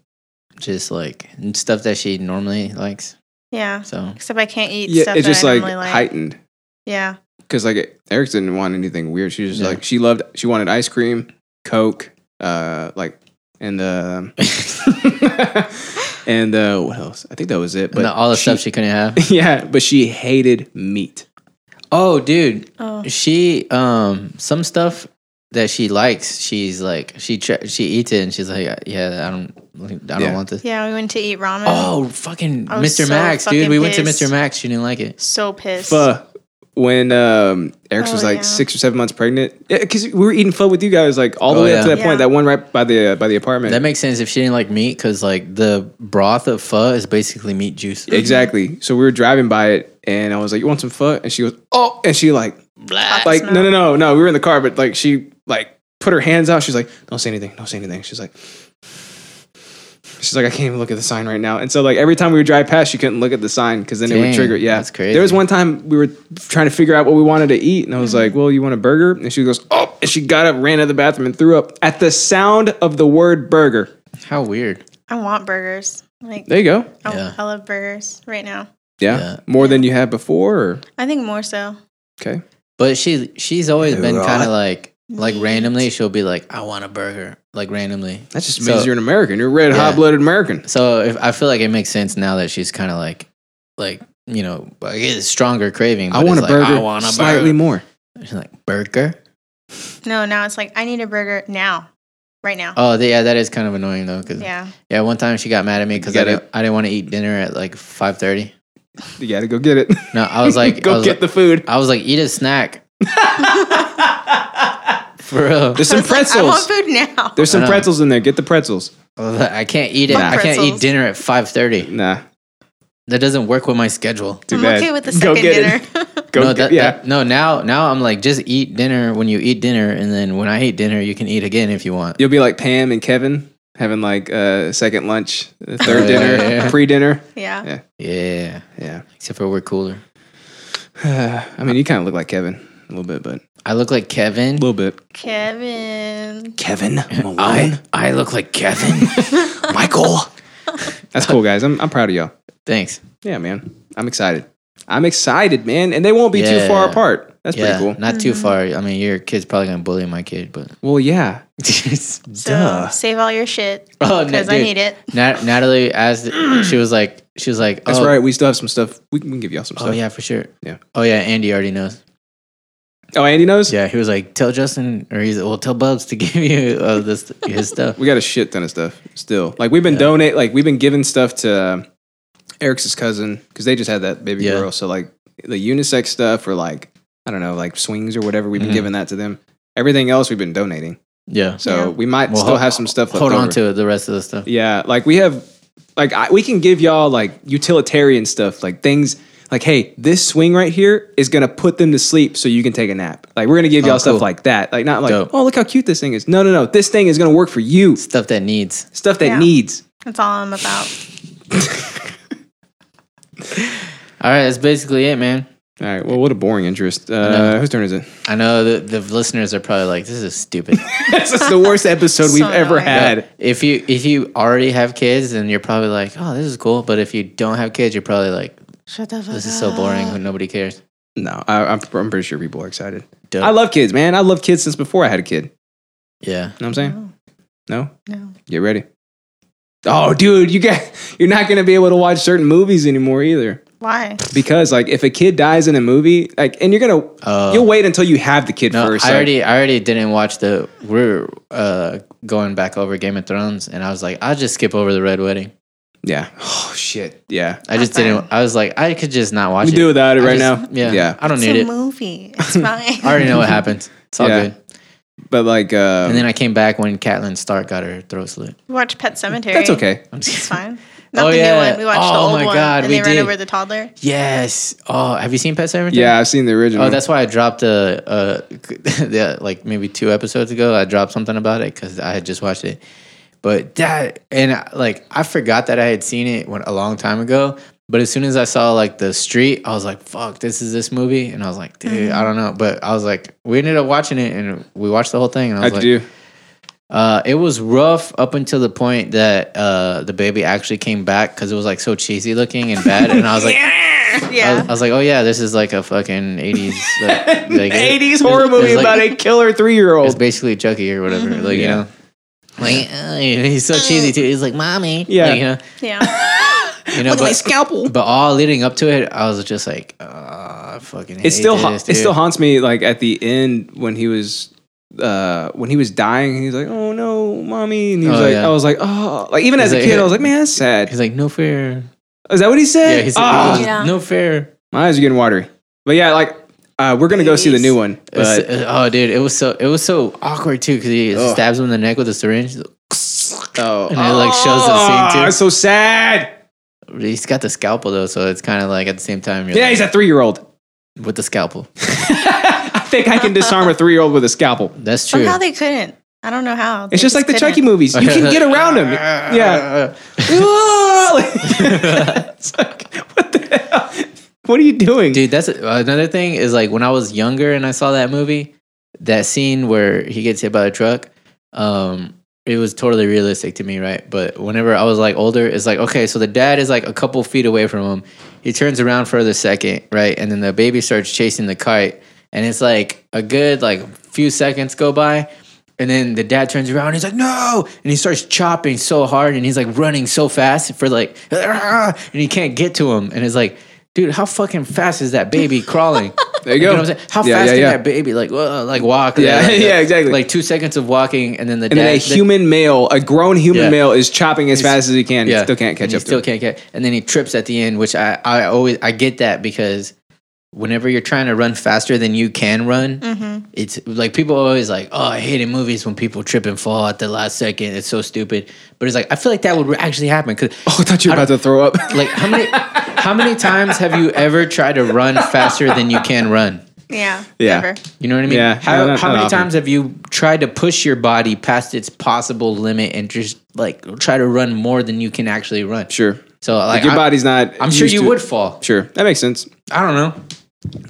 just like stuff that she normally likes.
Yeah.
So
Except I can't eat
Yeah,
stuff
it's just
that I
like
normally like.
heightened.
Yeah.
because like Eric didn't want anything weird. She was just
Yeah.
like she loved. She wanted ice cream, Coke, uh, like and uh, and uh, what else? I think that was it. But
and the- all the
she-
stuff she couldn't have.
yeah, but she hated meat.
Oh, dude,
Oh.
she um some stuff that she likes. She's like she tr- she eats it and she's like, yeah, I don't, I don't
Yeah.
want this.
Yeah, we went to eat ramen.
Oh, fucking
I was
Mr.
so
Max, dude.
fucking
We went to
pissed.
Mr. Max. She didn't like it.
So pissed.
Pho. When um, Eric's
Oh,
was like
yeah.
six or seven months pregnant, because we were eating pho with you guys like all the
Oh,
way
yeah.
up to that
Yeah.
point. That one right by the uh, by the apartment.
That makes sense if she didn't like meat because like the broth of pho is basically meat juice.
exactly. So we were driving by it, and I was like, "You want some pho?" And she goes, "Oh!" And she like
Blah.
like
smell.
no no no no we were in the car but like she like put her hands out she's like don't say anything don't say anything she's like She's like, I can't even look at the sign right now. And so, like, every time we would drive past, she couldn't look at the sign because then it would
Dang,
trigger. Yeah.
that's crazy.
There was one time we were trying to figure out what we wanted to eat. And I was like, Well, you want a burger? And she goes, Oh. And she got up, ran to the bathroom, and threw up at the sound of the word burger.
How weird.
I want burgers. Like
There you go.
I,
Yeah.
I love burgers right now.
Yeah.
Yeah.
More than you had before. Or,
I think more so.
okay.
But she she's always been
Right.
kind of like like
Meat.
randomly she'll be like I want a burger like randomly.
That just
So-
means you're an American. You're a red,
Yeah.
hot blooded American.
So if, I feel like it makes sense now that she's kind of like like you know like it's stronger craving.
I
but
want a
it's
burger.
like, I want a
slightly
burger.
more.
She's like burger.
No, now it's like I need a burger now, right now.
Oh th- yeah, that is kind of annoying though. Cause yeah.
yeah,
one time she got mad at me because
You
I
gotta-
didn't, I didn't want to eat dinner at like five thirty.
You got to go get it.
No, I was like, I
go
was
get
like,
the food.
I was like, eat a snack. For real,
There's some
I want
pretzels.
food now.
There's some
I know.
pretzels in there. Get the pretzels.
I was like, I can't eat it.
Nah.
I can't eat
Pretzels.
dinner at five thirty.
Nah.
That doesn't work with my schedule.
Too
I'm
bad.
okay with the second dinner.
It. Go
no,
get
that-
yeah.
that- no, now now I'm like just eat dinner when you eat dinner, and then when I eat dinner, you can eat again if you want.
You'll be like Pam and Kevin having like uh, second lunch, third
Yeah,
dinner,
yeah, yeah.
pre dinner.
yeah.
Yeah.
Yeah,
Yeah.
except for we're cooler.
I mean, you kind of look like Kevin a little bit, but
I look like Kevin.
a little bit.
Kevin.
Kevin
I, I look like Kevin.
Michael. That's cool, guys. I'm, I'm proud of y'all.
Thanks.
Yeah, man. I'm excited. I'm excited, man. And they won't be too
Yeah.
far apart. That's
yeah,
pretty cool.
not
Mm-hmm.
too far. I mean, your kid's probably gonna bully my kid, but
Well, yeah.
So save all your shit
Oh, no,
because I
dude.
need it.
Nat- Natalie asked. She was like, she was like,
That's
oh,
right. We still have some stuff. We can we can give y'all some
Oh
stuff.
yeah, for sure.
Yeah.
Oh yeah, Andy already knows.
Oh, Andy knows?
Yeah, he was like, tell Justin, or he's well, tell Bubs to give you uh, this his stuff.
We got a shit ton of stuff still. Like we've been donate, like we've been giving stuff to um, Eric's cousin because they just had that baby
Yeah.
girl. So like the unisex stuff or like I don't know, like swings or whatever. We've been
Mhm.
giving that to them. Everything else we've been donating.
Yeah.
So
Yeah.
we might
Well,
still
ho-
have some stuff. Left
Hold on
over.
to the rest of the stuff.
Yeah, like we have, like I, we can give y'all like utilitarian stuff, like things like, hey, this swing right here is gonna put them to sleep, so you can take a nap. Like we're gonna give
Oh,
y'all
cool.
stuff like that, like not like,
Dope.
oh, look how cute this thing is. No, no, no, this thing is gonna work for you.
Stuff that needs.
Stuff that
Yeah.
needs.
That's all I'm about.
All right, that's basically it, man.
All right. Well, what a boring interest. Uh,
know.
Whose turn is it?
I know the, the listeners are probably like, this is stupid.
this is the worst episode we've
So
ever
annoying.
had.
if you if you already have kids, then you're probably like, oh, this is cool. But if you don't have kids, you're probably like,
Shut the fuck
this is so boring. Nobody cares.
No, I, I'm, I'm pretty sure people are excited.
Dope.
I love kids, man. I love kids since before I had a kid. You
Yeah.
know what I'm saying?
Oh.
no?
No.
Get ready. Oh, dude, you got you're not gonna be able to watch certain movies anymore either.
Why?
Because like if a kid dies in a movie, like and you're gonna
Oh.
you'll wait until you have the kid
No,
first.
I
like-
already, I already didn't watch the. We're uh, going back over Game of Thrones, and I was like, I'll just skip over the Red Wedding.
Yeah. Oh shit. Yeah.
I just didn't. I was like, I could just not watch
We
it.
do without it
I
right
just-
now.
Yeah,
Yeah.
I don't
It's
need
a
it.
movie. It's fine.
I already know what happens. It's all
Yeah.
good.
But like uh
And then I came back when Catelyn Stark got her throat slit.
Watch Pet Cemetery.
that's okay.
I'm
It's
just
fine. Not
Oh,
the
yeah.
new one. We watched the
Oh,
old
my
one.
God,
and
we
they ran
did.
over the toddler.
Yes. Oh, have you seen Pet Cemetery?
Yeah, I've seen the original.
Oh, that's why I dropped a, uh, yeah, like maybe two episodes ago. I dropped something about it because I had just watched it. But that and I- like I forgot that I had seen it when, a long time ago. But as soon as I saw like the street, I was like, "Fuck, this is this movie," and I was like, "Dude, I don't know." But I was like, we ended up watching it and we watched the whole thing. And I
I
was like,
do.
Uh, it was rough up until the point that uh, the baby actually came back because it was like so cheesy looking and bad, and I was like, I, was,
Yeah.
I was like, oh yeah, this is like a fucking eighties, like, like,
Eighties horror
there's
movie
like-
about Mm-hmm. a killer three year
It's
old.
basically Chucky or whatever, like you know. Like uh, he's so cheesy too. He's like, "Mommy,"
Yeah.
Like, you know,
Yeah.
you know, but,
scalpel.
but all leading up to it, I was just like, uh I fucking."
It still ha-
hot.
it still haunts me like at the end when he was uh when he was dying he was like oh no mommy and he was
Oh,
like
yeah.
I was like oh like even as
He's
a
like-
kid I was like man that's sad
He's like, "No fair."
is that what he said
Yeah, he's
Ah!
like,
Yeah.
"No fair."
my eyes are getting watery but yeah like uh we're gonna go see the
Please.
new one
It's-
but
uh, oh, dude, it was so it was so awkward too because he
Ugh.
stabs him in the neck with a syringe.
oh
And it, like, shows the
Ah,
scene, too.
it's so sad
He's got the scalpel though, so it's kind of like at the same time. You're
yeah
like,
he's a three year old
with the scalpel.
I think I can disarm a three year old with a scalpel
That's true.
Somehow they couldn't. I don't know how.
It's
They
just like the E.
couldn't.
Chucky movies. You can get around him. Yeah. it's like, what the hell? What are you doing?
Dude, that's another thing is like when I was younger and I saw that movie, that scene where he gets hit by a truck, um, it was totally realistic to me, right? But whenever I was like older, it's like, okay, so the dad is like a couple feet away from him. He turns around for the second, right? And then the baby starts chasing the kite. And it's like a good like few seconds go by. And then the dad turns around. And he's like, "No!" And he starts chopping so hard, and he's like running so fast for like, "Ah," and he can't get to him. And it's like, dude, how fucking fast is that baby crawling?
There you
You
go.
know what I'm saying? How
Yeah,
fast
yeah,
can
yeah.
that baby like, uh, like walk?
Yeah,
like,
yeah,
uh,
exactly.
Like two seconds of walking, and then the
And
dad,
then a
the-
human male, a grown human
Yeah.
male, is chopping as fast as he can.
yeah,
He still can't catch
and
up.
He still
to him.
can't catch. And then he trips at the end, which I, I always I get that because whenever you're trying to run faster than you can run, it's like people are always like, oh, I hate in movies when people trip and fall at the last second. It's so stupid. But it's like I feel like that would actually happen because
Oh, I thought you were about to throw up.
like how many how many times have you ever tried to run faster than you can run?
Yeah.
Yeah.
Never.
You know what I mean?
Yeah,
How,
no, not-
how
not
many
often.
times have you tried to push your body past its possible limit and just like try to run more than you can actually run?
sure. Like,
So like,
your
I-
body's not.
I'm sure
used
you
to-
would fall.
Sure. That makes sense.
I don't know.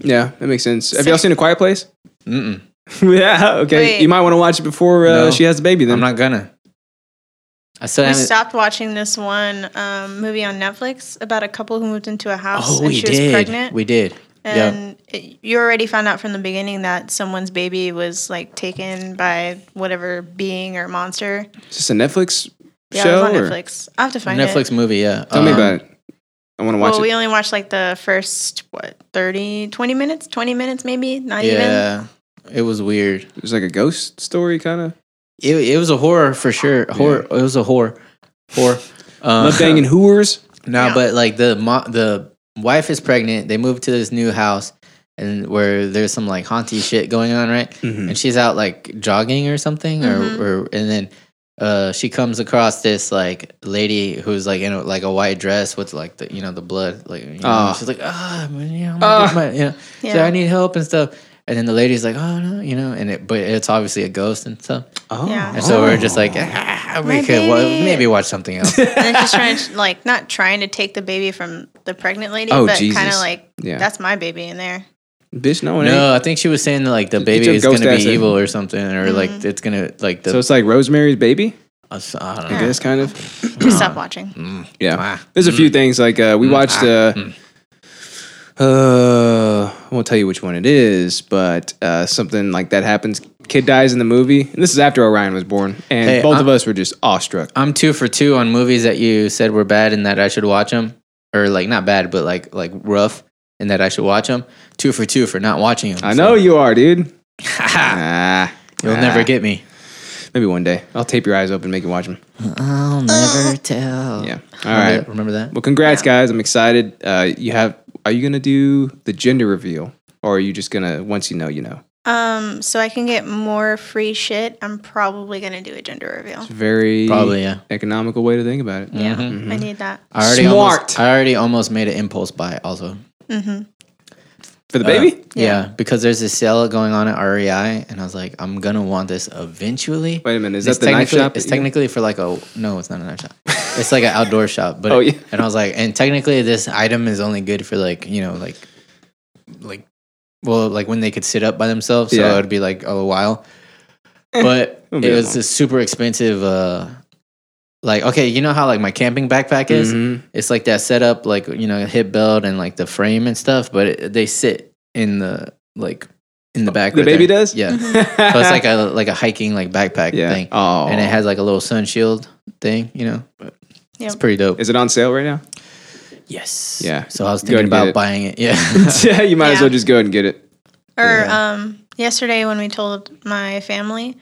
Yeah, that makes sense. Have y'all seen A Quiet Place?
Mm-mm.
yeah. Okay.
Wait.
You might want to watch it before uh,
No.
she has the baby. Then
I'm not gonna. I still
We
haven't.
stopped watching this one um, movie on Netflix about a couple who moved into a house
Oh,
and
we
she
did.
was pregnant.
We did. yeah.
and it, you already found out from the beginning that someone's baby was like taken by whatever being or monster.
Is this a Netflix
Yeah,
show?
it was
or-
on Netflix. I will have to find
Netflix
it.
movie. Yeah. Um,
Tell me about it. I want to watch
well,
it.
we only watched like the first what 30, 20 minutes, twenty minutes maybe, not even.
Yeah. It was weird.
It was like a ghost story, kind of.
It, it was a horror for sure. Horror. It was a horror. Horror. Um,
Love banging hooers.
No,
Yeah.
but like the mo- the wife is pregnant. They move to this new house, and where there's some like haunty shit going on, right?
Mm-hmm.
Mhm.
And she's out like jogging or something, or,
Mhm.
or and then uh, she comes across this like lady who's like in a, like a white dress with like the you know the blood, like you know,
Ah.
she's like ah, man, you know, I'm gonna get my, you know,
Oh. Yeah.
so I need help and stuff. And then the lady's like, oh no, you know, and it, but it's obviously a ghost and stuff.
Oh.
Yeah.
And so we're just like, ah, we
Oh. My
could well,
baby.
maybe watch something else.
And it's just trying to like not trying to take the baby from the pregnant lady,
Oh,
but
Jesus.
kind of like
Yeah.
that's my baby in there.
Bitch, no one.
No, I think she was saying that like the baby
your
is gonna
ghost ass
be
in.
evil or something, or like it's gonna like the.
So it's like Rosemary's Baby,
I s- I don't
I
know.
guess, Mm. kind of.
We stopped watching.
Yeah.
Ah.
There's a few things like uh,
Mm.
we watched. Uh, uh, I won't tell you which one it is, but uh, something like that happens. Kid dies in the movie, and this is after Orion was born, and
Hey, uh,
both
I'm-
of us were just awestruck.
I'm two for two on movies that you said were bad and that I should watch them, or like not bad, but like like rough and that I should watch them. Two for two for not watching them.
I know you are, dude. ah,
You'll
ah.
never get me.
Maybe one day I'll tape your eyes open and make you watch them.
I'll never tell.
Oh. Yeah.
Remember
All right.
that- Remember that?
Well, congrats, guys. I'm excited. Uh, you have. Are you gonna do the gender reveal, or are you just gonna once you know, you know?
Um, so I can get more free shit. I'm probably gonna do a gender reveal.
Very
Probably, yeah. Mm-hmm.
economical way to think about it. Mm-hmm.
Yeah, I need that.
I already
Smart.
almost. I already almost made an impulse buy also.
Mm-hmm.
For the baby.
Yeah. because there's a sale going on at REI, and I was like, I'm gonna want this eventually.
Wait a minute, is
It's
that the knife
technically-
shop?
It's
that you-
technically for like a no, it's not a knife shop. It's like an outdoor shop. But
Oh, yeah.
and I was like, and technically this item is only good for like you know like like well like when they could sit up by themselves. So
Yeah.
it would be like a while. But
It'll be
it
that
was
long.
this super expensive. uh Like okay, you know how like my camping backpack is.
Mhm.
It's like that setup, like you know, hip belt and like the frame and stuff. But it, they sit in the like in the back.
Oh, The baby
there.
does? Mm-hmm.
yeah. so it's like a like a hiking like backpack
yeah.
thing,
Oh,
and it has like a little sun shield thing. You know, it's
Yep.
pretty dope.
Is it on sale right now?
yes.
Yeah.
So I was
Go
thinking
and get
about
it.
buying it. Yeah.
yeah, you might as
Yeah.
well just go ahead and get it.
Or
Yeah.
um, yesterday when we told my family,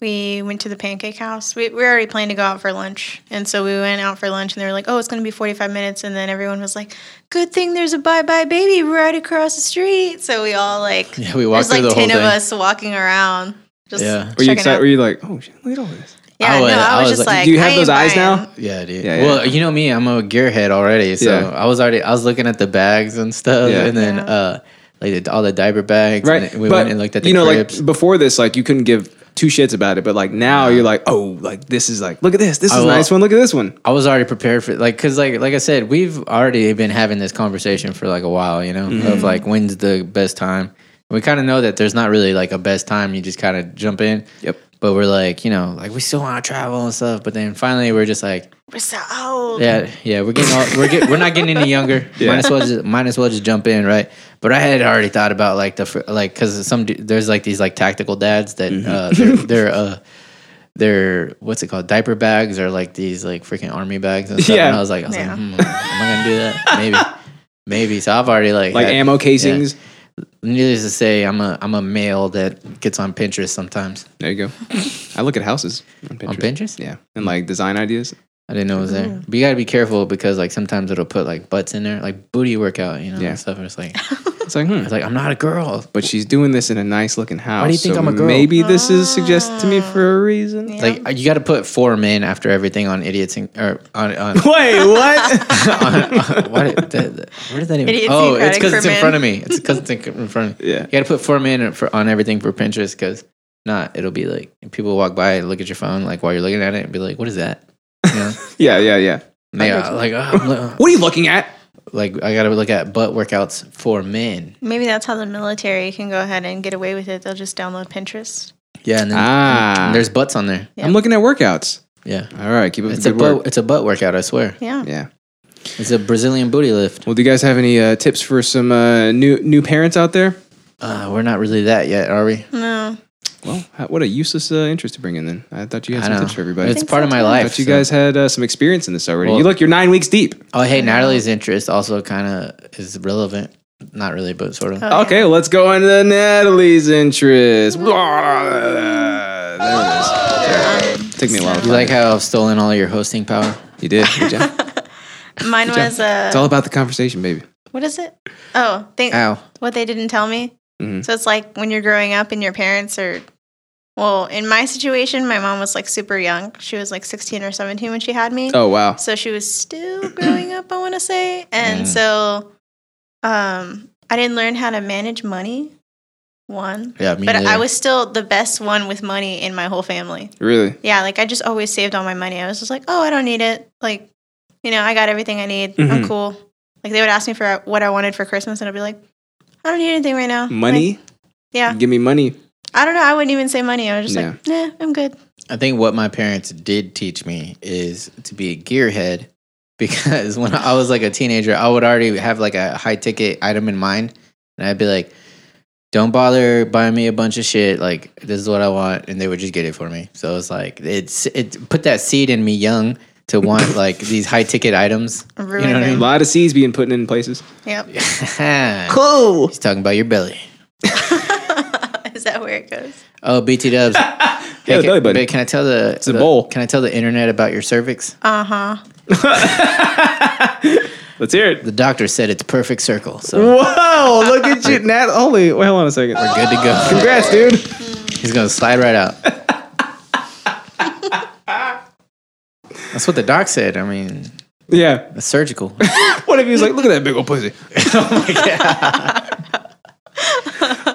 we went to the Pancake House. We, we were already planning to go out for lunch, and so we went out for lunch, and they were like, "Oh, it's going to be forty-five minutes," and then everyone was like, "Good thing there's a Bye Bye Baby right across the street." So we all like,
yeah. We walked
there's
through
like
the whole
ten
thing.
of us walking around. Just
Yeah. Were
yeah,
Were you excited? Were you like, oh shit, look at all this?
yeah,
I was-
no, I was, just like,
Do you
I
have
ain't
those eyes
buying.
now?
Yeah, dude.
Yeah, yeah.
Well, you know me, I'm a gearhead already, so
Yeah.
I was already I was looking at the bags and stuff,
Yeah.
and then
Yeah.
uh, like the, all the diaper bags.
Right.
And we
but
went and looked at the
you know,
cribs.
like before this, like you couldn't give two shits about it, but like now you're like, oh, like this is like, look at this, this is
I
a
will-
nice one, look at this one.
I was already prepared for like because like like I said, we've already been having this conversation for like a while, you know, of like when's the best time. We kind of know that there's not really like a best time. You just kind of jump in.
Yep.
But we're like, you know, like we still want to travel and stuff. But then finally, we're just like,
We're so old.
yeah, yeah, we're getting all, we're get, we're not getting any younger. Might as well just might as well just jump in, right? But I had already thought about like the fir- like because some du- there's like these like tactical dads that
Mm-hmm.
uh, they're, they're uh they're what's it called diaper bags or like these like freaking army bags and stuff.
Yeah.
And I was like, I was
Yeah.
like, hmm, am I gonna do that? Maybe. Maybe so. I've already like
Like
had-
ammo casings.
Needless to say, I'm a I'm a male that gets on Pinterest sometimes.
There you go. I look at houses on Pinterest.
On Pinterest?
Yeah. And like design ideas.
I didn't know it was there. But you gotta be careful because like sometimes it'll put like butts in there, like booty workout, you know,
Yeah.
and stuff. And it's like
It's like, hmm.
It's like, I'm not a girl.
But she's doing this in a nice looking house.
you think
so
I'm a girl?
Maybe this is suggested to me for a reason.
Ah. Yeah.
Like you got to put four men after everything on idiots and or on on.
Wait, what?
Why did that, that- where did that even?
Idiots
oh, it's
Democratic
because
for
it's in
men.
front of me. It's because it's in, in front. Of me.
Yeah.
you got to put four men in for on everything for Pinterest because not it'll be like people walk by and look at your phone like while you're looking at it and be like, what is that? You know?
yeah, yeah, yeah.
And they are like, oh, I'm lo-
What are you looking at?
like I got to look at butt workouts for men.
Maybe that's how the military can go ahead and get away with it. They'll just download Pinterest.
Yeah, and then
Ah.
there's butts on there.
Yeah.
I'm looking at workouts.
Yeah,
All right, keep up
it's
the
a
good work.
butt, it's a butt workout. I swear,
Yeah.
Yeah.
it's a Brazilian booty lift.
Well, do you guys have any uh, tips for some uh, new new parents out there?
Uh, we're not really that yet, are we?
No.
Well, how, what a useless uh, interest to bring in. Then I thought you had
I
some
know.
tips for everybody.
It's
think
part of
so,
my
too.
I
life.
thought you
so-
guys had uh, some experience in this already.
Well-
you look, you're nine weeks deep.
Oh, hey, Natalie's interest also kind of is relevant. Not really, but sort of.
Oh, yeah.
okay, let's go on to Natalie's interest. there it is. Sorry. Took me a while. to
You
find
like
it.
how I've stolen all your hosting power?
you did? Good job.
Mine was
It's
uh,
all about the conversation, baby.
what is it? Oh, think
Ow. Mm-hmm.
what they didn't tell me.
Mhm.
So it's like when you're growing up and your parents are. Well, in my situation, my mom was like super young. She was like 16 or 17 when she had me.
Oh wow.
So she was still growing up, I want to say. And so um, I didn't learn how to manage money. One.
Yeah, me
but I
neither.
was still the best one with money in my whole family.
Really?
Yeah, like I just always saved all my money. I was just like, oh, I don't need it. Like, you know, I got everything I need. I'm
Mhm.
cool. Like they would ask me for what I wanted for Christmas, and I'd be like, I don't need anything right now. Like, uh,
Money?
yeah,
Give me money.
I don't know. I wouldn't even say money. I was just like, nah, I'm good.
I think what my parents did teach me is to be a gearhead because when I was like a teenager, I would already have like a high ticket item in mind. And I'd be like, don't bother buying me a bunch of shit. Like, this is what I want. And they would just get it for me. So it's like, it's, it put that seed in me young to want like these high ticket items.
Ruined
what I
it.
A lot of seeds being put in places.
Yep.
cool. He's talking about your belly.
Is that where it goes?
Oh, BT Dubs. hey,
Yeah,
can,
the belly button.
babe, can I tell the,
a
the-
bowl.
Can I tell the internet about your cervix?
Uh huh.
Let's hear it.
The doctor said it's perfect circle, so
Whoa! Look at you, Nat. Holy, wait, hold on a second.
we're good to go.
Congrats, dude.
He's gonna slide right out. That's what the doc said. I mean,
Yeah.
it's surgical.
What if he was like, "Look at that big old pussy"?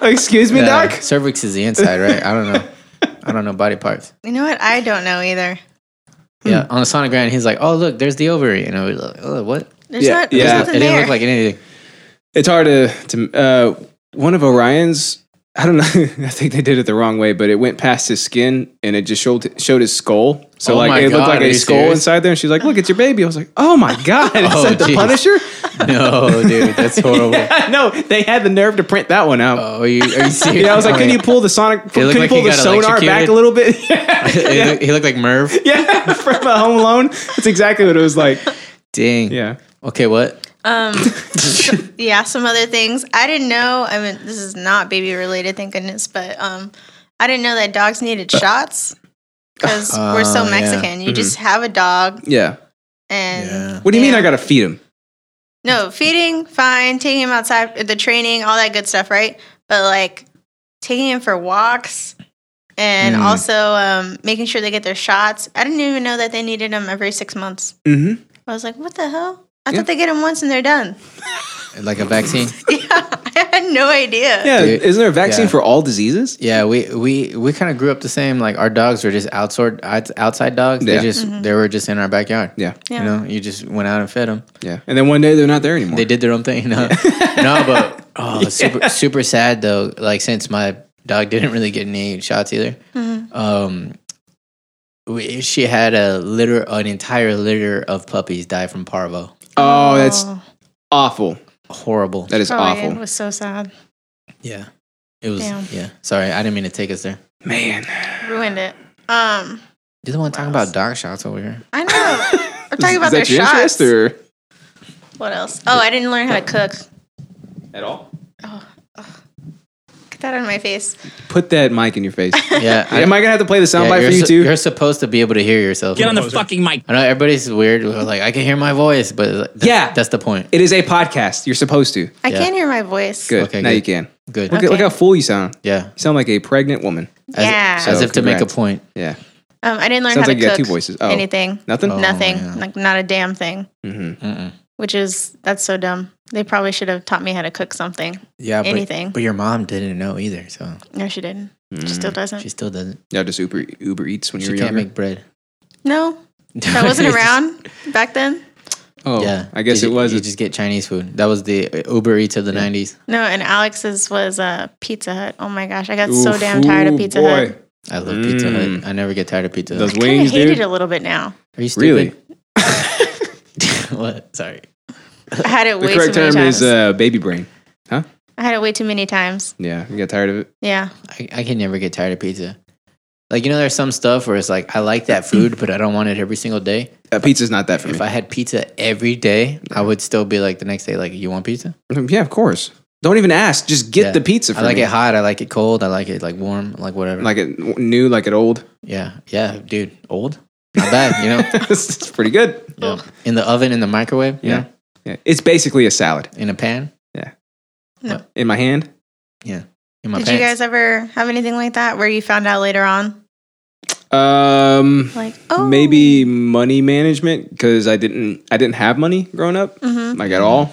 Oh Excuse me,
Uh,
Doc.
cervix is the inside, right? I don't know. I don't know body parts.
You know what? I don't know either.
Hmm.
Yeah, on a sonogram, he's like, "Oh, look, there's the ovary," and I was like, "Oh, what?"
There's
Yeah,
not. There's
yeah.
It
nothing
didn't
there.
look like anything.
It's hard to to uh, one of Orion's. I don't know. I think they did it the wrong way, but it went past his skin and it just showed showed his skull. So
Oh my
like it
God,
looked like
are
a
you
skull
serious?
inside there. And she's like, "Look, it's your baby." I was like, "Oh my god,
Oh,
is that the
geez.
Punisher?"
No, dude, that's horrible.
no, they had the nerve to print that one out.
Oh, are you, are you serious?
yeah, I was like,
Oh,
"Can
yeah.
you pull the sonic? Can
looked
you
like
pull
he
the
got
sonar
electrocuted.
back a little bit?" yeah,
he, look- Oh, he looked like Merv.
yeah, from a Home Alone. That's exactly what it was like.
Dang.
Yeah.
Okay, what?
Um, yeah, some other things I didn't know. I mean, this is not baby related, thank goodness, but um, I didn't know that dogs needed shots because we're so
Oh, Uh, yeah.
Mexican. You just have a dog,
Yeah.
and
Yeah.
Mm-hmm. What do you mean
Yeah.
I gotta feed him?
no feeding, fine, taking him outside, the training, all that good stuff, right? But like taking him for walks. And
Mm.
also um, making sure they get their shots. I didn't even know that they needed them every six months.
Mm-hmm.
I was like, what the hell? I
Yeah.
thought they get them once and they're done.
Like a vaccine?
Yeah, I had had no idea.
Yeah,
Dude,
isn't there a vaccine
yeah.
for all diseases?
Yeah, we we we kind of grew up the same. Like our dogs were just outside outside dogs.
Yeah.
They just they were just in our backyard.
Yeah,
Mm-hmm. Yeah.
You know, you just went out and fed them.
yeah. And then one day they're not there anymore.
They did their own thing. No, no, but oh, it's super super sad though. Like since my dog didn't really get any shots either.
Mm-hmm.
Um, we, she had a litter, an entire litter of puppies die from parvo.
Oh, that's awful.
Horrible.
That is
Ryan
awful.
oh, was so sad.
yeah. It was.
Damn.
Yeah. Sorry, I didn't mean to take us there.
Man,
Ruined it. Um,
You don't want to talk about dog shots over here.
I know. We're
Is-
talking
is
about
that
their
your interest
shots.
or
What else? Oh, I didn't learn how to cook.
at all?
Get that out of my face.
Put that mic in your face.
Yeah. I-
Am I gonna have to play the
yeah,
soundbite
you're
for you
su-
too?
You're supposed to be able to hear yourself.
Get on the fucking mic.
I know everybody's weird. We're like, I can hear my voice, but like, that's,
Yeah.
that's the point.
It is a podcast. You're supposed to.
I
Yeah.
can't hear my voice.
Good.
Okay,
now
good.
you can.
Good.
Look, at look
Okay.
how full you sound.
Yeah.
You sound like a pregnant woman.
As,
Yeah.
As
So,
if to make a
congrats.
point.
Yeah.
Um, I didn't learn
Sounds
how
like
to
you got
cook
two voices. Oh.
anything.
Nothing.
Oh,
Nothing.
yeah.
Like not a damn thing.
hmm
Mm-mm.
Which is that's so dumb. They probably should have taught me how to cook something.
Yeah. But,
Anything.
But your mom didn't know either, so
No, she didn't. She still
Mm,
doesn't.
she still doesn't.
Yeah, just Uber Uber Eats when you
She
were
can't
younger.
make bread.
no, that wasn't around back then.
oh,
yeah.
I guess
You
it
ju-
was.
You just get Chinese food. That was the uh, Uber Eats of the '90s.
No, and Alex's was uh, Pizza Hut. Oh my gosh, I got so damn tired of
Ooh,
Pizza
boy.
Hut.
I love Pizza
Mm.
Hut. I never get tired of Pizza
Those
Hut.
Kind of
wings,
hate
dude.
it a little bit now.
Are you
Really?
stupid? what? Sorry.
I had it
The
way too many
correct term
times.
is uh, baby brain.
I had it way too many times.
Yeah, you got tired of it.
Yeah,
I, I can never get tired of pizza. Like you know, there's some stuff where it's like I like that food, but I don't want it every single day.
Uh, pizza's not that for
If
me.
I had pizza every day, I would still be like the next day, like, you want pizza?
yeah, of course. Don't even ask. Just get
Yeah.
the pizza. For
I like
me.
it hot. I like it cold. I like it like warm. Like whatever.
Like it new, like it old.
yeah, yeah, dude, old, not bad. You know,
it's it's pretty good.
Yeah. in the oven, in the microwave. You
Yeah.
know,
Yeah, it's basically a salad
in a pan,
in my hand.
in my
Did
pants.
you guys ever have anything like that where you found out later on,
Um,
like oh
maybe money management because I didn't I didn't have money growing up
Mhm.
like at all.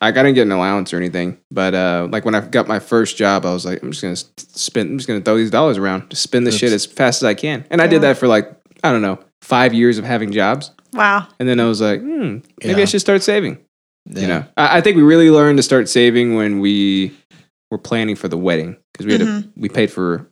Like I didn't get an allowance or anything, but uh, like when I got my first job, I was like, I'm just gonna s- spend, I'm just gonna throw these dollars around, just spend this shit as fast as I can, and I did that for like I don't know five years of having jobs,
wow
and then I was like, hmm, maybe I
Yeah.
should start saving.
Yeah.
You know, I, I think we really learned to start saving when we were planning for the wedding because we had to,
Mm-hmm.
we paid for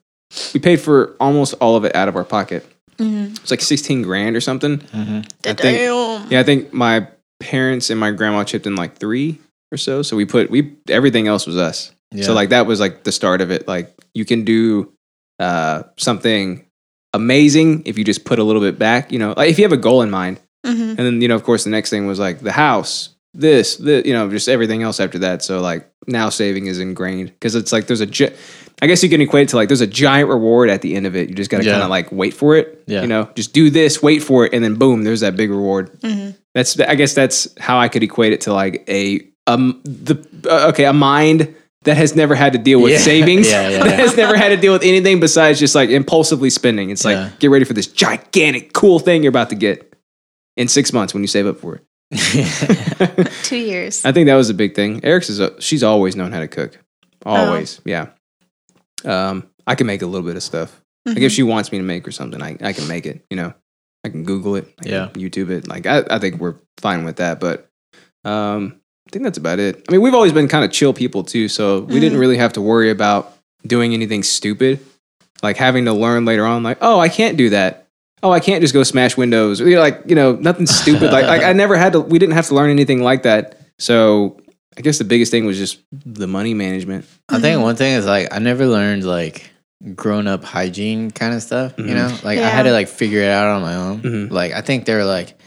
we paid for almost all of it out of our pocket.
Mm-hmm.
It's like sixteen grand or something.
Mm-hmm.
I think-
damn
Yeah, I think my parents and my grandma chipped in like three or so. So we put we everything else was us.
Yeah.
So like that was like the start of it. Like you can do uh, something amazing if you just put a little bit back. You know, like if you have a goal in mind,
Mhm.
and then you know, of course, the next thing was like the house, this, this, you know, just everything else after that. So like now saving is ingrained because it's like there's a. Gi- I guess you can equate it to like there's a giant reward at the end of it. You just got to
Yeah.
kind of like wait for it.
Yeah.
You know, just do this, wait for it, and then boom, there's that big reward that's I guess that's how I could equate it to like a um the uh, okay a mind that has never had to deal with
Yeah.
savings
Yeah, yeah, yeah.
that has never had to deal with anything besides just like impulsively spending. It's
Yeah.
like get ready for this gigantic cool thing you're about to get in six months when you save up for it.
two years
I think that was a big thing. Eric's is a, she's always known how to cook, always yeah. Um, I can make a little bit of stuff.
Mm-hmm.
Like if she wants me to make or something, I, I can make it. You know, I can Google it. I can
Yeah.
YouTube it. Like I, I think we're fine with that. But um, I think that's about it. I mean, we've always been kind of chill people too, so we didn't really have to worry about doing anything stupid. Like having to learn later on, like oh, I can't do that. Oh, I can't just go smash windows. You know, like you know, nothing stupid. like like I never had to. We didn't have to learn anything like that. So I guess the biggest thing was just the money management.
I think one thing is like I never learned like grown up hygiene kind of stuff.
Mhm.
You know, like I had
Yeah.
to like figure it out on my own.
Mhm.
Like I think they were like,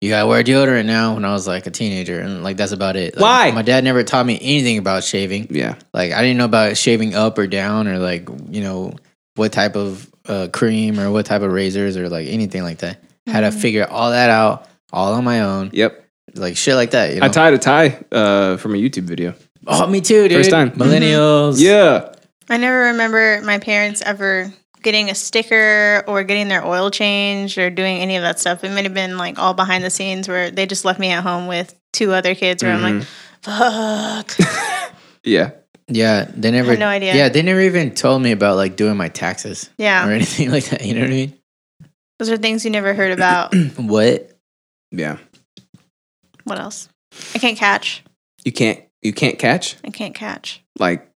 you gotta wear deodorant now. When I was like a teenager, and like that's about it. Like,
Why?
My dad never taught me anything about shaving.
Yeah,
Like I didn't know about shaving up or down or like you know what type of uh, cream or what type of razors or like anything like that. Had
Mm-hmm.
to figure all that out all on my own.
yep.
Like shit like that. You know?
I tied a tie uh, from a YouTube video.
oh, me too, dude.
First time.
Mm-hmm.
Millennials.
Yeah.
I never remember my parents ever getting a sticker or getting their oil changed or doing any of that stuff. It might have been like all behind the scenes where they
Mm-hmm.
just left me at home with two other kids where I'm like, fuck.
Yeah.
Yeah, they never.
no idea.
Yeah, they never even told me about like doing my taxes or
Yeah.
anything like that. You know what I
Those are things you never heard about.
mean? What?
Yeah.
what else? I can't catch.
You can't you can't catch.
I can't catch.
Like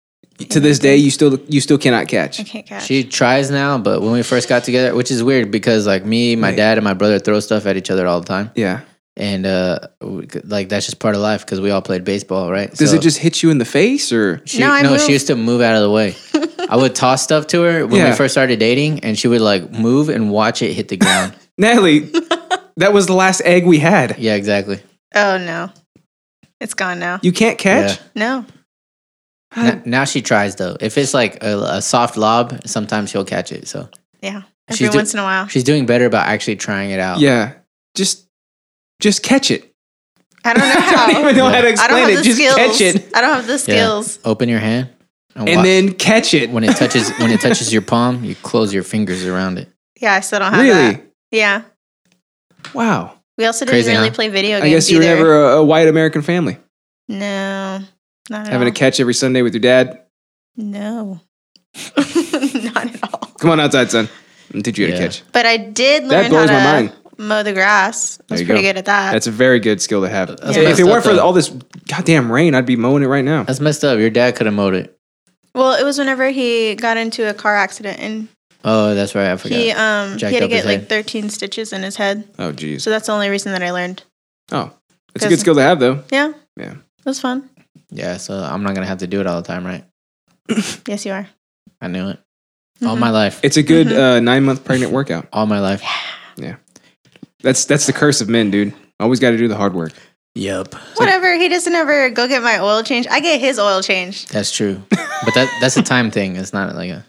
to this day you still you still cannot
I
catch.
can't catch.
She tries now, but when we first got together, which is weird because like me, my
Wait.
dad, and my brother throw stuff at each other all the time,
Yeah.
and uh, we could- like that's just part of life because we all played baseball, right?
Does
So
it just hit you in the face or
She,
No, I
no,
moved.
she used to move out of the way. I would toss stuff to her when
Yeah.
we first started dating, and she would like move and watch it hit the ground.
Natalie? that was the last egg we had.
yeah, exactly.
oh no, it's gone now.
You can't catch.
No,
N- now she tries though. If it's like a, a soft lob, sometimes she'll catch it. So
yeah.
She's
Every
do-
once in a while,
she's doing better about actually trying it out.
Yeah. Just just catch it.
I don't know how.
I don't even know how to
I don't
explain
have
it.
the
Just
skills.
catch it
I don't have the
Yeah.
skills.
Open your hand, and,
and
wa-
then catch it.
when it touches when it touches your palm, you close your fingers around it.
Yeah, I still don't have
Really?
that. Yeah.
Wow.
We also didn't
Crazy,
really
huh?
play video games
I guess you were
either.
never a, a white American family
no, not at
having
all.
a catch every Sunday with your dad.
no, not at all.
Come on outside, son. And teach you how
Yeah.
to catch.
But I did learn
That blows
how to
my mind.
mow the grass. I
There
was
you
pretty
go.
good at that.
That's a very good skill to have.
That's
If- If
messed
it
up,
weren't for
though.
all this goddamn rain, I'd be mowing it right now.
That's messed up. Your dad could have mowed it.
well, it was whenever he got into a car accident and
Oh, that's right. I forgot.
he um he
Jacked
had to
up his
get like
head.
13 stitches in his head.
Oh, jeez.
So that's the only reason that I learned.
Oh, it's a good skill to have, though.
Yeah.
Yeah.
It was fun.
yeah, so I'm not gonna have to do it all the time, right?
Yes, you are. Mm-hmm.
I knew it. All my life.
It's a good uh, nine month pregnant workout.
all my life.
That's that's the curse of men, dude. Always got to do the hard work.
Yep.
Whatever. he doesn't ever go get my oil change. I get his oil change.
That's true. But that that's a time thing. It's not like a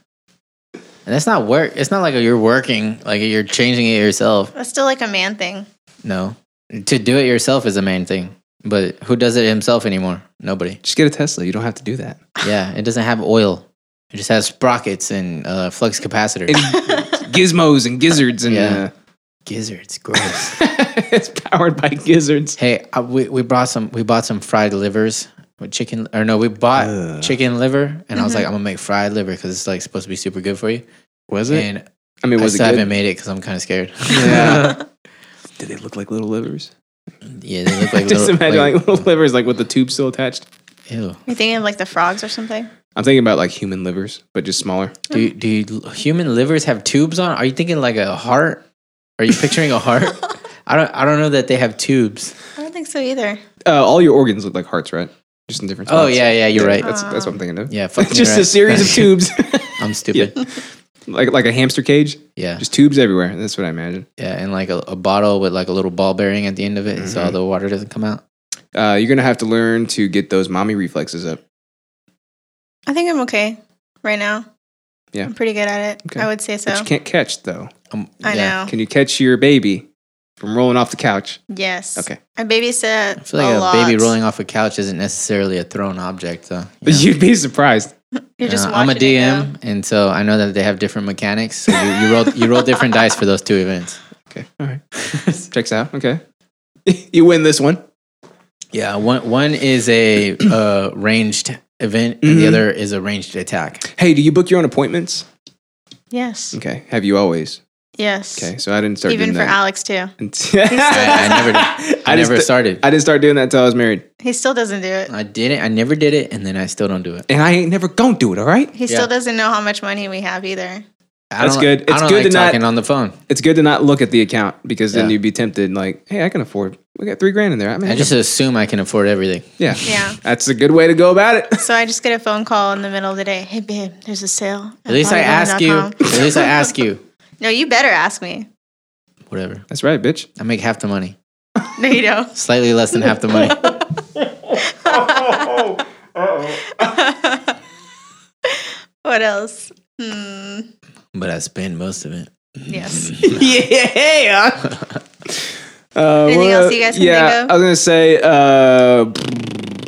and that's not work. It's not like you're working, like you're changing it yourself.
That's still like a man thing.
No. To do it yourself is the main thing. But who does it himself anymore? Nobody.
Just get a Tesla. You don't have to do that.
Yeah. It doesn't have oil. It just has sprockets and uh, flux capacitors.
And gizmos and gizzards and
Yeah.
yeah.
Gizzards, gross.
it's powered by gizzards.
Hey, uh, we we brought some we bought some fried livers with chicken or no, we bought chicken liver and I was like, I'm gonna make fried liver because it's like supposed to be super good for you.
Was it?
And
I mean,
I
was
still
it
haven't
good?
made it because I'm kind of scared.
Yeah. Did they look like little livers?
yeah, they look like
Just
little,
imagine like, little livers, like with the tube still attached.
ew.
You're thinking of like the frogs or something?
I'm thinking about like human livers, but just smaller.
Do you- do you, human livers have tubes on? Are you thinking like a heart? Are you picturing a heart? I don't I don't know that they have tubes.
I don't think so either.
Uh, all your organs look like hearts, right? Just in different.
Oh
spots.
yeah, yeah, you're right.
That's, that's what I'm thinking of.
Yeah, fucking
just a series of tubes,
I'm stupid. Yeah.
like like a hamster cage,
Yeah,
just tubes everywhere. That's what I imagine.
and like a, a bottle with like a little ball bearing at the end of it, so all the water doesn't come out.
Uh, you're gonna have to learn to get those mommy reflexes up.
I think I'm okay right now.
Yeah.
I'm pretty good at it.
Okay.
I would say so.
But you can't catch though.
Um,
I
yeah.
know.
Can you catch your baby from rolling off the couch?
Yes.
Okay.
I babysit.
I feel like
a,
a,
lot.
baby rolling off a couch isn't necessarily a thrown object, though. You know?
You'd be surprised.
You're just
Uh, I'm a
watching it go.
DM, and so I know that they have different mechanics. So you, you roll you roll different dice for those two events.
Okay, all right, checks out. Okay, you win this one.
Yeah, one one is a uh, ranged event, and the
Mhm.
other is a ranged attack.
Hey, do you book your own appointments?
Yes.
Okay, have you always?
Yes.
Okay, so I didn't start
Even
doing
for
that.
Alex too.
until-
I, I never I,
just
never
th-
started. I,
I didn't start doing that until I was married,
He still doesn't do it.
did it. I never did it, and then I still don't do it.
and I ain't never gonna do it. All right.
He
Yeah.
still doesn't know how much money we have either.
I
That's
don't-
good.
I
It's
don't
good
like
to not-
talking on the phone.
it's good to not look at the account because then
Yeah.
you'd be tempted like hey i can afford we got three grand in there i mean
I just assume I can afford everything.
yeah
Yeah.
that's a good way to go about it
So I just get a phone call in the middle of the day. Hey babe, there's a sale.
At least I ask you.
Polygon.com."
At least I ask you.
No, you better ask me.
Whatever.
that's right bitch
I make half the money,
No, you don't.
slightly less than half the money.
What else? Hmm.
But I spend most of it.
Yes.
yeah uh,
Anything
well,
else you guys can
yeah,
think of?
i was gonna say uh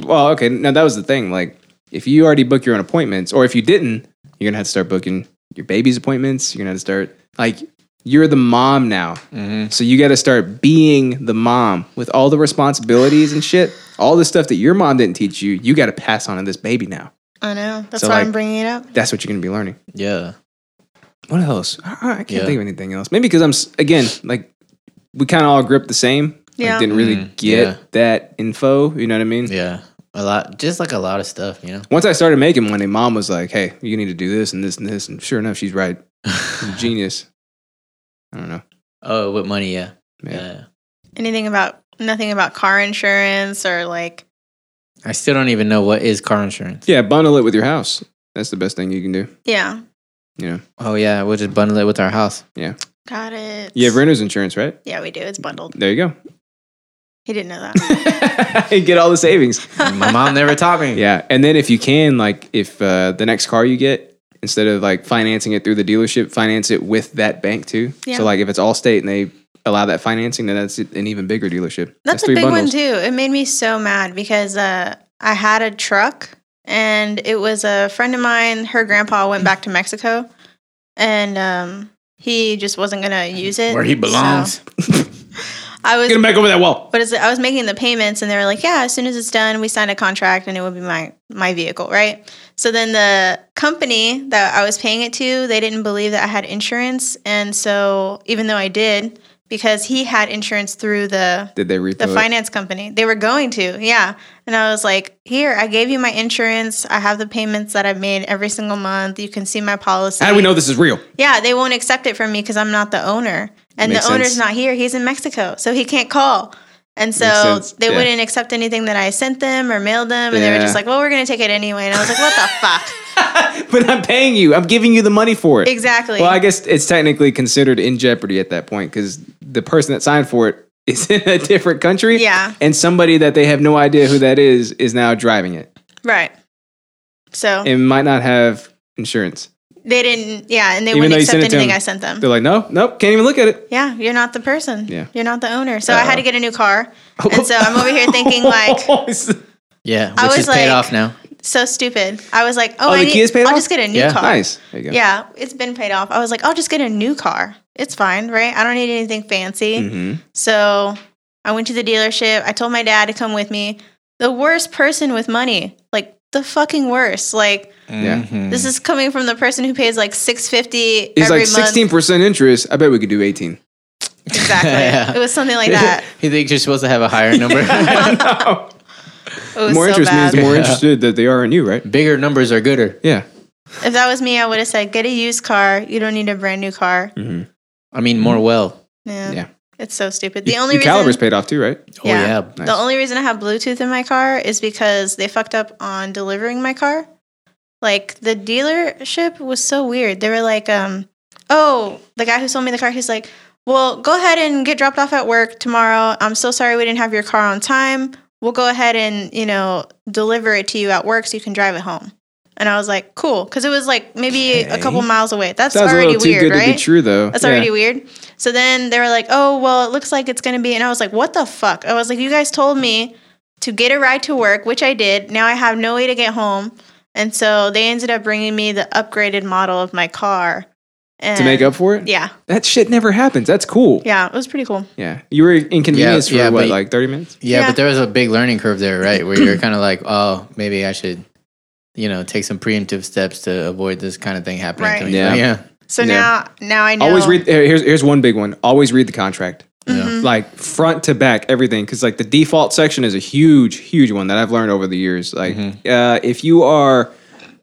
well okay now that was the thing like if you already book your own appointments or if you didn't you're gonna have to start booking your baby's appointments you're gonna have to start like you're the mom now so you gotta start being the mom with all the responsibilities and shit all the stuff that your mom didn't teach you you gotta pass on to this baby now
I know. That's
So,
why I'm
like-
bringing it up.
That's what you're going to be learning.
Yeah.
What else? I, I can't
Yeah.
think of anything else. Maybe because I'm s- again like we kind of all gripped the same.
Yeah.
Like, didn't really
Mm,
get
yeah.
that info. You know what I mean?
Yeah. A lot, just like a lot of stuff, you know?
Once I started making money, mom was like, "Hey, you need to do this and this and this." And sure enough, she's right. Genius. I don't know.
oh, with money, yeah.
Yeah.
yeah.
Anything about nothing about car insurance or like
I still don't even know what is car insurance.
Yeah, bundle it with your house. That's the best thing you can do.
yeah.
Oh, yeah. We'll just bundle it with our house.
Got it.
You have renter's insurance, right?
Yeah, we do. It's bundled.
There you go.
He didn't know that.
you get all the savings.
My mom never taught me.
Yeah, and then if you can, like, if uh, the next car you get, instead of like financing it through the dealership, finance it with that bank too.
Yeah.
So like, if it's Allstate and they allow that financing, then that's an even bigger dealership.
That's, a big one too. It made me so mad because uh, I had a truck, and it was a friend of mine. Her grandpa went back to Mexico, and um, he just wasn't gonna use it
Where he
So
belongs.
I was,
Get him back over that wall.
but as I was making the payments, and they were like, "Yeah, as soon as it's done, we signed a contract, and it would be my my vehicle, right?" So then the company that I was paying it to, they didn't believe that I had insurance, and so even though I did, because he had insurance through the
Did they refill
the
it?
finance company. They were going to, yeah. And I was like, here, I gave you my insurance. I have the payments that I've made every single month. You can see my policy.
How do we know this is real?
Yeah, they won't accept it from me because I'm not the owner. And
Makes
the owner's
sense.
not here. He's in Mexico. So he can't call. And
Makes
so
sense,
they
yeah.
wouldn't accept anything that I sent them or mailed them. And they were
Yeah.
just like, well, we're going to take it anyway. And I was like, what the fuck?
but I'm paying you. I'm giving you the money for it.
Exactly.
Well, I guess it's technically considered in jeopardy at that point because the person that signed for it is in a different country.
Yeah.
And somebody that they have no idea who that is is now driving it
right. So
and might not have insurance.
they didn't, yeah. And they
Even
wouldn't
though you
accept
sent it to
anything
them,
I sent them.
They're like, no, nope, can't even look at it.
Yeah, you're not the person.
Yeah.
You're not the owner. So I had to get a new car. And so I'm over here thinking like
like,
Yeah.
I
Which
was
is paid
like-
off now.
so stupid. I was like, Oh,
Oh,
I
the
need,
key is paid
I'll
off?
just get a new
Yeah.
car.
nice. There you go.
Yeah, it's been paid off. I was like, I'll just get a new car. It's fine, right? I don't need anything fancy.
hmm
So I went to the dealership. I told my dad to come with me. The worst person with money. Like the fucking worst. Like
Yeah.
Mm-hmm.
this is coming from the person who pays like six fifty
It's
every
Hmm. like
month.
sixteen percent interest. I bet we could do eighteen.
Exactly.
Yeah.
It was something like that.
You think you're supposed to have a higher number?
It was
more
so
interest
bad.
means the more
Yeah.
interested that they are in you, right?
Bigger numbers are gooder.
Yeah.
If that was me, I would have said, get a used car. You don't need a brand new car.
Mm-hmm.
I mean, more well.
Yeah.
Yeah.
It's so stupid. The
The
only reason
caliber's paid off too, right?
Oh,
Yeah.
yeah.
Nice.
the only reason I have Bluetooth in my car is because they fucked up on delivering my car. Like the dealership was so weird. They were like, um, oh, the guy who sold me the car, he's like, well, go ahead and get dropped off at work tomorrow. I'm so sorry we didn't have your car on time. We'll go ahead and, you know, deliver it to you at work so you can drive it home. And I was like, cool. Cause it was like maybe a
Okay.
couple miles away. That's
Sounds a
already
little too
weird,
good
right?
to be true, though.
That's
Yeah.
already weird. So then they were like, oh, well, it looks like it's going to be. And I was like, what the fuck? I was like, you guys told me to get a ride to work, which I did. Now I have no way to get home. And so they ended up bringing me the upgraded model of my car. And
to make up for it.
Yeah.
That shit never happens. That's cool. Yeah.
Yeah. It was pretty cool.
You were inconvenienced
Yeah, yeah,
for what,
but-
like thirty minutes?
Yeah,
Yeah.
but there was a big learning curve there, right? Where you're kind of like, oh, maybe I should, you know, take some preemptive steps to avoid this kind of thing happening
Right.
to me.
Yeah.
yeah.
So
Yeah.
now, now I know.
Always read. here- Here's here's one big one. Always read the contract.
Mm-hmm.
Yeah.
Like front to back, everything. Because like the default section is a huge, huge one that I've learned over the years. Like uh, if you are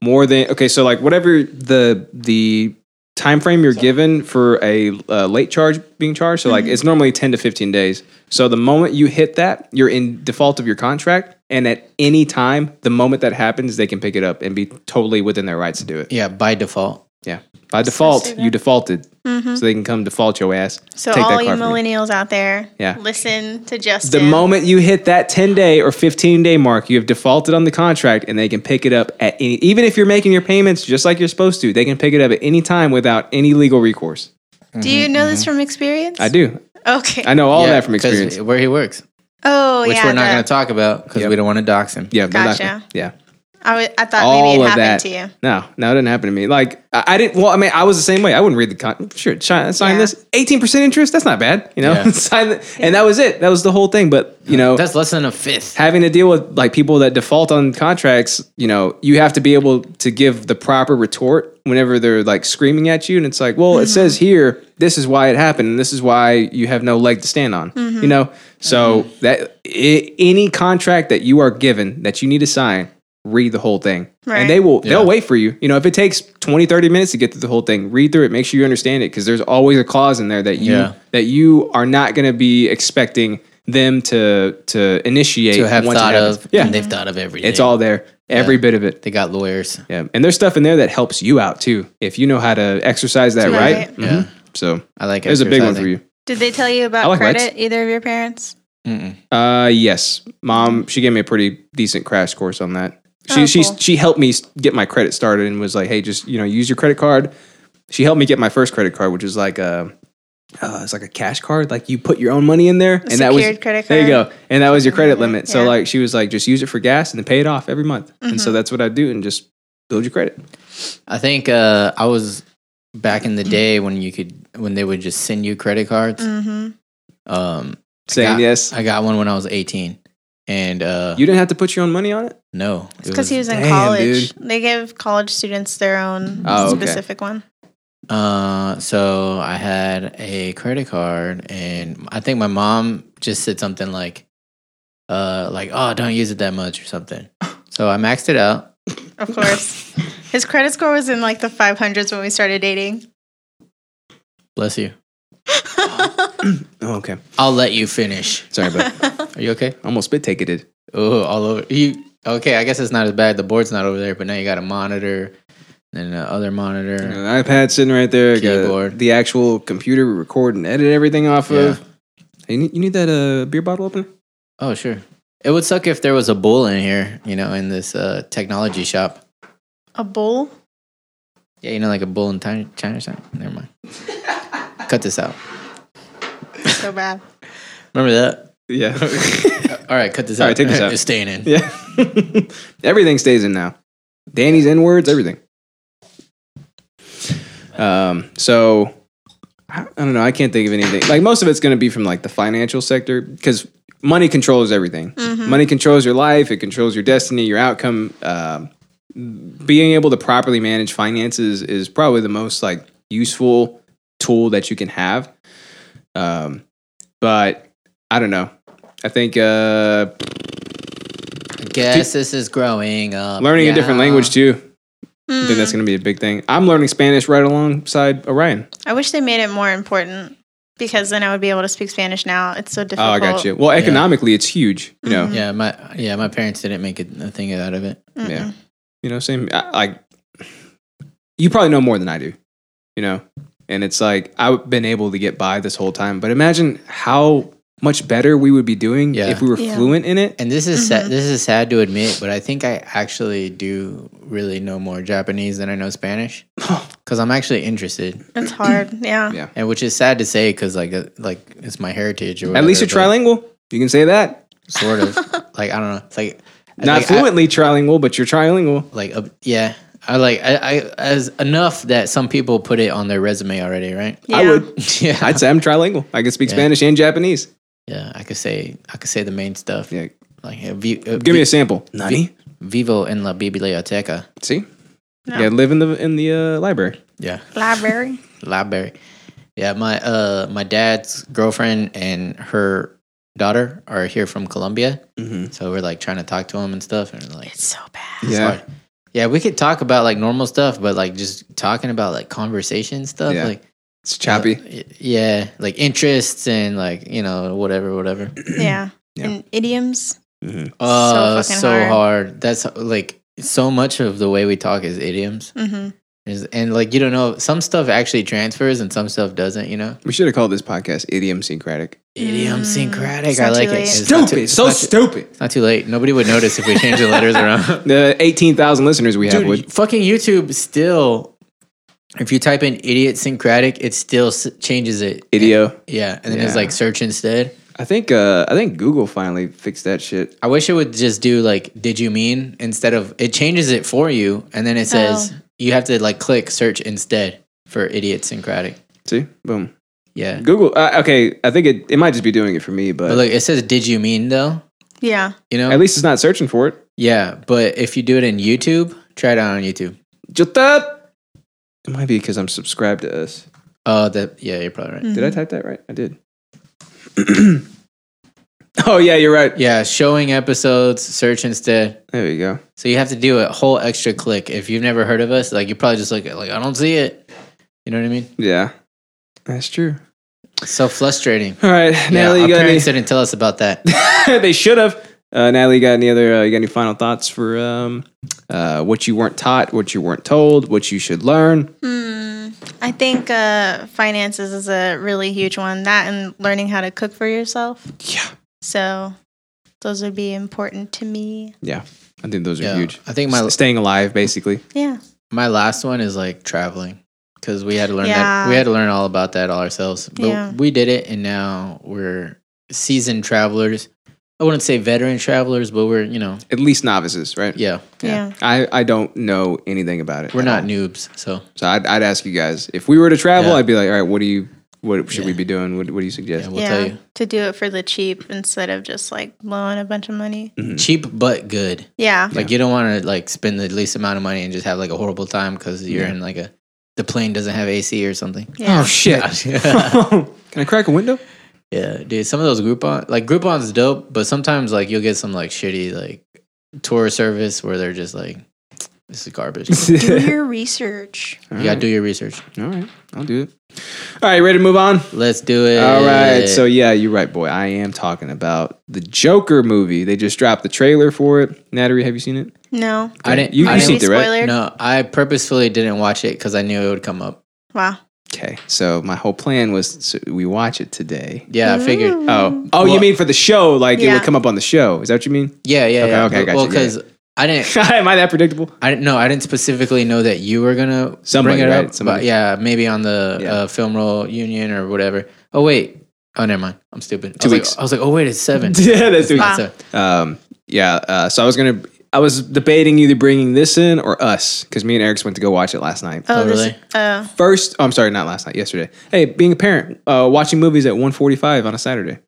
more than okay, so like whatever the the time frame you're given for a uh, late charge being charged, so like
Mm-hmm.
it's normally ten to fifteen days. So the moment you hit that, you're in default of your contract, and at any time, the moment that happens, they can pick it up and be totally within their rights to do it.
Yeah, by default.
Yeah. By default,
stupid.
you defaulted. So they can come default your ass.
Mm-hmm. So all you
car from you.
millennials out there,
Yeah.
listen to
The
Justin.
moment you hit that 10 day or 15 day mark, you have defaulted on the contract and they can pick it up at any, even if you're making your payments just like you're supposed to, they can pick it up at any time without any legal recourse.
Do you know this from experience?
Mm-hmm, I do.
Okay.
I know all
Yeah,
that from
'cause
experience.
Where he works,
oh,
which
yeah.
we're not
the-
going to talk about because
Yep.
we don't want to dox him.
Yeah. we're not-
Gotcha.
Yeah.
I, w- I thought
all
maybe it
of
happened
that.
to you.
No, no, it didn't happen to me. Like I, I didn't. Well, I mean, I was the same way. I wouldn't read the con. Sure, sign, sign
Yeah.
this. Eighteen percent interest. That's not bad. You know,
Yeah.
sign the, and that was it. That was the whole thing. But you know,
That's less than a fifth.
having to deal with like people that default on contracts. You know, you have to be able to give the proper retort whenever they're like screaming at you, and it's like, well, it says here, this is why it happened, and this is why you have no leg to stand on. You know, so that i any contract that you are given that you need to sign. Read the whole thing,
Right.
and they will
Yeah.
they'll wait for you. You know, if it takes 20, 30 minutes to get through the whole thing, read through it, make sure you understand it because there's always a clause in there that you
Yeah.
that you are not going to be expecting them to to initiate
To have
once it
thought
happens.
of,
Yeah,
and they've
Mm-hmm.
thought of everything.
it's all there, every bit of it.
they got lawyers.
Yeah, and there's stuff in there that helps you out too if you know how to exercise that
Right.
right. Mhm.
Yeah,
So
I like
there's a big one for
exercising.
you.
Did they tell you about
I like
credit? Either of your parents?
Mm-mm.
Uh, yes, mom. She gave me a pretty decent crash course on that. She
Mm. Oh,
she
cool.
she helped me s- get my credit started and was like, hey, just you know, use your credit card. She helped me get my first credit card, which is like a, uh, it's like a cash card. Like you put your own money in there, and that was
secured credit
There you
card.
go,
Mm-hmm.
and that was your credit limit. So
Yeah. Mm-hmm.
like she was like, just use it for gas and then pay it off every month. And so that's what I do, and just build your credit.
I think uh, I was back in the day when you could when they would just send you credit cards.
Mm-hmm.
Um,
Saying
got-
yes,
I got one when I was 18, and uh,
you didn't have to put your own money on it.
no,
It's because he was in
Damn,
college. They give college students their own
Oh, okay.
specific one.
Uh, so I had a credit card, and I think my mom just said something like, "Uh, like oh, don't use it that much" or something. So I maxed it out.
Of course. His credit score was in like the 500s when we started dating.
Bless you.
Oh, okay,
I'll let you finish.
sorry, but
Are you okay?
almost spit ticketed.
Oh, all over you. Okay, I guess it's not as bad. The board's not over there, but now you got a monitor and the other monitor.
An iPad sitting right there. I got
Keyboard.
the actual computer we record and edit everything off
Yeah.
of. Hey, You need, you need that uh, beer bottle opener?
Oh, sure. It would suck if there was a bull in here, you know, in this uh, technology shop.
A bowl?
Yeah, you know, like a bull in China, China or something. Never mind. Cut this out.
So bad.
Remember that?
Yeah.
All right, cut this out.
All right, take this out.
It's staying in.
yeah. everything stays in now. Danny's N words, everything. Um, so I, I don't know. I can't think of anything. Like most of it's going to be from like the financial sector because money controls everything. Money controls your life. It controls your destiny, your outcome. Um, being able to properly manage finances is probably the most like useful tool that you can have. Um, but I don't know. I think uh,
Guess this is growing up.
learning a different
now.
language too. I
Mm-hmm.
think
Mm.
that's going to be a big thing. I'm learning Spanish right alongside Orion.
I wish they made it more important because then I would be able to speak Spanish now. It's so
Oh,
difficult.
I got you. Well, economically, it's huge. You know,
Yeah, my yeah, my parents didn't make it, a thing out of it.
Mm-mm.
yeah.
Mm-hmm.
You know, same. I, like, you probably know more than I do. You know, and it's like I've been able to get by this whole time. But imagine how much better we would be doing
Yeah.
if we were
Yeah.
fluent in it.
And this is
Mm-hmm.
sad, this is sad to admit, but I think I actually do really know more Japanese than I know Spanish because I'm actually interested,
It's hard. Yeah.
Yeah.
and which is sad to say because like uh, like it's my heritage. Or
At least you're
whatever, but
trilingual. You can say that.
Sort of like I don't know. It's like
Not
like, I-
fluently trilingual, but you're trilingual.
like uh, yeah. I like I, I as enough that some people put it on their resume already, right?
I
Yeah.
would.
yeah,
I'd say I'm trilingual. I can speak Spanish and Japanese.
yeah. I could say I could say the main stuff.
Yeah.
Like uh, vi- uh,
Give me
vi-
a sample. Nani?
Vivo en la biblioteca.
See?
No.
Yeah, live in the in the uh, library.
Yeah.
Library.
library. Yeah, my uh my dad's girlfriend and her daughter are here from Colombia,
Mhm.
so we're like trying to talk to them and stuff, and like
It's so bad.
Yeah,
hard. yeah, we could talk about like normal stuff, but like just talking about like conversation stuff,
Yeah.
like
it's choppy.
y- yeah, like interests and like you know whatever, whatever.
Yeah.
Yeah.
And idioms.
Oh,
fucking
so
hard.
hard. That's like so much of the way we talk is idioms,
Mm-hmm.
is and like you don't know some stuff actually transfers and some stuff doesn't, you know.
we should have called this podcast idiosyncratic.
Idiosyncratic.
Mm, It's
I
not
like
too
it.
late.
It's not too- it's not too-
stupid.
It's not too late. Nobody would notice if we change the letters around.
The eighteen thousand listeners we have
Dude,
would.
fucking YouTube still. If you type in idiot syncratic, it still s- changes it.
Idio.
Yeah, and then it's
Yeah.
like search instead.
I think uh, I think Google finally fixed that shit.
I wish it would just do like, did you mean instead of it changes it for you, and then it says you have to like click search instead for idiosyncratic.
See, boom.
Yeah.
Google. Uh, okay, I think it, it might just be doing it for me, but,
But look, it says did you mean though?
Yeah.
You know?
at least it's not searching for it.
yeah, but if you do it in YouTube, try it out on YouTube.
Just that. It might be because I'm subscribed to us.
Oh, that yeah, you're probably right.
Did I type that right? I did. oh yeah, you're right.
Yeah, showing episodes, search instead.
There we go.
So you have to do a whole extra click. If you've never heard of us, like you probably just look at like I don't see it. You know what I mean?
Yeah, that's true.
It's so frustrating.
All right,
Yeah,
Natalie,
our
you got any?
parents didn't tell us about that.
they should have. Uh, Natalie, you got any other? Uh, you got any final thoughts for um, uh, what you weren't taught, what you weren't told, what you should learn?
Hmm. I think uh, finances is a really huge one. That and learning how to cook for yourself.
Yeah,
So those would be important to me.
yeah. I think those are
Yeah,
huge.
I think my
S- staying alive, basically.
Yeah.
my last one is like traveling because we had to learn that
Yeah.
we had to learn all about that all ourselves but
Yeah.
we did it and now we're seasoned travelers i wouldn't say veteran travelers but we're you know
At least novices, right?
yeah
Yeah.
I, I don't know anything about it.
we're
at
not
all.
noobs so
So I'd, I'd ask you guys if we were to travel.
Yeah.
I'd be like, all right, what do you? What should we
Yeah.
be doing? What, what do you suggest?
yeah
Yeah,
we'll
yeah.
tell you
To do it for the cheap instead of just like blowing a bunch of money.
Mm. Mm-hmm.
cheap but good
Yeah.
Oh,
like you don't want to like spend the least amount of money and just have like a horrible time because you're
Yeah.
in like a the plane doesn't have ac or something
Yeah.
Oh shit! Can I crack a window?
Yeah, dude. Some of those Groupon, like Groupon's dope, but sometimes like you'll get some like shitty like tour service where they're just like, this is garbage. you
do your research.
gotta do your research.
All right, I'll do it. All right, ready to move on?
Let's do it.
All
Eh.
right, so yeah, you're right, boy. I am talking about the Joker movie. They just dropped the trailer for it. Natalie, have you seen it?
No.
I didn't.
You,
I
you
didn't-
seen it, right?
spoilered?
No, I purposefully didn't watch it because I knew it would come up.
Wow.
Okay, so my whole plan was so we watch it today.
Yeah, I
Mm.
figured.
Oh, oh, you
Well-
mean for the show? Like it
Yeah.
would come up on the show? Is that what you mean?
Yeah, yeah,
Okay,
yeah.
okay, I got
well,
you, yeah,
because I didn't.
am I that predictable?
I didn't know. I didn't specifically know that you were gonna
Somebody,
bring it
right?
up.
Somebody.
But yeah, maybe on the
Yeah.
uh, film roll union or whatever. Oh wait. Oh, never mind. I'm stupid.
Two
I was
weeks.
Like, I was like, oh wait, it's seven.
yeah, that's
Not
what.
seven.
Um, yeah. Uh, so I was gonna. I was debating either bringing this in or us because me and Eric's went to go watch it last night.
Oh,
really?
this. Uh,
First, oh, I'm sorry, not last night, yesterday. Hey, being a parent, uh, watching movies at 1:45 on a Saturday.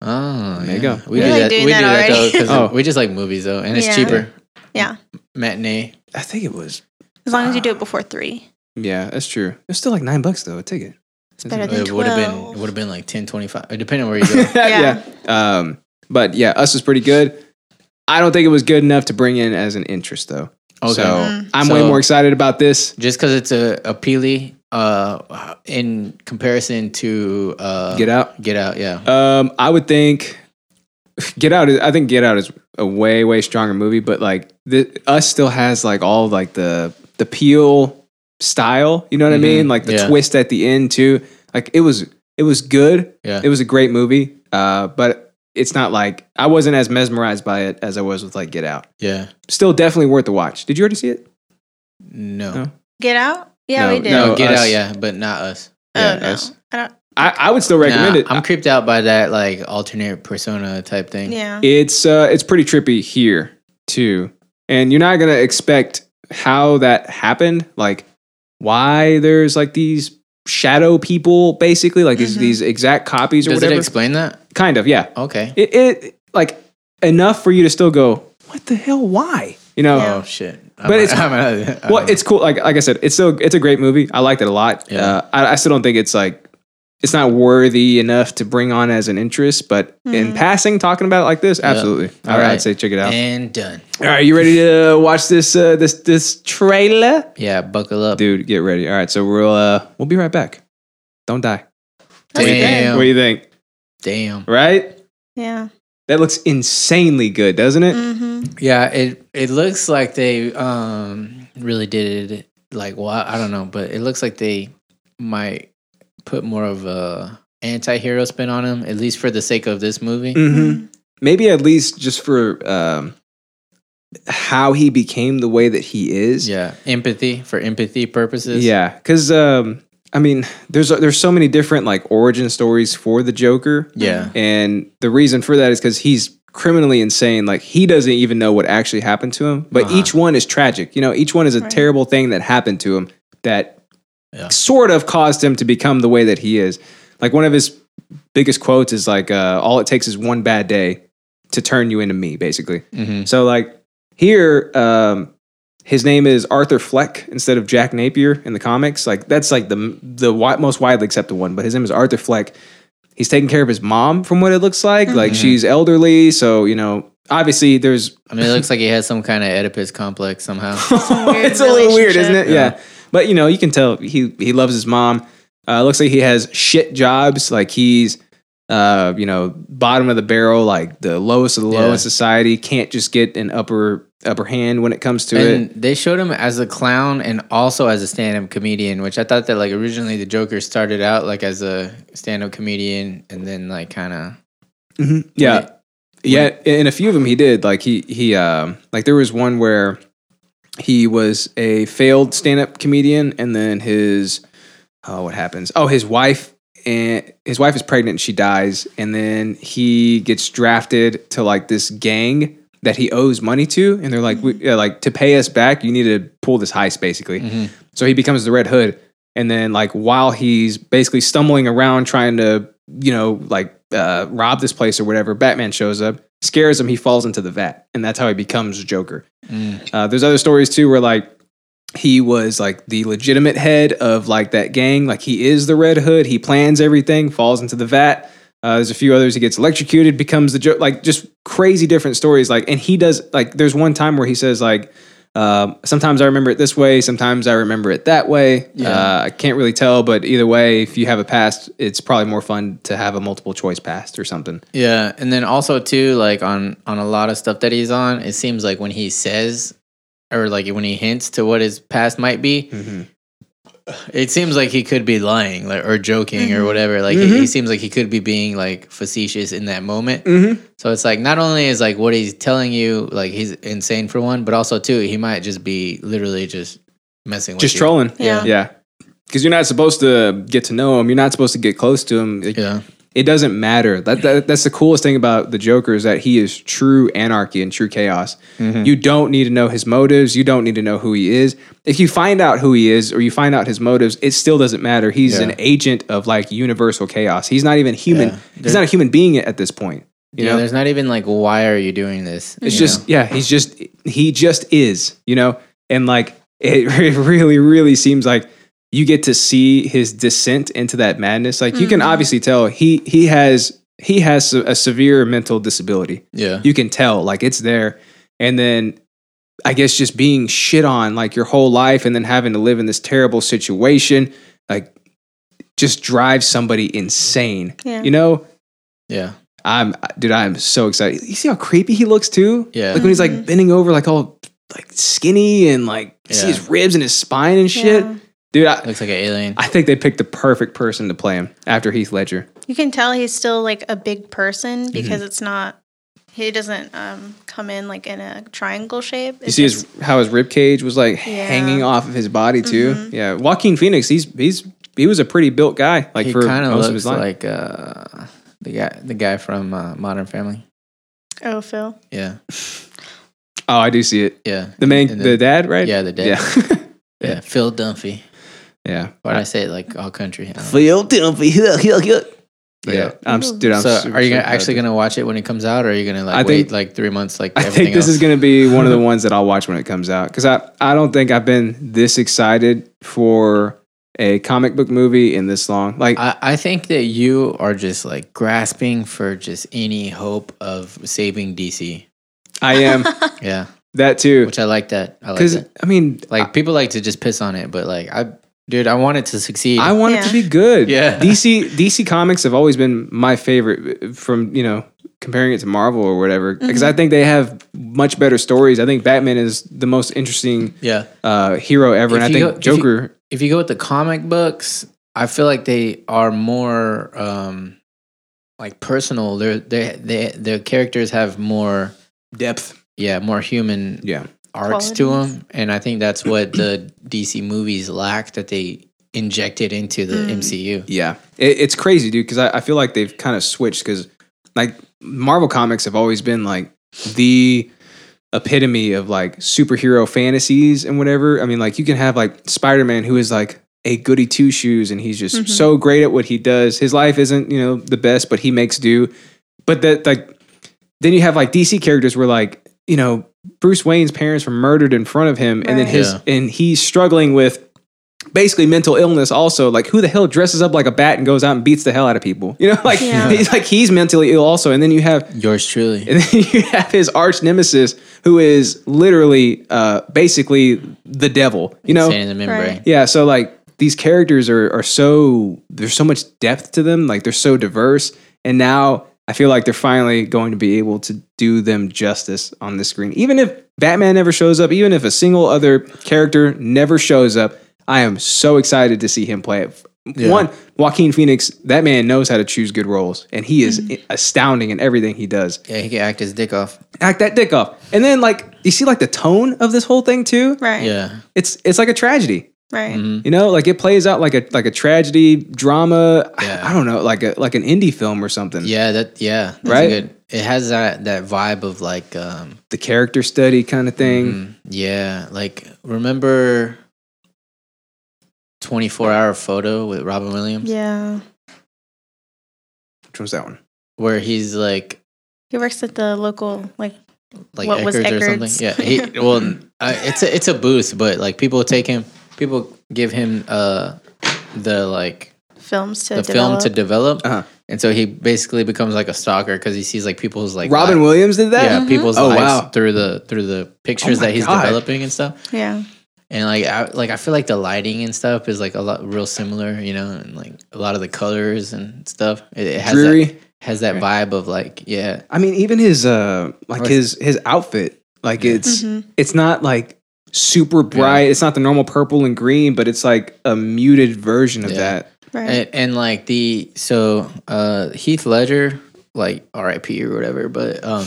Oh,
There you
yeah.
go.
We
We're,
do
like,
that.
doing
we
that
do that though
already.
because
Oh.
we just like movies though, and it's
Yeah.
cheaper.
yeah.
Matinee.
I think it was.
As long as you do it before three.
Yeah, that's true. It's still like nine bucks though. A ticket.
It's better than
It
12.
would have been. It would have been like 10, 25, depending on where you go.
yeah. Um, but yeah, us was pretty good. I don't think it was good enough to bring in as an interest though.
Okay.
So
Mm-hmm.
Mm.
I'm way
So-
more excited about this.
just because it's a a peely, uh, in comparison to uh,
Get out.
Get out. Yeah.
Um, I would think Get Out. Is, I think Get Out is a way way stronger movie, but like the Us still has like all like the the Peel style. You know what
Mhm,
I mean? Like the
yeah.
twist at the end too. Like it was it was good.
Yeah.
It was a great movie. Uh, but it's not like I wasn't as mesmerized by it as I was with like Get Out.
yeah.
Still definitely worth the watch. Did you already see it?
No.
No.
No.
Get out? Yeah,
No,
we did.
no.
Get
Us.
out. Yeah, but not us.
Oh,
Yeah,
no.
us.
I don't,
I, I would still recommend
Nah,
it.
I'm creeped out by that like alternate persona type thing.
yeah.
it's uh it's pretty trippy here too and you're not gonna expect how that happened like why there's like these shadow people basically like these
Mhm.
these exact copies or
Mm-hmm. Does it
whatever
explain that?
kind of yeah
Okay.
it, it like enough for you to still go what the hell why you know
Yeah.
Oh shit.
But it's- well it's cool like like i said it's still it's a great movie i liked it a lot
Um, Yeah.
uh, I, I still don't think it's like it's not worthy enough to bring on as an interest but in passing talking about it like this absolutely I,
Alright.
i'd say check it out
and done.
all right, you ready to uh, watch this uh, this this trailer?
Yeah, buckle up.
Dude, get ready. All right, so we'll uh, we'll be right back. Don't die.
That's good.
Damn.
What do you think?
Damn.
Right?
Yeah.
That looks insanely good, doesn't it?
Mm-hmm.
Yeah, it it looks like they um really did it like well I don't know, but it looks like they might put more of a anti-hero spin on him at least for the sake of this movie.
Mm-hmm. Maybe at least just for um, how he became the way that he is.
Yeah, empathy for empathy purposes.
Yeah, because um, I mean, there's there's so many different like origin stories for the Joker.
Yeah.
And the reason for that is because he's criminally insane. Like he doesn't even know what actually happened to him. But each one is tragic. You know, each one is a
Right.
terrible thing that happened to him that
Yeah.
sort of caused him to become the way that he is. Like one of his biggest quotes is like, uh, "All it takes is one bad day to turn you into me," basically.
hmm
So like here, um, his name is Arthur Fleck instead of Jack Napier in the comics. Like that's like the the wi- most widely accepted one, but his name is Arthur Fleck. He's taking care of his mom, from what it looks like.
Mm-hmm.
Like she's elderly, so you know, obviously there's
I mean, it looks like he has some kind of Oedipus complex somehow.
weird
it's a little weird, isn't it?
relationship.
Yeah. But you know, you can tell he he loves his mom. Uh, looks like he has shit jobs. Like he's uh, you know, bottom of the barrel, like the lowest of the low
Yeah.
in society. Can't just get an upper upper hand when it comes to it.
And they showed him as a clown and also as a stand-up comedian, which I thought that like originally the Joker started out like as a stand-up comedian and then like kind of
Yeah. yeah, in a few of them he did. Like he he um like there was one where he was a failed stand-up comedian and then his oh what happens? Oh, his wife and his wife is pregnant and she dies and then he gets drafted to like this gang that he owes money to and they're like we, uh, like to pay us back you need to pull this heist basically. So he becomes the Red Hood. And then, like, while he's basically stumbling around trying to, you know, like uh, rob this place or whatever, Batman shows up, scares him, he falls into the vat. And that's how he becomes Joker. Uh, there's other stories too where, like, he was like the legitimate head of like that gang. Like, he is the Red Hood. He plans everything, falls into the vat. Uh, there's a few others. He gets electrocuted, becomes the Joker. Like, just crazy different stories. Like, and he does, like, there's one time where he says, like, um, sometimes I remember it this way, sometimes I remember it that way. Uh, I can't really tell, but either way, if you have a past, it's probably more fun to have a multiple choice past or something.
yeah. And then also too like on on a lot of stuff that he's on, it seems like when he says or like when he hints to what his past might be,
Mm-hmm.
it seems like he could be lying like, or joking or whatever. Like he,
Mm-hmm.
he seems like he could be being like facetious in that moment.
Mhm.
So it's like not only is like what he's telling you like he's insane for one, but also too he might just be literally just messing with
Just
you.
trolling.
Yeah.
Yeah. Because you're not supposed to get to know him, you're not supposed to get close to him. Like,
Yeah,
It doesn't matter. That, that That's the coolest thing about the Joker is that he is true anarchy and true chaos.
Mm-hmm.
You don't need to know his motives, you don't need to know who he is. If you find out who he is or you find out his motives, it still doesn't matter. He's
Yeah.
an agent of like universal chaos. He's not even human.
Yeah.
He's not a human being at this point. You
yeah.
know?
There's not even like why are you doing this?
It's
you
just yeah, he's just he just is, you know, and like it re- really, really seems like you get to see his descent into that madness. Like you can obviously tell he he has he has a severe mental disability.
know? yeah.
You can tell like it's there, and then I guess just being shit on like your whole life, and then having to live in this terrible situation, like just drives somebody insane.
Yeah.
You know,
yeah,
I'm dude, I am so excited. You see how creepy he looks too?
Yeah.
Like when he's like bending over, like all like skinny and like you see
Yeah.
his ribs and his spine and shit.
Yeah.
Dude, I,
Looks like an alien.
I think they picked the perfect person to play him after Heath Ledger.
You can tell he's still like a big
Mm-hmm.
person because it's not. He doesn't um, come in like in a triangle shape.
You see his how his rib cage was like hanging off of his body too. Yeah. Joaquin Phoenix, he's he's he was a pretty built guy, like
he
for
kind of
most of his
looks
life.
like uh, the guy the guy from uh, Modern Family.
oh Phil.
Yeah,
oh, I do see it.
yeah,
The main
And
the, dad, right?
yeah, the dad.
Yeah.
yeah. Phil Dunphy.
yeah.
Why did I say it like all country? I don't know.
Phil Dunphy. Yeah. I'm s- dude, I'm
so
super
are you gonna,
stoked about
actually
this.
going to watch it when it comes out, or are you going to like
I
wait
think-
like three months? Like
I
everything
think this
else?
is going to be one of the ones that I'll watch when it comes out because I, I don't think I've been this excited for a comic book movie in this long. Like,
I, I think that you are just like grasping for just any hope of saving DC.
I am
Yeah,
that too.
which I like that. I like
Because,
that.
I mean,
Like people like to just piss on it, but like I, dude, I want it to succeed.
I want it to be good.
Yeah.
DC DC comics have always been my favorite uh, from, you know, comparing it to Marvel or whatever because
Mm-hmm.
I think they have much better stories. I think Batman is the most interesting
yeah.
uh, hero ever and I
If you
think
go- if you-
Joker
If you go with the comic books, I feel like they are more um like personal. They're they they their characters have more
depth.
yeah more human
Yeah.
arcs to them and i think that's what the dc movies lack that they injected into the
Mm.
MCU.
Yeah, it, it's crazy, dude. Because I, I feel like they've kind of switched. Because like Marvel comics have always been like the epitome of like superhero fantasies and whatever. I mean, like you can have like Spider Man, who is like a goody two shoes, and he's
Mm-hmm.
just so great at what he does. His life isn't you know the best, but he makes do. But that like then you have like DC characters where like you know Bruce Wayne's parents were murdered in front of him, and then
Right.
his
Yeah.
and he's struggling with basically mental illness also like who the hell dresses up like a bat and goes out and beats the hell out of people you know like
Yeah.
he's like he's mentally ill also and then you have
Yours truly.
and then you have his arch nemesis who is literally uh basically the devil you know
Sand in the membrane.
Right.
yeah so like these characters are are so there's so much depth to them like they're so diverse and now i feel like they're finally going to be able to do them justice on the screen even if batman never shows up even if a single other character never shows up i am so excited to see him play it one joaquin phoenix that man knows how to choose good roles and he is astounding in everything he does
Yeah, he can act his dick off.
act that dick off and then like you see like the tone of this whole thing too
Right.
Yeah. Mm-hmm.
it's it's like a tragedy
Right.
you know, like it plays out like a like a tragedy drama. I-
Yeah.
I don't know, like a like an indie film or something.
Yeah, that yeah. That's
Right?
good. It has that that vibe of like um
The character study kind of thing.
Mm-hmm. yeah, like remember 24 hour photo with Robin Williams
Yeah.
Which one's that one?
where he's like
He works at the local like
like
What
Eckers
was
or
Eckerd's?
something. Yeah, he, well, uh, it's a it's a booth, but like people take him, people give him uh the like
films to
the film
develop.
to develop,
Uh-huh.
and so he basically becomes like a stalker because he sees like people's like
Robin
li-
Williams did
yeah
that.
people's
Oh,
lives
wow.
through the through the pictures
Oh my
that he's
God.
developing and stuff.
yeah.
and like I like I feel like the lighting and stuff is like a lot real similar, you know, and like a lot of the colors and stuff. It, it has that
Dreary.
has that vibe of like yeah,
I mean, even his uh like
Like-
his his outfit, like it's it's not like super bright. It's not the normal purple and green, but it's like a muted version of
Yeah.
that.
Right.
and, and like the so uh Heath Ledger like R.I.P. or whatever, but um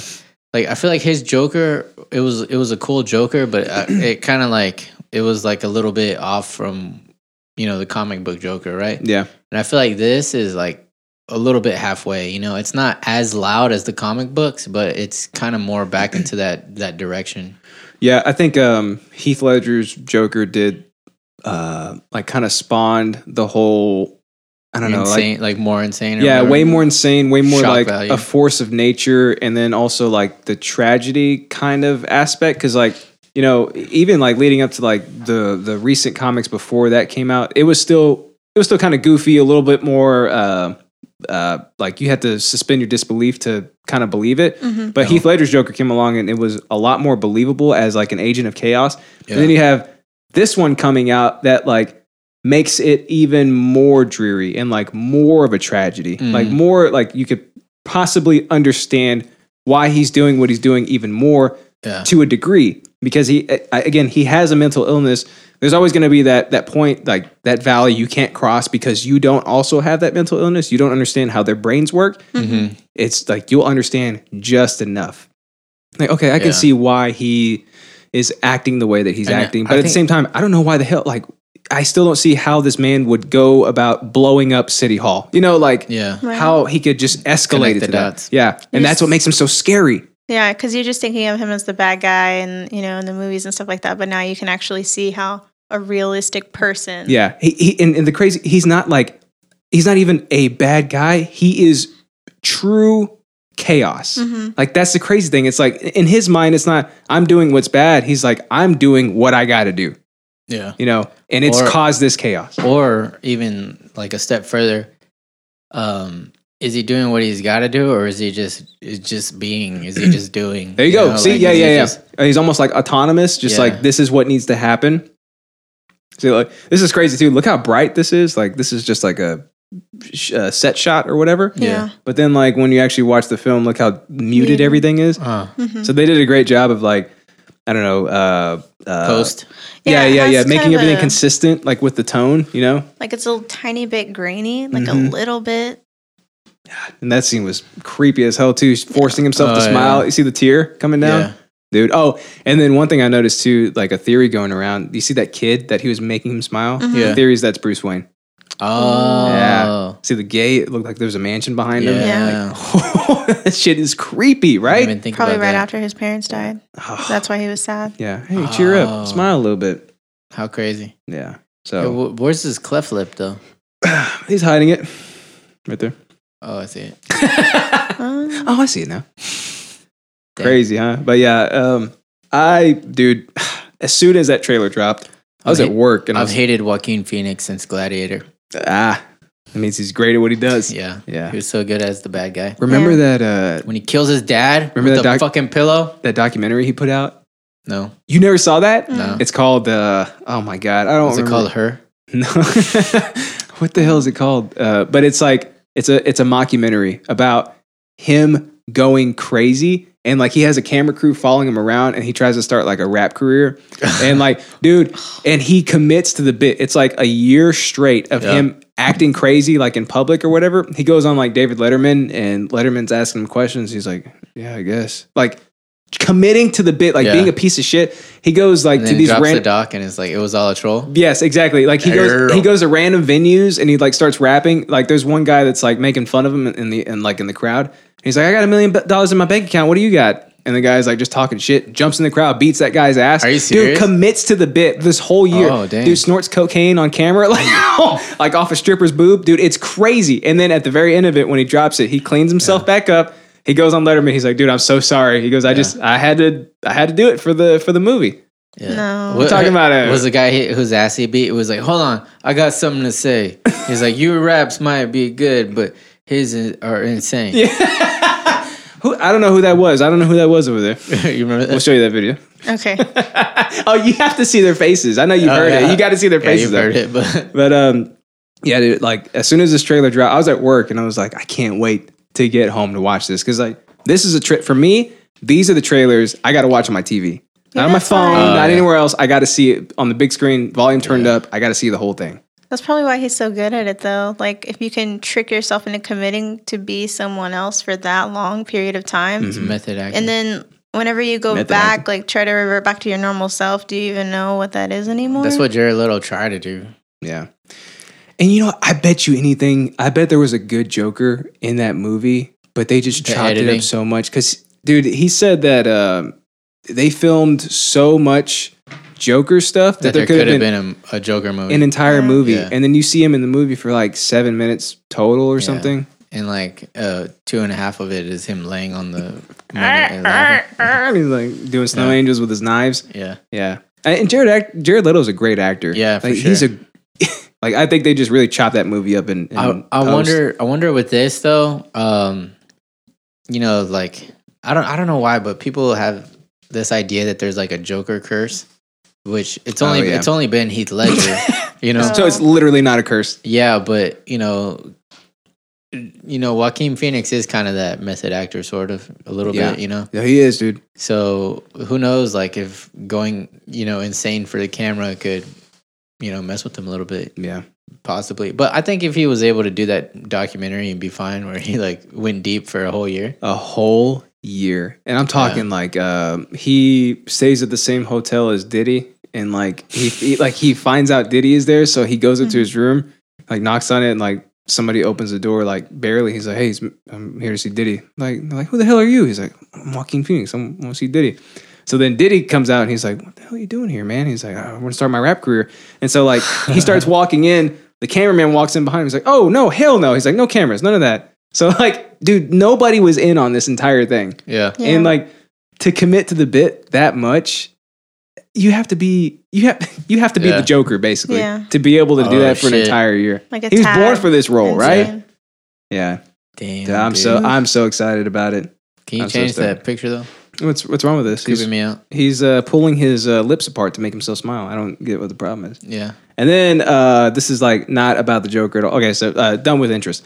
like I feel like his Joker it was it was a cool Joker, but uh, it kind of like it was like a little bit off from you know the comic book Joker, right?
Yeah,
And I feel like this is like a little bit halfway. You know, it's not as loud as the comic books, but it's kind of more back into that that direction.
yeah. I think um Heath Ledger's Joker did uh like kind of spawned the whole. I don't know, like
insane, like, more insane. or
yeah
whatever.
way more insane way more
Shock
like
value.
a force of nature and then also like the tragedy kind of aspect because like you know even like leading up to like the the recent comics before that came out it was still it was still kind of goofy a little bit more uh uh, like you had to suspend your disbelief to kind of believe it, but Heath Ledger's Joker came along and it was a lot more believable as like an agent of chaos. And then you have this one coming out that like makes it even more dreary and like more of a tragedy. Like more like you could possibly understand why he's doing what he's doing even more
Yeah.
to a degree because he I- again he has a mental illness. There's always going to be that that point like that valley you can't cross because you don't also have that mental illness. You don't understand how their brains work.
Mm-hmm,
It's like you'll understand just enough. Like okay, I can
Yeah.
see why he is acting the way that he's
And I-
acting,
I
but at the
think-
same time, I don't know why the hell like I still don't see how this man would go about blowing up City Hall. You know, like
Yeah.
Right.
how he could just escalate
Connect
it
the
to that.
dots.
Yeah, and that's what makes him so scary.
Yeah, because you're just thinking of him as the bad guy, and you know, in the movies and stuff like that. But now you can actually see how a realistic person.
Yeah, he, he and, and the crazy he's not like he's not even a bad guy. He is true chaos. Like that's the crazy thing. It's like in his mind, it's not I'm doing what's bad. He's like I'm doing what I got to do.
Yeah.
You know, and it's
Or-
caused this chaos.
Or even like a step further, um, is he doing what he's got to do, or is he just is just being? Is he just doing?
There you, go.
know,
See,
like,
yeah,
is he
yeah, yeah.
just-
he's almost like autonomous, just
Yeah.
like this is what needs to happen. See, like this is crazy too. Look how bright this is. Like this is just like a, sh- uh set shot or whatever.
Yeah.
But then, like when you actually watch the film, look how muted
Yeah.
everything is.
Uh,
mm-hmm.
So they did a great job of like, I don't know, uh, uh
post.
Yeah,
it
yeah,
has
yeah,
kind
making
of
everything
a-
consistent, like with the tone, you know.
Like it's a little tiny bit grainy, like a
Mhm.
little bit.
And that scene was creepy as hell too. He's forcing himself
Oh,
to
yeah.
smile. You see the tear coming down.
Yeah.
dude. Oh, and then one thing I noticed too, like a theory going around. You see that kid that he was making him smile?
Mm-hmm.
Yeah.
The theory is that's Bruce Wayne.
Oh.
Yeah. See the gate? It looked like there was a mansion behind him.
Yeah.
Like, that shit is creepy,
I
right?
didn't even think
Probably
about
right
that.
after his parents died. That's why he was sad.
yeah. Hey, cheer
Oh.
up. Smile a little bit.
How crazy.
Yeah.
Yo,
So
wh- where's this cleft lip, though?
he's hiding it right there.
Oh, I see it.
Uh,
Oh, I see it now.
Damn.
Crazy, huh? But yeah, um, I, dude, as soon as that trailer dropped, I was
I've
at
hate-
work and I
I've
was
hated Joaquin Phoenix since Gladiator.
ah, that means he's great at what he does.
Yeah.
Yeah.
He was so good as the bad guy.
Remember
Yeah.
that uh,
When he kills his dad
Remember
with
that
the
doc-
fucking pillow?
that documentary he put out?
No.
You never saw
Hmm.
that?
No.
It's called uh, oh my god, I don't
Mm. What's it
remember.
called? Her?
No. what the hell is it called? Uh, but it's like it's a it's a mockumentary about him going crazy and like he has a camera crew following him around and he tries to start like a rap career and like dude and he commits to the bit it's like a year straight of
Yeah.
him acting crazy like in public or whatever he goes on like david letterman and letterman's asking him questions he's like yeah i guess like committing to the bit like
Yeah.
being a piece of shit he goes like
And
to
then he
these
drops the
random
doc and it's like, it was all a troll.
Yes, exactly. Like he goes,
Arrow.
he goes to random venues and he like starts rapping. Like there's one guy that's like making fun of him in the and like in the crowd. And he's like, I got a million bu- dollars in my bank account. What do you got? And the guy's like just talking shit, jumps in the crowd, beats that guy's ass.
Are you
Dude
serious?
commits to the bit this whole year.
Oh, dang.
Dude snorts cocaine on camera, like like off a stripper's boob. Dude, it's crazy. And then at the very end of it, when he drops it, he cleans himself back up. He goes on Letterman. He's like, dude, I'm so sorry. He goes, I just I had to I had to do it for the for the movie.
Yeah.
No.
What-
talking about it.
Was the guy he- whose ass he beat was like, hold on, I got something to say. He's like, your raps might be good, but his is- are insane.
Who I don't know who that was. I don't know who that was over there.
you remember that?
We'll show you that video.
okay.
Oh, you have to see their faces. I know you've
Oh,
heard it.
yeah.
You got to see their
yeah,
faces.
you've heard
though.
it, but
But um, yeah, dude. Like as soon as this trailer dropped, I was at work and I was like, I can't wait to get home to watch this because like this is a trip for me. These are the trailers I got to watch on my TV, not on my
that's
phone,
fine.
Oh,
not
yeah.
anywhere else. I got to see it on the big screen, volume turned up. I got to see the whole thing.
That's probably why he's so good at it, though. Like, if you can trick yourself into committing to be someone else for that long period of time,
Mm-hmm.
it's method acting.
and then whenever you go
Method
back, like, try to revert back to your normal self, do you even know what that is anymore?
That's what Jared Little tried to do.
Yeah. And you know, I bet you anything. I bet there was a good Joker in that movie, but they just
The
chopped it
editing.
up so much. Because, dude, he said that um, they filmed so much Joker stuff
That
that,
there could have been, a, a Joker movie.
an entire movie,
Yeah.
and then you see him in the movie for like seven minutes total or something.
and like uh, two and a half of it is him laying on the money uh, and laughing.
And he's like doing snow
Yeah.
angels with his knives.
yeah
Yeah, and and Jared Ac- Jared Leto's a great actor.
Yeah, for
like, he's
sure.
a like I think they just really chopped that movie up. And,
I, I wonder I wonder with this though um you know like I don't I don't know why but people have this idea that there's like a Joker curse which it's
Oh,
only
yeah.
it's only been Heath Ledger you know
So it's literally not a curse.
yeah but you know you know Joaquin Phoenix is kind of that method actor sort of a little
Yeah.
bit you know
Yeah, he is, dude.
So who knows, like if going, you know, insane for the camera could, you know, mess with him a little bit,
Yeah.
possibly. But I think if he was able to do that documentary and be fine, where he like went deep for a whole year,
A whole year. And I'm talking like um, he stays at the same hotel as Diddy and like he, he like he finds out Diddy is there, so he goes into his room, like knocks on it and like somebody opens the door like barely. He's like, "Hey, it's- I'm here to see Diddy." Like they're like, "Who the hell are you?" He's like, "I'm Joaquin Phoenix. I'm, I want to see Diddy." So then Diddy comes out and he's like, "What the hell are you doing here, man?" He's like, "I want to start my rap career." And so like he starts walking in. The cameraman walks in behind him. He's like, "Oh no, hell no!" He's like, "No cameras, none of that." So like, dude, nobody was in on this entire thing,
yeah,
Yeah.
and like to commit to the bit that much, you have to be you have you have to be
Yeah.
the Joker basically
Yeah.
to be able to do
Oh,
that for an
shit.
entire year.
Like a
he was
tab.
born for this role, right?
Insane.
Yeah,
damn.
Dude, I'm
dude.
so I'm so excited about it.
Can you
I'm so
change
stoked.
that picture though?
What's what's wrong with this? He's,
Creeping me out.
he's uh, pulling his uh, lips apart to make himself smile. I don't get what the problem is.
Yeah.
And then uh, this is like not about the Joker at all. Okay, so uh, done with interest.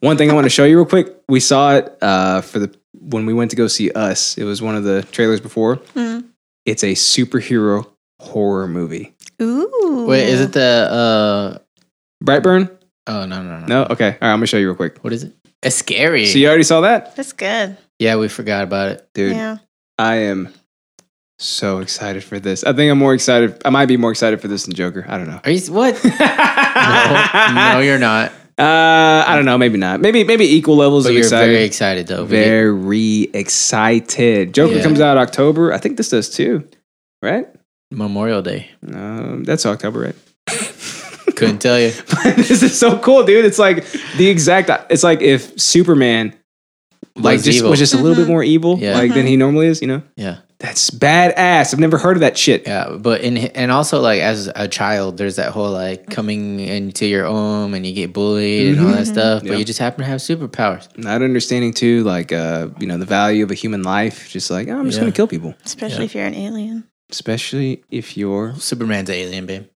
One thing I want to show you real quick. We saw it uh, for the when we went to go see Us. It was one of the trailers before.
Mm-hmm.
It's a superhero horror movie.
Ooh.
Wait, is it the?
Brightburn?
uh Oh no no no.
No. Okay. All right. I'm gonna show you real quick.
What is it? It's scary.
So you already saw that,
That's good.
yeah, we forgot about it.
dude.
Yeah.
I am so excited for this. I think I'm more excited. I might be more excited for this than Joker. I don't know.
Are you s- what? no, no, you're not.
Uh, I don't know. Maybe not. Maybe maybe equal levels
But
of
you're very
excited.
excited though. We get-
Very, excited. Joker
Yeah.
comes out October. I think this does too, right?
Memorial Day.
Um, that's October, right?
Couldn't tell you.
this is so cool, dude. It's like the exact. It's like if Superman like
Was
just
evil.
was just a little bit more evil,
Yeah.
like than he normally is. You know,
yeah.
that's badass. I've never heard of that shit.
Yeah, but in and also like as a child, there's that whole like coming into your own and you get bullied and all that stuff, but
Yeah.
you just happen to have superpowers.
Not understanding too, like uh, you know, the value of a human life. Just like oh, I'm just
Yeah.
gonna kill people,
Especially
Yeah.
if you're an alien.
especially if you're
Superman's an alien, babe.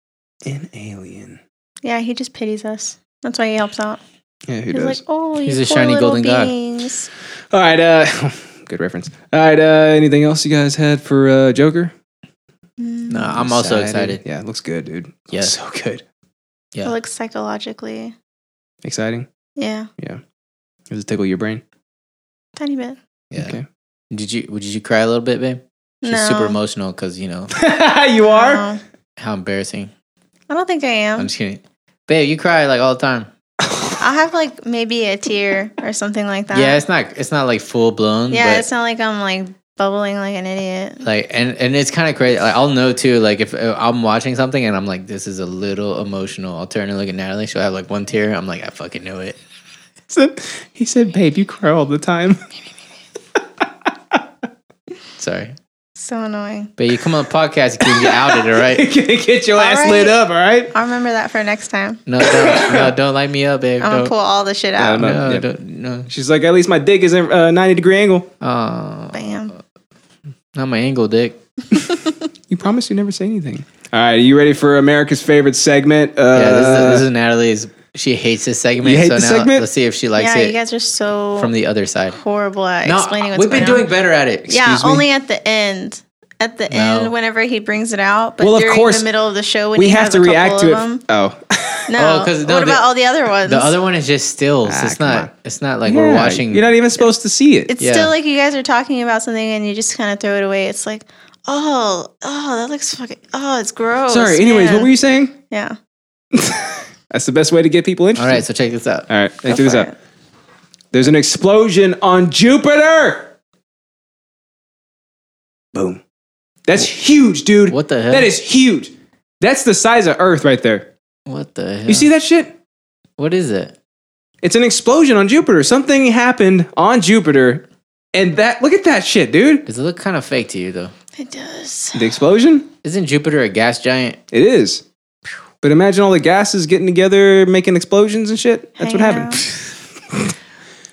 an alien.
Yeah, he just pities us. That's why he helps out.
Yeah, who
He's
does?
like, oh,
He's
you
a
poor
shiny
little
golden god."
beings.
All right, uh, good reference. All right, uh, anything else you guys had for uh, Joker?
Mm.
No, Uh,
Mm-hmm.
I'm also excited.
Yeah, it looks good, dude. Looks
Yeah.
so good.
Yeah.
It looks psychologically,
Exciting.
yeah,
Does it tickle your brain?
tiny bit.
Yeah.
Okay.
Did you did you cry a little bit, babe? She's
no,
super emotional because you know
you are.
No.
how embarrassing.
I don't think I
I'm
am.
just kidding, babe. You cry like all the time.
I'll have like maybe a tear or something like that.
Yeah, it's not it's not like full blown.
Yeah,
but-
it's not like I'm like bubbling like an idiot.
like and and it's kind of crazy like i'll know too like if uh, i'm watching something and i'm like this is a little emotional i'll turn and look at natalie she'll have like one tear i'm like i fucking knew it
he said, "Babe, you cry all the time."
sorry
So annoying.
but you come on a podcast you can get outed all
You
right
can get your ass
right.
lit up, all right?
I'll remember that for next time.
no don't, no don't light me up babe
I'm gonna
don't
pull all the shit
I'm
out.
not-
no,
Yep.
don't, no.
She's like, "At least my dick is in a ninety degree angle."
Oh,
Bam.
not my angle, dick.
You promised you never say anything. All right, are you ready for America's favorite segment? Uh,
Yeah, this is, this is Natalie's. She hates this segment.
You hate
so
this
now
segment?
let's see if she likes
Yeah, you
it
guys are so
from the other side.
horrible at
No,
explaining what's
we've been
going
doing better at it.
on. Yeah,
Excuse me?
only at the end. At the
No.
end, whenever he brings it out, but
Well, of
during
course,
the middle of the show, when
we
he
have
has
to
a
react
couple
to it.
of them.
Oh,
No,
Oh, 'cause- no,
what
the-
about all the other ones?
The other one is just stills.
Ah,
it's
come
not.
on.
It's not like we're
Yeah,
watching.
You're not even supposed to see it.
it's
yeah.
still like you guys are talking about something and you just kind of throw it away. It's like, oh, oh, that looks fucking, oh, it's gross.
Sorry. Anyways,
yeah.
what were you saying?
Yeah.
That's the best way to get people interested.
All right, so check this out.
All right. Check
Go
this
for
out.
it.
There's an explosion on Jupiter. Boom. That's huge, dude.
What the hell?
That is huge. That's the size of Earth right there.
What the hell?
You see that shit?
What is it?
It's an explosion on Jupiter. Something happened on Jupiter. And that, look at that shit, dude.
Does it look kind of fake to you though?
It does.
The explosion?
Isn't Jupiter a gas giant?
It is. But imagine all the gases getting together, making explosions and shit. That's what
Hanging
happened.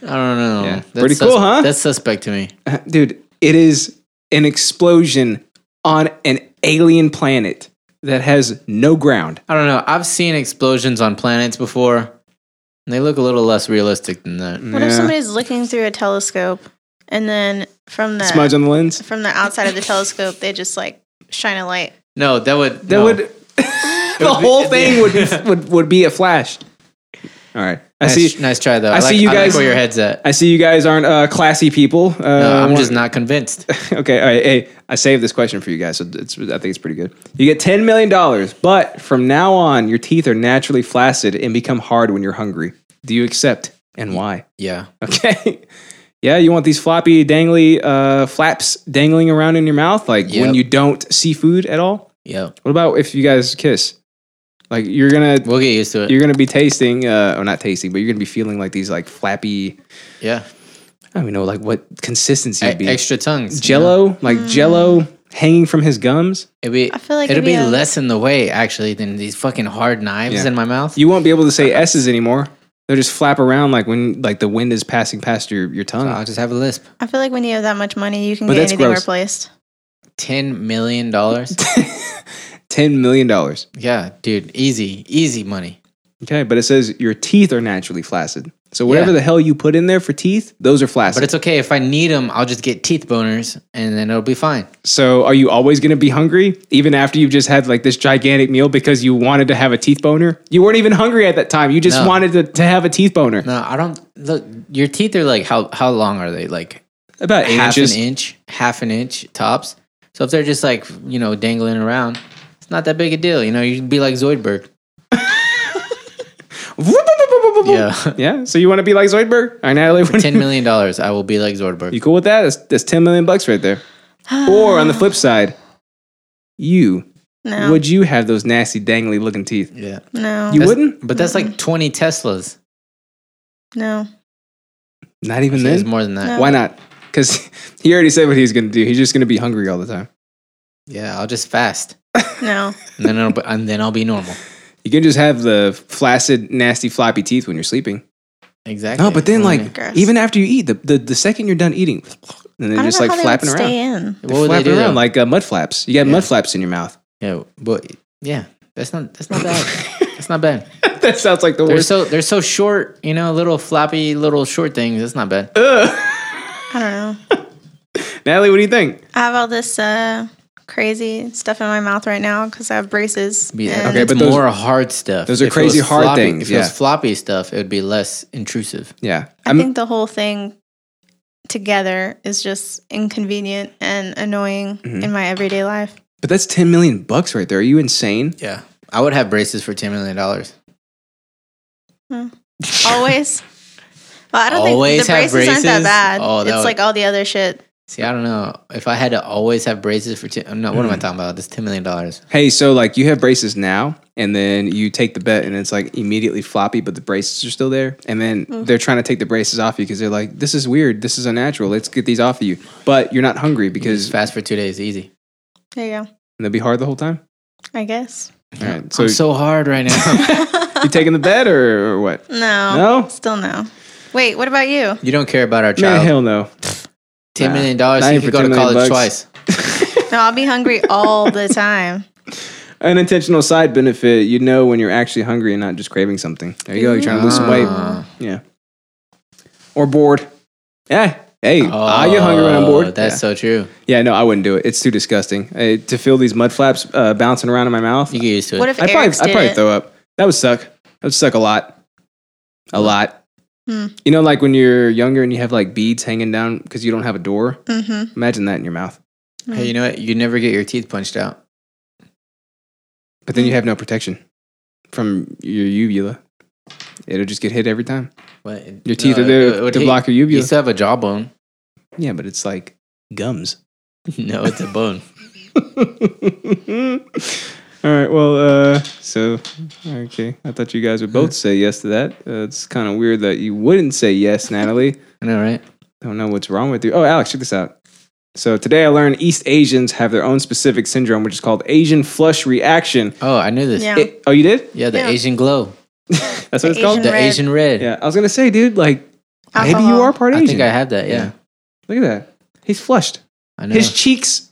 I don't know.
Yeah. Pretty cool, huh?
That's suspect to me.
Uh, dude it is an explosion on an alien planet that has no ground
I don't know. I've seen explosions on planets before, and they look a little less realistic than that.
What if somebody's looking through a telescope and then from the
smudge on the lens
from the outside of the telescope they just like shine a light?
No, that would.
that
no.
would the whole thing would, be, would would be a flash all right i
Nice,
see
nice try though.
I
I,
see
like-
you
I
guys-
Like where your head's at.
i see you guys aren't uh, classy people uh,
No, I'm
one-
just not convinced.
okay all right, hey i saved this question for you guys so it's, i think it's pretty good you get 10 million dollars but from now on your teeth are naturally flaccid and become hard when you're hungry do you accept and why
Yeah.
Okay. Yeah, you want these floppy, dangly uh, flaps dangling around in your mouth, like when
Yep.
you don't see food at all.
Yeah.
What about if you guys kiss? Like you're gonna
We'll get used to it.
you're gonna be tasting, uh, or not tasting, but you're gonna be feeling like these like flappy.
yeah.
I don't even know like what consistency
E-
it'd be.
extra tongues. you know?
Jello, like Jello hanging from his gums.
It'd be,
I feel like
it'll
it'd be
be
a-
less in the way actually than these fucking hard knives
Yeah.
in my mouth.
You won't be able to say s's anymore. They'll just flap around like when like the wind is passing past your your tongue.
I'll just have a lisp.
I feel like when you have that much money, you can
But
get
that's
anything
gross.
replaced.
Ten million dollars.
Ten million dollars.
yeah, dude, easy, easy money.
Okay, but it says your teeth are naturally flaccid. So whatever
Yeah.
the hell you put in there for teeth, those are flaccid.
But it's okay if I need them. I'll just get teeth boners, and then it'll be fine.
so are you always going to be hungry even after you've just had like this gigantic meal because you wanted to have a teeth boner? You weren't even hungry at that time. You just
No.
wanted to, to have a teeth boner.
No, I don't. Look, your teeth are like how how long are they? Like
About eight
half
inches.
an inch, half an inch tops. So if they're just like you know dangling around, it's not that big a deal. You know, you'd be like Zoidberg. Yeah.
Yeah. So you want to be like Zoidberg? I know. Like,
Ten million dollars, I will be like Zoidberg.
You cool with that? That's, that's 10 million bucks right there. or on the flip side, you,
No.
would you have those nasty, dangly looking teeth?
yeah,
no.
You
That's-
wouldn't?
but that's like twenty Teslas.
no.
Not even
It's
then?
more than that.
No.
Why not? Because he already said what he was going to do. He's just going to be hungry all the time.
Yeah, I'll just fast,
No.
and then it'll, and then I'll be normal.
You can just have the flaccid, nasty, floppy teeth when you're sleeping.
Exactly.
No, but then, like,
Gross.
even after you eat, the, the, the second you're done eating, and
I
they're
don't
just
know
like
how they
flapping
would
around.
Stay in.
what would they
flapping
do?
around
Around,
like uh, mud flaps. You got mud flaps in your mouth.
yeah, but yeah, that's not that's not bad. that's not bad.
that sounds like the
They're
worst.
so they're so short. You know, little floppy, little short things. That's not bad.
I don't know.
Natalie, what do you think?
I have all this uh, crazy stuff in my mouth right now because I have braces.
Yeah,
and
okay, but
but those-
more hard stuff.
those are
If it
crazy
was
hard
floppy-
things,
If it was
yeah.
floppy stuff, it would be less intrusive.
Yeah.
I
I'm-
think the whole thing together is just inconvenient and annoying
Mm-hmm.
in my everyday life.
But that's 10 million bucks right there. Are you insane?
Yeah, I would have braces for ten million dollars.
Always. Well, I don't
Always
think the
have
braces, aren't
braces?
that bad.
Oh, that
it's
would-
like all the other shit.
See, I don't know if I had to always have braces for ten. No, what
Mm.
am I talking about? This ten million dollars.
Hey, so like you have braces now, and then you take the bet, and it's like immediately floppy, but the braces are still there. And then
Mm.
they're trying to take the braces off you because they're like, this is weird. This is unnatural. Let's get these off of you. But you're not hungry because
Just fast for two days, easy.
There you go.
they'll be hard the whole time.
I guess.
All right.
So,
So,
I'm so hard right now.
you taking the bet or, or what?
No.
No?
Still no. Wait, what about you?
you don't care about our
Man,
child.
hell no.
ten million dollars.
Not
You
even
could
for
go to
10 million
college
bucks.
twice.
No, I'll be hungry all the time.
Unintentional side benefit. You know when you're actually hungry and not just craving something. There you go. You're trying to lose some weight.
Ah.
Yeah. Or bored. Yeah. Hey, I get hungry when I'm
Oh,
bored.
That's
yeah.
so true.
Yeah, no, I wouldn't do it. It's too disgusting Uh, to feel these mud flaps uh, bouncing around in my mouth.
You get used to it.
What if
I probably,
Eric's
I
did
probably
it?
throw up. That would suck. That would suck a lot, a lot.
Hmm.
You know, like when you're younger and you have like beads hanging down because you don't have a door.
Mm-hmm.
Imagine that in your mouth.
hey, you know what? You never get your teeth punched out.
But then you have no protection from your uvula. It'll just get hit every time.
What?
Your teeth
No,
are there
it would
to
hit-
block your
You
uvula.
still have a jawbone.
yeah, but it's like gums.
No, it's a bone.
all right. Well, uh, so okay. I thought you guys would both say yes to that. Uh, it's kind of weird that you wouldn't say yes, Natalie.
I know, right?
Don't know what's wrong with you. Oh, Alex, check this out. So today I learned East Asians have their own specific syndrome, which is called Asian flush reaction.
Oh, I knew this.
Yeah.
It- oh, you did?
Yeah, the
Yeah.
Asian glow,
That's what it's
The
called.
the
Red.
Asian red.
Yeah, I was gonna say, dude, like maybe you
Alcohol.
are part
I
Asian.
think I had that. Yeah,
Yeah. Look at that. He's flushed.
I know.
His cheeks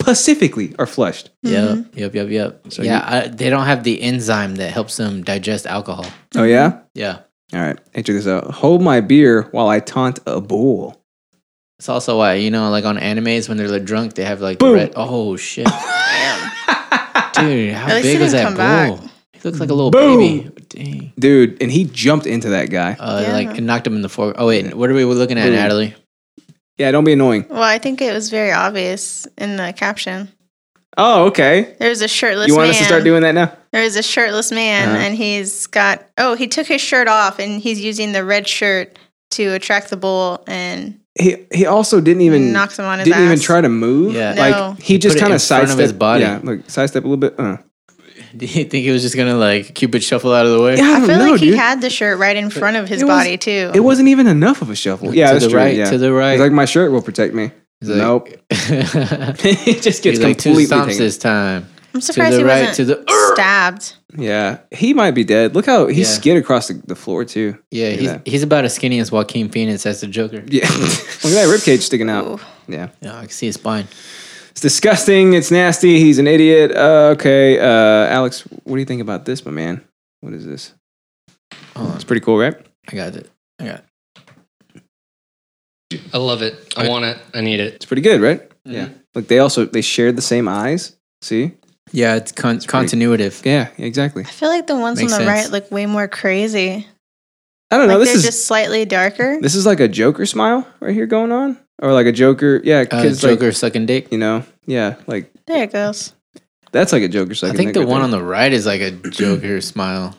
specifically are flushed.
Mm-hmm.
yep, yep, yep, yep.
So
yeah, I, they don't have the enzyme that helps them digest alcohol.
Oh yeah.
Yeah,
All right, hey, check this out. Hold my beer while I taunt a bull.
it's also why you know, like on animes when they're like, drunk, they have like the
Boom.
red. Oh shit, dude,
At
how
least he
big was that
didn't come
bull? He looked like a little
Boom.
baby. Dang.
Dude, and he jumped into that guy.
Uh,
Yeah.
Like it knocked him in the forehead. Oh wait, what are we looking at,
Boom.
Natalie?
Yeah, don't be annoying.
Well, I think it was very obvious in the caption.
Oh, okay.
There was a shirtless
You want
man.
us to start doing that now?
there was a shirtless man,
Uh-huh.
and he's got oh, he took his shirt off, and he's using the red shirt to attract the bull, and
He he also didn't even
knocks him on his
didn't even
ass.
try to move.
Yeah.
No.
like he,
He
just
put it
kind
in
of
front of
sidestep
his body.
Yeah, like sidestep a little bit. Uh.
Do you think he was just gonna like Cupid shuffle out of the way?
Yeah, I,
I
don't
feel
know,
like
dude.
he had the shirt right in front of his
it was-
body too.
it wasn't even enough of a shuffle. Yeah,
to
that's
the
true,
right,
yeah.
to the right.
He's like my shirt will protect me.
He's like-
nope. it just gets
He's like two
completely
stomps
taken.
this time.
I'm
To
surprised
the
he
right,
wasn't
to the
stabbed.
Yeah, he might be dead. Look how he
Yeah.
skid across the, the floor too.
Yeah,
Look at
he's,
that.
he's about as skinny as Joaquin Phoenix as the Joker.
Yeah, look at that ribcage sticking out.
Ooh.
Yeah,
Yeah, I can see his spine.
it's disgusting. It's nasty. He's an idiot. Uh, okay, uh, Alex, what do you think about this, my man? What is this?
Hold on.
It's pretty cool, right?
Oh, I got it. I got it.
I love it. I want it. I need it.
It's pretty good, right?
Mm-hmm.
Yeah. Look, they also they shared the same eyes. See?
Yeah, it's, con-
pretty-
continuative.
Yeah, exactly.
I feel like the ones
Makes
on the
sense.
right look way more crazy.
I don't
Like
know. This
they're
is
just slightly darker.
this is like a Joker smile right here going on, or like a Joker. Yeah,
Uh,
because
Joker sucking dick.
you know, Yeah, like
There it goes.
that's like a Joker
I
second.
think the
right
one
there.
on the right is like a Joker smile,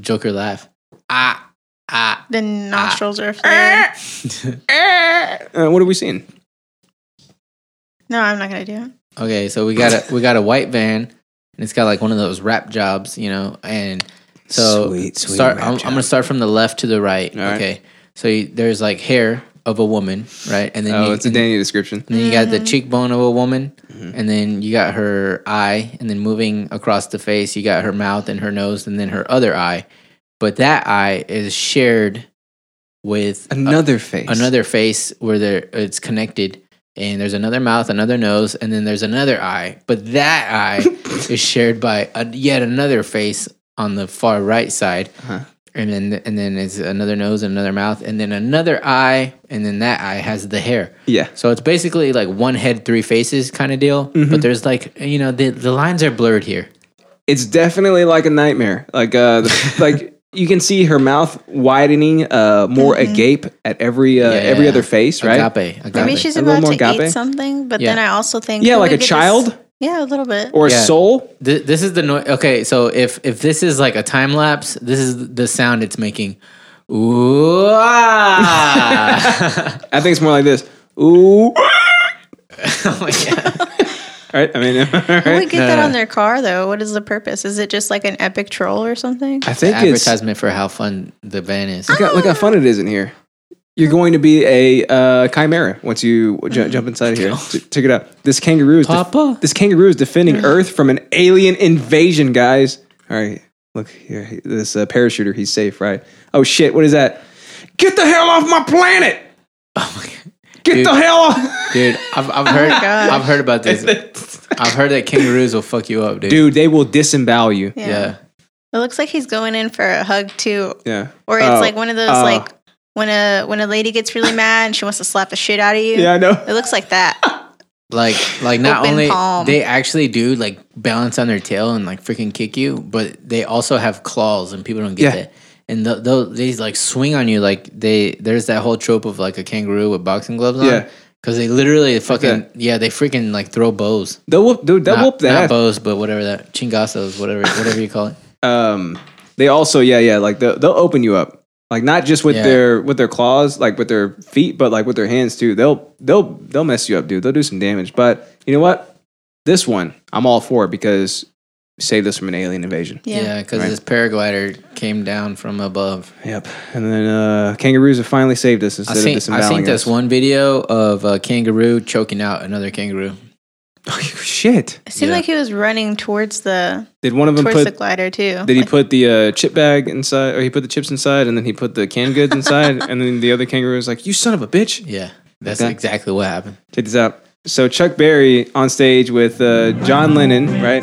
Joker laugh. Ah, ah.
The nostrils are flared.
Uh, what are we seeing?
No, I'm not gonna do it.
Okay, so we got a we got a white van, and it's got like one of those wrap jobs, you know. And so
Sweet, sweet
start.
wrap
I'm, I'm
job.
gonna start from the left to the right.
All right.
Okay, so you, there's like hair of a woman, right? And then
Oh,
you,
it's a Mm-hmm.
and,
Danny description.
and then you got the cheekbone of a woman, and then you got her eye, and then moving across the face, you got her mouth and her nose, and then her other eye. But that eye is shared with a-
Another face.
another face where there it's connected and there's another mouth another nose and then there's another eye but that eye is shared by a, yet another face on the far right side
Uh-huh.
and then and then is another nose and another mouth and then another eye and then that eye has the hair
Yeah.
so it's basically like one head three faces kind of deal
Mm-hmm.
but there's like you know the, the lines are blurred here
It's definitely like a nightmare. Like uh the, like you can see her mouth widening uh more agape at every uh,
Yeah,
every
yeah.
other face, right?
agape agape
Maybe she's
A little
about to
more agape?
eat something, but
Yeah.
then I also think
Yeah,
we
like a
could get this-
child
yeah, a little bit.
or
Yeah.
a soul.
Th- this is the noise. Okay, so if if this is like a time lapse, this is the sound it's making. Oh Ooh, ah.
I think it's more like this. Ooh. All
oh my God.
right. I mean, all
How
right.
would we get that on their car though? What is the purpose? Is it just like an epic troll or something?
I think it's look
Advertisement for how fun the van is.
how, look how fun it is in here. You're going to be a uh, chimera once you ju- jump inside of here. T- check it out. This kangaroo is def-
Papa?
this kangaroo is
Hmm.
defending Earth from an alien invasion, guys. All right, look here. He- This uh, parachuter, he's safe, right? Oh shit! What is that? Get the hell off my planet!
Oh my God.
Get
Dude.
the hell off!
Dude, I've, I've heard
gosh.
I've heard about this. I've heard that kangaroos will fuck you up, dude.
Dude, they will disembowel you.
Yeah.
It looks like he's going in for a hug too,
Yeah.
or it's
Oh,
like one of those
oh.
like when a when a lady gets really mad and she wants to slap the shit out of you.
Yeah, I know.
It looks like that.
Like like not
Open
only
palm.
they actually do like balance on their tail and like freaking kick you, but they also have claws and people don't get
Yeah.
that. And th- th- they like swing on you like they there's that whole trope of like a kangaroo with boxing gloves on.
Yeah.
Cause they literally fucking
that.
yeah they freaking like throw bows.
They'll whoop, dude, they'll
Not,
whoop
not
that.
bows, but whatever that chingasos, whatever whatever you call it.
um they also yeah yeah like they'll, they'll open you up like not just with
Yeah.
their with their claws like with their feet but like with their hands too they'll they'll they'll mess you up dude they'll do some damage but you know what this one i'm all for because save this from an alien invasion
Yeah, because
Right.
this paraglider came down from above.
yep and then uh kangaroos have finally saved us
I
instead
seen
of disemboweling
I seen
us.
this one video of a kangaroo choking out another kangaroo.
shit
It seemed
Yeah.
like he was running towards the
did one of them
towards the
put
glider too.
did he put the uh, chip bag inside or he put the chips inside and then he put the canned goods inside and then the other kangaroo was like you son of a bitch
Yeah, that's
Okay.
exactly what happened.
Check this out. So Chuck Berry on stage with uh, John Lennon, right?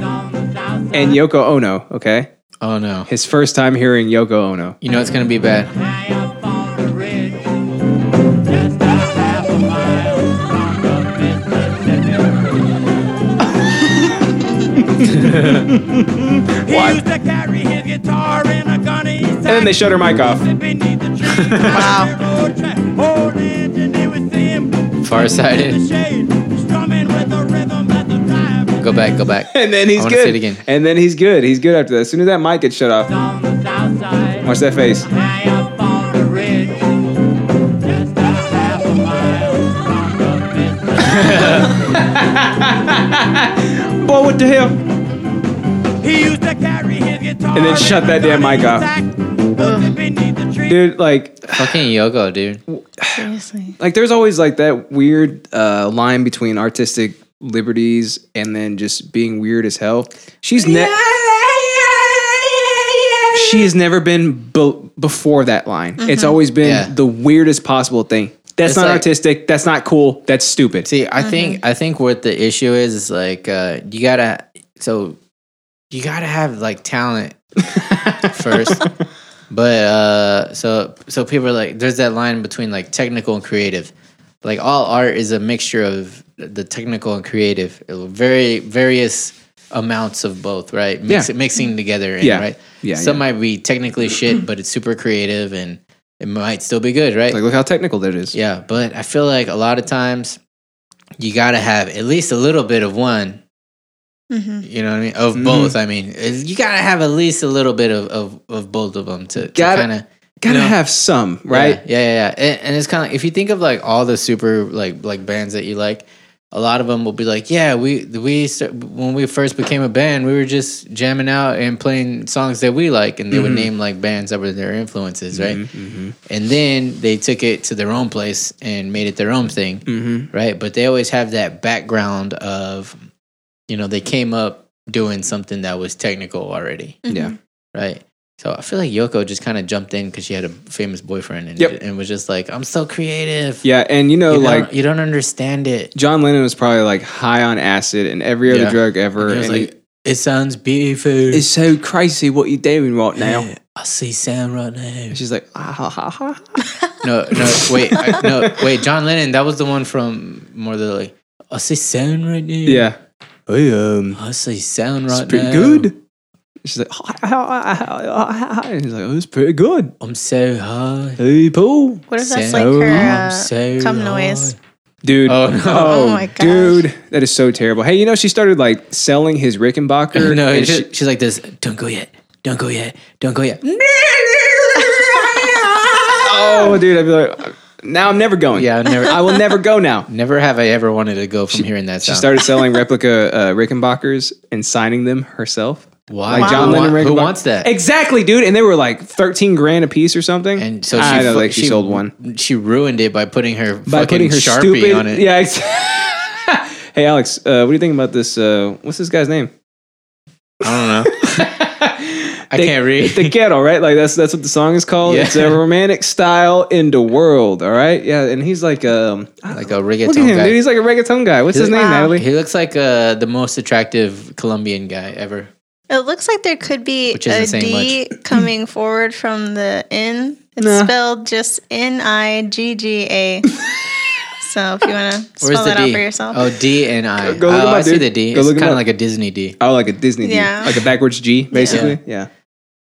And Yoko Ono, okay?
Oh no.
His first time hearing Yoko Ono.
You know it's gonna be bad.
He used to carry his guitar in a gunny sack.
And then they shut her mic off.
beneath the tree. wow. Old engineer would see him in the
Farsighted.
shade, strumming with the rhythm that the time
Go back, go back.
And then he's
I wanna
good.
see it again.
And then he's good. He's good after that. As soon as that mic gets shut off,
on the south side.
watch that face.
High up on the ridge. Just a half a mile from the business.
Boy, what the hell?
He used to carry his guitar
And then shut
in
that
a
damn
gunny
mic off.
sack, looking beneath the tree.
Dude, like,
Fucking Yoko, dude.
Seriously.
like there's always like that weird uh, line between artistic liberties and then just being weird as hell. She's ne- she has never been be- before that line. It's always been
Yeah.
the weirdest possible thing. That's
It's
not
like-
artistic. That's not cool. That's stupid.
See, I think I think what the issue is is like uh, you gotta so you gotta have like talent first. But uh, so so people are like, there's that line between like technical and creative. Like all art is a mixture of the technical and creative, very various amounts of both, right? Mix,
Yeah.
mixing together, in,
Yeah.
right?
Yeah,
Some
yeah.
might be technically shit, but it's super creative and it might still be good, right?
Like, look how technical that is.
Yeah, but I feel like a lot of times you got to have at least a little bit of one.
Mm-hmm.
You know what I mean? Of both. I mean, It's- you got to have at least a little bit of, of, of both of them to, to
Gotta-
kind of
Gotta
No.
have some, right?
Yeah, yeah, yeah. yeah. And, and it's kind of if you think of like all the super like like bands that you like, a lot of them will be like, yeah, we we start, when we first became a band, we were just jamming out and playing songs that we like, and they would name like bands that were their influences, right?
Mm-hmm.
And then they took it to their own place and made it their own thing,
Mm-hmm.
right? But they always have that background of, you know, they came up doing something that was technical already
Yeah.
right? So I feel like Yoko just kind of jumped in because she had a famous boyfriend and,
Yep.
and was just like, "I'm so creative."
Yeah, and you know,
you don't,
like
you don't understand it.
John Lennon was probably like high on acid and every other
Yeah.
drug ever.
And he was
and he-
like, "It sounds beautiful."
it's so crazy what you're doing right now.
Yeah, I see Sam right now.
And she's like, ah, ha, ha, ha.
No, no, wait, I, no, wait. John Lennon, that was the one from more than like, I see sound right now.
yeah, I um,
I see sound right
it's pretty
now.
good. She's like, ha, ha, ha, ha, ha, ha, ha. and he's like, oh, it's pretty good.
I'm so high.
Hey, Paul,
What if that's
So
like her
I'm
uh,
so
cum
high.
noise?
dude.
Oh, no.
Oh, my gosh.
dude, that is so terrible. Hey, you know, she started like selling his Rickenbacker.
No,
and
it's
she,
just- she's like this. Don't go yet. Don't go yet. Don't go yet.
oh, dude, I'd be like, now I'm never going.
Yeah, I've never-
I will never go now.
Never have I ever wanted to go from hearing that
She
sound.
started selling replica uh, Rickenbackers and signing them herself.
Why?
Like John
Who
Lennon
wa- Who
Rickenbacker-
wants that?
Exactly, dude. And they were like thirteen grand a piece or something.
And so she,
I know,
fu-
like she, sold one
She ruined it by putting her
by
fucking
putting her
sharpie
stupid.
on it.
Yeah. ex- hey, Alex, uh, what do you think about this? Uh, what's this guy's name?
I don't know. I can't read.
The ghetto, right? Like that's that's what the song is called.
Yeah.
It's a romantic style in the world. All right, yeah. And he's like, um,
like a
look at
reggaeton
him,
guy.
dude. He's like a reggaeton guy. What's
He
his
look-
name,
Wow.
Natalie?
He looks like uh, the most attractive Colombian guy ever.
It looks like there could be
Which
a
isn't saying
D coming forward from the N. It's
Nah.
spelled just N I G G A. So if you want to
Where's
spell
the
that out
D?
for yourself,
Oh, D and I.
Go look him
oh,
up,
I see
dude.
the D.
Go
it's
look him
kind
up.
of like a Disney D.
Oh, like a Disney D,
Yeah.
like a backwards G, basically. Yeah.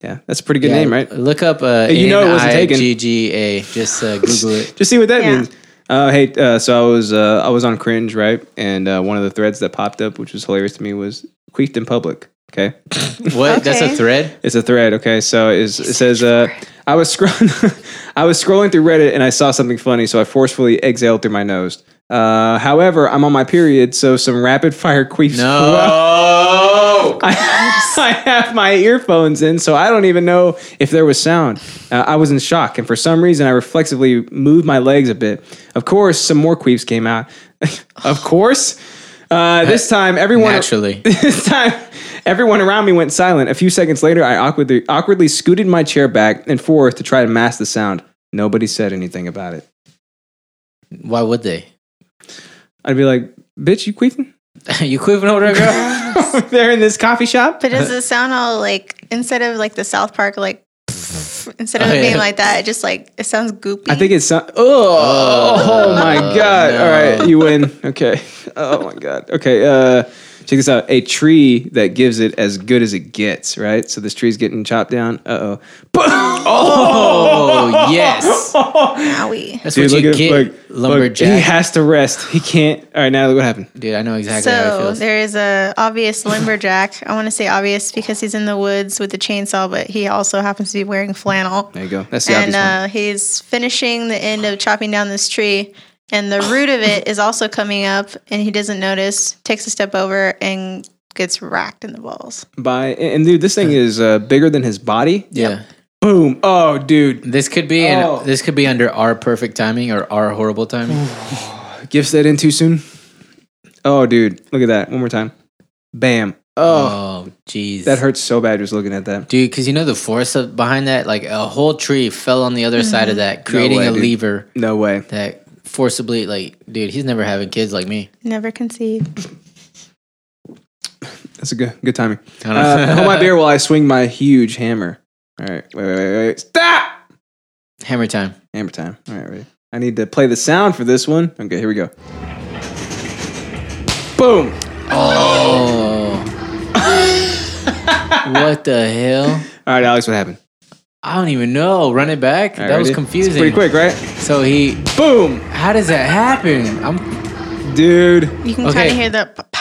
yeah, That's a pretty good
Yeah,
name, right?
Look up uh,
Hey, you know it wasn't taken.
N-I-G-G-A. Just uh, Google it.
Just see what that
Yeah.
means. Uh, hey, uh, so I was uh, I was on cringe, right? And uh, one of the threads that popped up, which was hilarious to me, was queefed in public. Okay,
What? That's a
Okay.
thread?
it's a thread. Okay, so it's, it says uh, I was scrolling I was scrolling through Reddit and I saw something funny, so I forcefully exhaled through my nose. Uh, however, I'm on my period, so some rapid fire queefs. flew out.
No.
I, I have my earphones in, so I don't even know if there was sound. Uh, I was in shock, and for some reason, I reflexively moved my legs a bit. Of course, some more queefs came out. of course, uh, this time everyone
Naturally.
this time, everyone around me went silent. A few seconds later, I awkwardly awkwardly scooted my chair back and forth to try to mask the sound. Nobody said anything about it.
Why would they?
I'd be like, "Bitch, you queefing?"
you quivering over there, girl?
They're in this coffee shop.
but does it sound all like instead of like the South Park like instead of
Oh,
it being
yeah.
like that, it just like it sounds goopy.
I think it's so- oh, oh my god!
no.
All right, you win. Okay. Oh my god. Okay. Uh, check this out. A tree that gives it as good as it gets. Right. So this tree's getting chopped down. Uh oh.
Oh yes,
Maui.
that's what you get, lumberjack.
He has to rest. He can't. All right, Natalie, what happened?
Dude, I know exactly how it
So
feels.
there is a obvious lumberjack. I want to say obvious because he's in the woods with the chainsaw, but he also happens to be wearing flannel.
There you go. That's the obvious
and
one.
uh, he's finishing the end of chopping down this tree and the root of it is also coming up and he doesn't notice takes a step over and gets racked in the balls
By and and dude, this thing is uh, bigger than his body.
yeah,
Boom. Oh, dude,
this could be in-
Oh.
this could be under our perfect timing or our horrible timing.
gifts that in too soon. Oh, dude, look at that. One more time. Bam. Oh,
oh, jeez,
that hurts so bad just looking at that.
dude. Because you know the force of, behind that, like a whole tree fell on the other side of that, creating
Mm-hmm.
a
way, dude.
lever
No way.
that forcibly, like, dude, he's never having kids like me.
never conceived
That's a good good timing.
I don't
Uh,
know.
hold my beer while I swing my huge hammer. All right, wait, wait, wait, wait. Stop!
Hammer time.
Hammer time. All right, ready. I need to play the sound for this one. Okay, here we go. Boom!
Oh, what the hell?
All right, Alex, what happened?
I don't even know. Run it back.
All right,
that was
ready? It's
confusing.
pretty quick, right?
So he
Boom!
How does that happen? I'm
dude.
You can
Okay.
kind of hear the. p- p-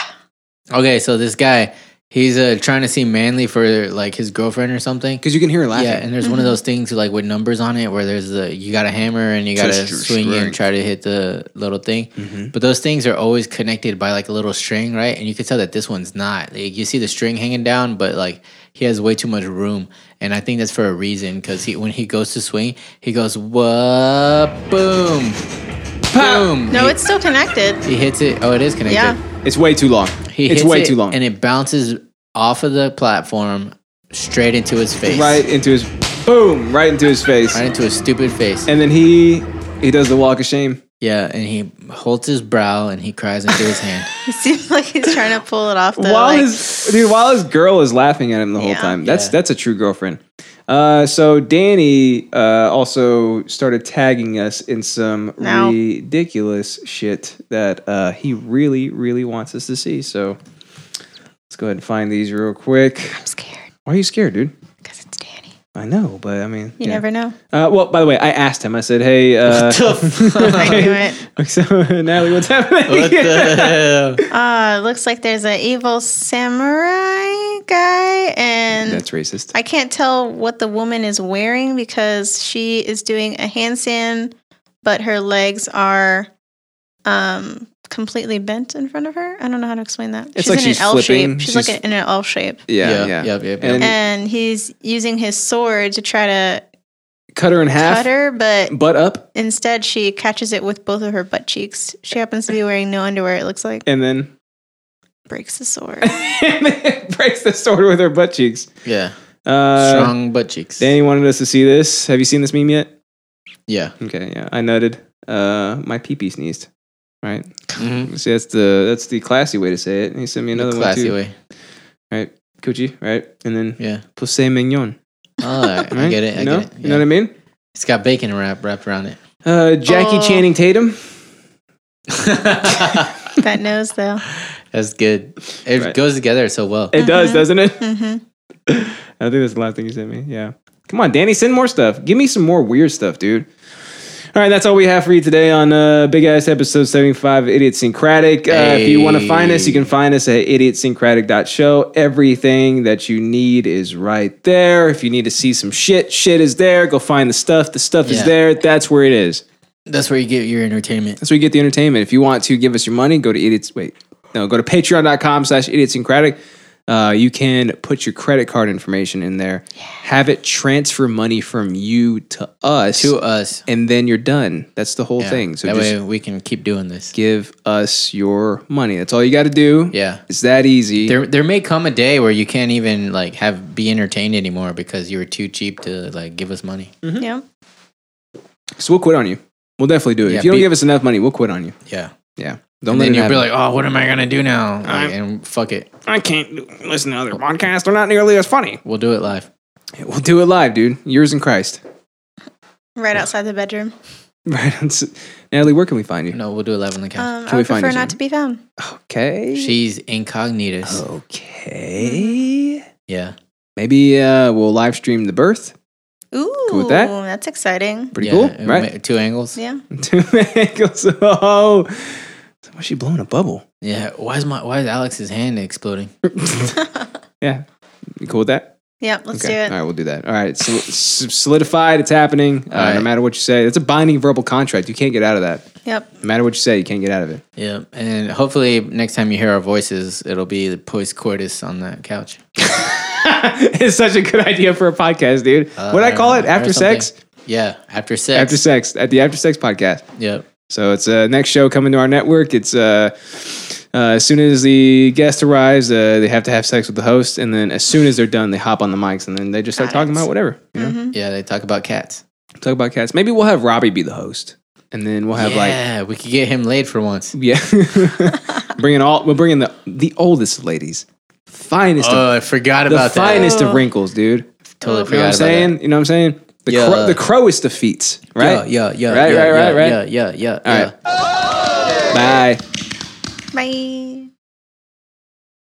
Okay, so this guy, he's uh, trying to seem manly for like his girlfriend or something.
Because you can hear her laughing.
Yeah, and there's one
Mm-hmm.
of those things like with numbers on it where there's the you got a hammer and you got to
Test your Mm-hmm.
swing it and
strength.
try to hit the little thing. But those things are always connected by like a little string, right? And you can tell that this one's not. Like, you see the string hanging down, but like he has way too much room, and I think that's for a reason because he when he goes to swing, he goes whoa, boom, boom.
No,
He-
it's still connected.
he hits it. Oh, it is connected.
Yeah.
It's way too long.
He
it's
hits
way
it,
too long.
and it bounces off of the platform straight into his face,
right into his boom, right into his face.
Right into his stupid face.
And then he he does the walk of shame.
Yeah, and he holds his brow and he cries into his hand.
He seems like he's trying to pull it off the.
while
like,
his dude, while his girl is laughing at him the whole
Yeah.
time. That's
Yeah.
that's a true girlfriend. Uh, so Danny uh, also started tagging us in some
No.
ridiculous shit that uh, he really, really wants us to see. So let's go ahead and find these real quick.
I'm scared
Why are you scared, dude?
because it's Danny.
I know, but I mean,
You
yeah.
never know.
Uh, well, by the way, I asked him. I said, "Hey, uh,
I knew it.
so Natalie, what's happening?"
What the hell?
Uh, looks like there's an evil samurai guy, and
That's racist.
I can't tell what the woman is wearing because she is doing a handstand, but her legs are um completely bent in front of her. I don't know how to explain that.
It's like
in
she's
an L
flipping.
shape. She's,
She's- Mm.
like in an L shape.
yeah,
Yeah,
yeah.
yep, yep,
And,
And he's using his sword to try to
cut her in half,
cut her, but
butt up,
instead she catches it with both of her butt cheeks. She happens to be wearing no underwear, it looks like.
and then
Breaks the sword.
and then breaks the sword with her butt cheeks.
Yeah,
Uh,
strong butt cheeks.
Danny wanted us to see this. Have you seen this meme yet?
Yeah,
Okay, yeah, I noted. Uh, my pee pee sneezed. Right.
Mhm.
See, that's the that's the classy way to say it. And he sent me Mm-hmm. another one
classy
too.
way.
Right, coochie. Right, and then yeah.
Yeah,
mignon.
oh, right. I
Right?
get it. I
you know?
get it.
You know what I mean?
It's got bacon wrap wrapped around it.
Uh, Jackie
Oh.
Channing Tatum.
that nose though.
That's good. It
Right.
goes together so well.
It does, doesn't it?
hmm
I think that's the last thing you sent me. Yeah. Come on, Danny, send more stuff. Give me some more weird stuff, dude. All right, that's all we have for you today on uh, Big Ass Episode 75 of Idiot Syncratic. Uh, If you want to find us, you can find us at idiotsyncratic.show. Everything that you need is right there. If you need to see some shit, shit is there. Go find the stuff. The stuff is
Yeah.
there. That's where it is.
That's where you get your entertainment.
That's where you get the entertainment. If you want to give us your money, go to idiots. Wait, no, go to patreon.com slash idiotsyncratic. Uh, you can put your credit card information in there, have it transfer money from you to us,
To us,
and then you're done. That's the whole
Yeah.
thing. So
that
just
way we can keep doing this.
give us your money. That's all you got to do.
Yeah.
It's that easy.
There, there may come a day where you can't even like have be entertained anymore because you were too cheap to like give us money.
Mm. Mm-hmm.
Yep.
so we'll quit on you. We'll definitely do it.
Yeah,
if you don't
be-
give us enough money, we'll quit on you.
Yeah.
Yeah. Don't
and
let
then
it
you'll be
happen.
like, oh, what am I gonna do now? Like, and fuck it,
I can't listen to other podcasts. They're not nearly as funny.
we'll do it live.
We'll do it live, dude. Yours in Christ.
Right outside the bedroom.
Right. Natalie, where can we find you?
No, we'll do it live on the couch.
Um,
Can
I
we
would
find
prefer
you some?
not to be found.
Okay.
She's
Oh,
incognitus.
okay.
Yeah,
Maybe uh, we'll live stream the birth.
Ooh,
with that?
that's exciting.
Pretty
yeah,
cool,
uh,
right?
ma- Two angles. Yeah.
Yeah.
Two angles. Oh, why's she blowing a bubble?
Why is my Why is Alex's hand exploding?
Yeah. You cool with that?
Yep. Let's
okay.
do
All
it.
right, we'll do that. All right. So, s- solidified. It's happening. Uh,
All right.
No matter what you say, it's a binding verbal contract. You can't get out of that.
Yep.
No matter what you say, you can't get out of it.
Yeah, and hopefully next time you hear our voices, it'll be the post coitus on that couch.
it's such a good idea for a podcast, dude. what I call it?
Uh, Or
After sex?
something. Yeah, after sex.
After sex. At the after sex podcast.
Yep.
So it's uh, next show coming to our network. It's uh, uh, as soon as the guest arrives, uh, they have to have sex with the host, and then as soon as they're done, they hop on the mics and then they just start
Got
talking
it. Mm-hmm.
about whatever. You know?
Yeah, they talk about cats.
Talk about cats. Maybe we'll have Robbie be the host, and then we'll have like
yeah, we could get him laid for once.
yeah, bringing all we'll bring in the the oldest ladies, finest
Oh, I forgot
of, the
about that.
finest of wrinkles, dude.
Totally
Oh, You know what
forgot
I'm
about
saying? You know what I'm saying? The
Yeah.
crow, the crowest of feats, right?
that. Yeah, yeah, yeah.
Right,
yeah,
right,
yeah,
right, right.
Yeah, yeah, yeah.
All
yeah.
right. Bye.
Bye.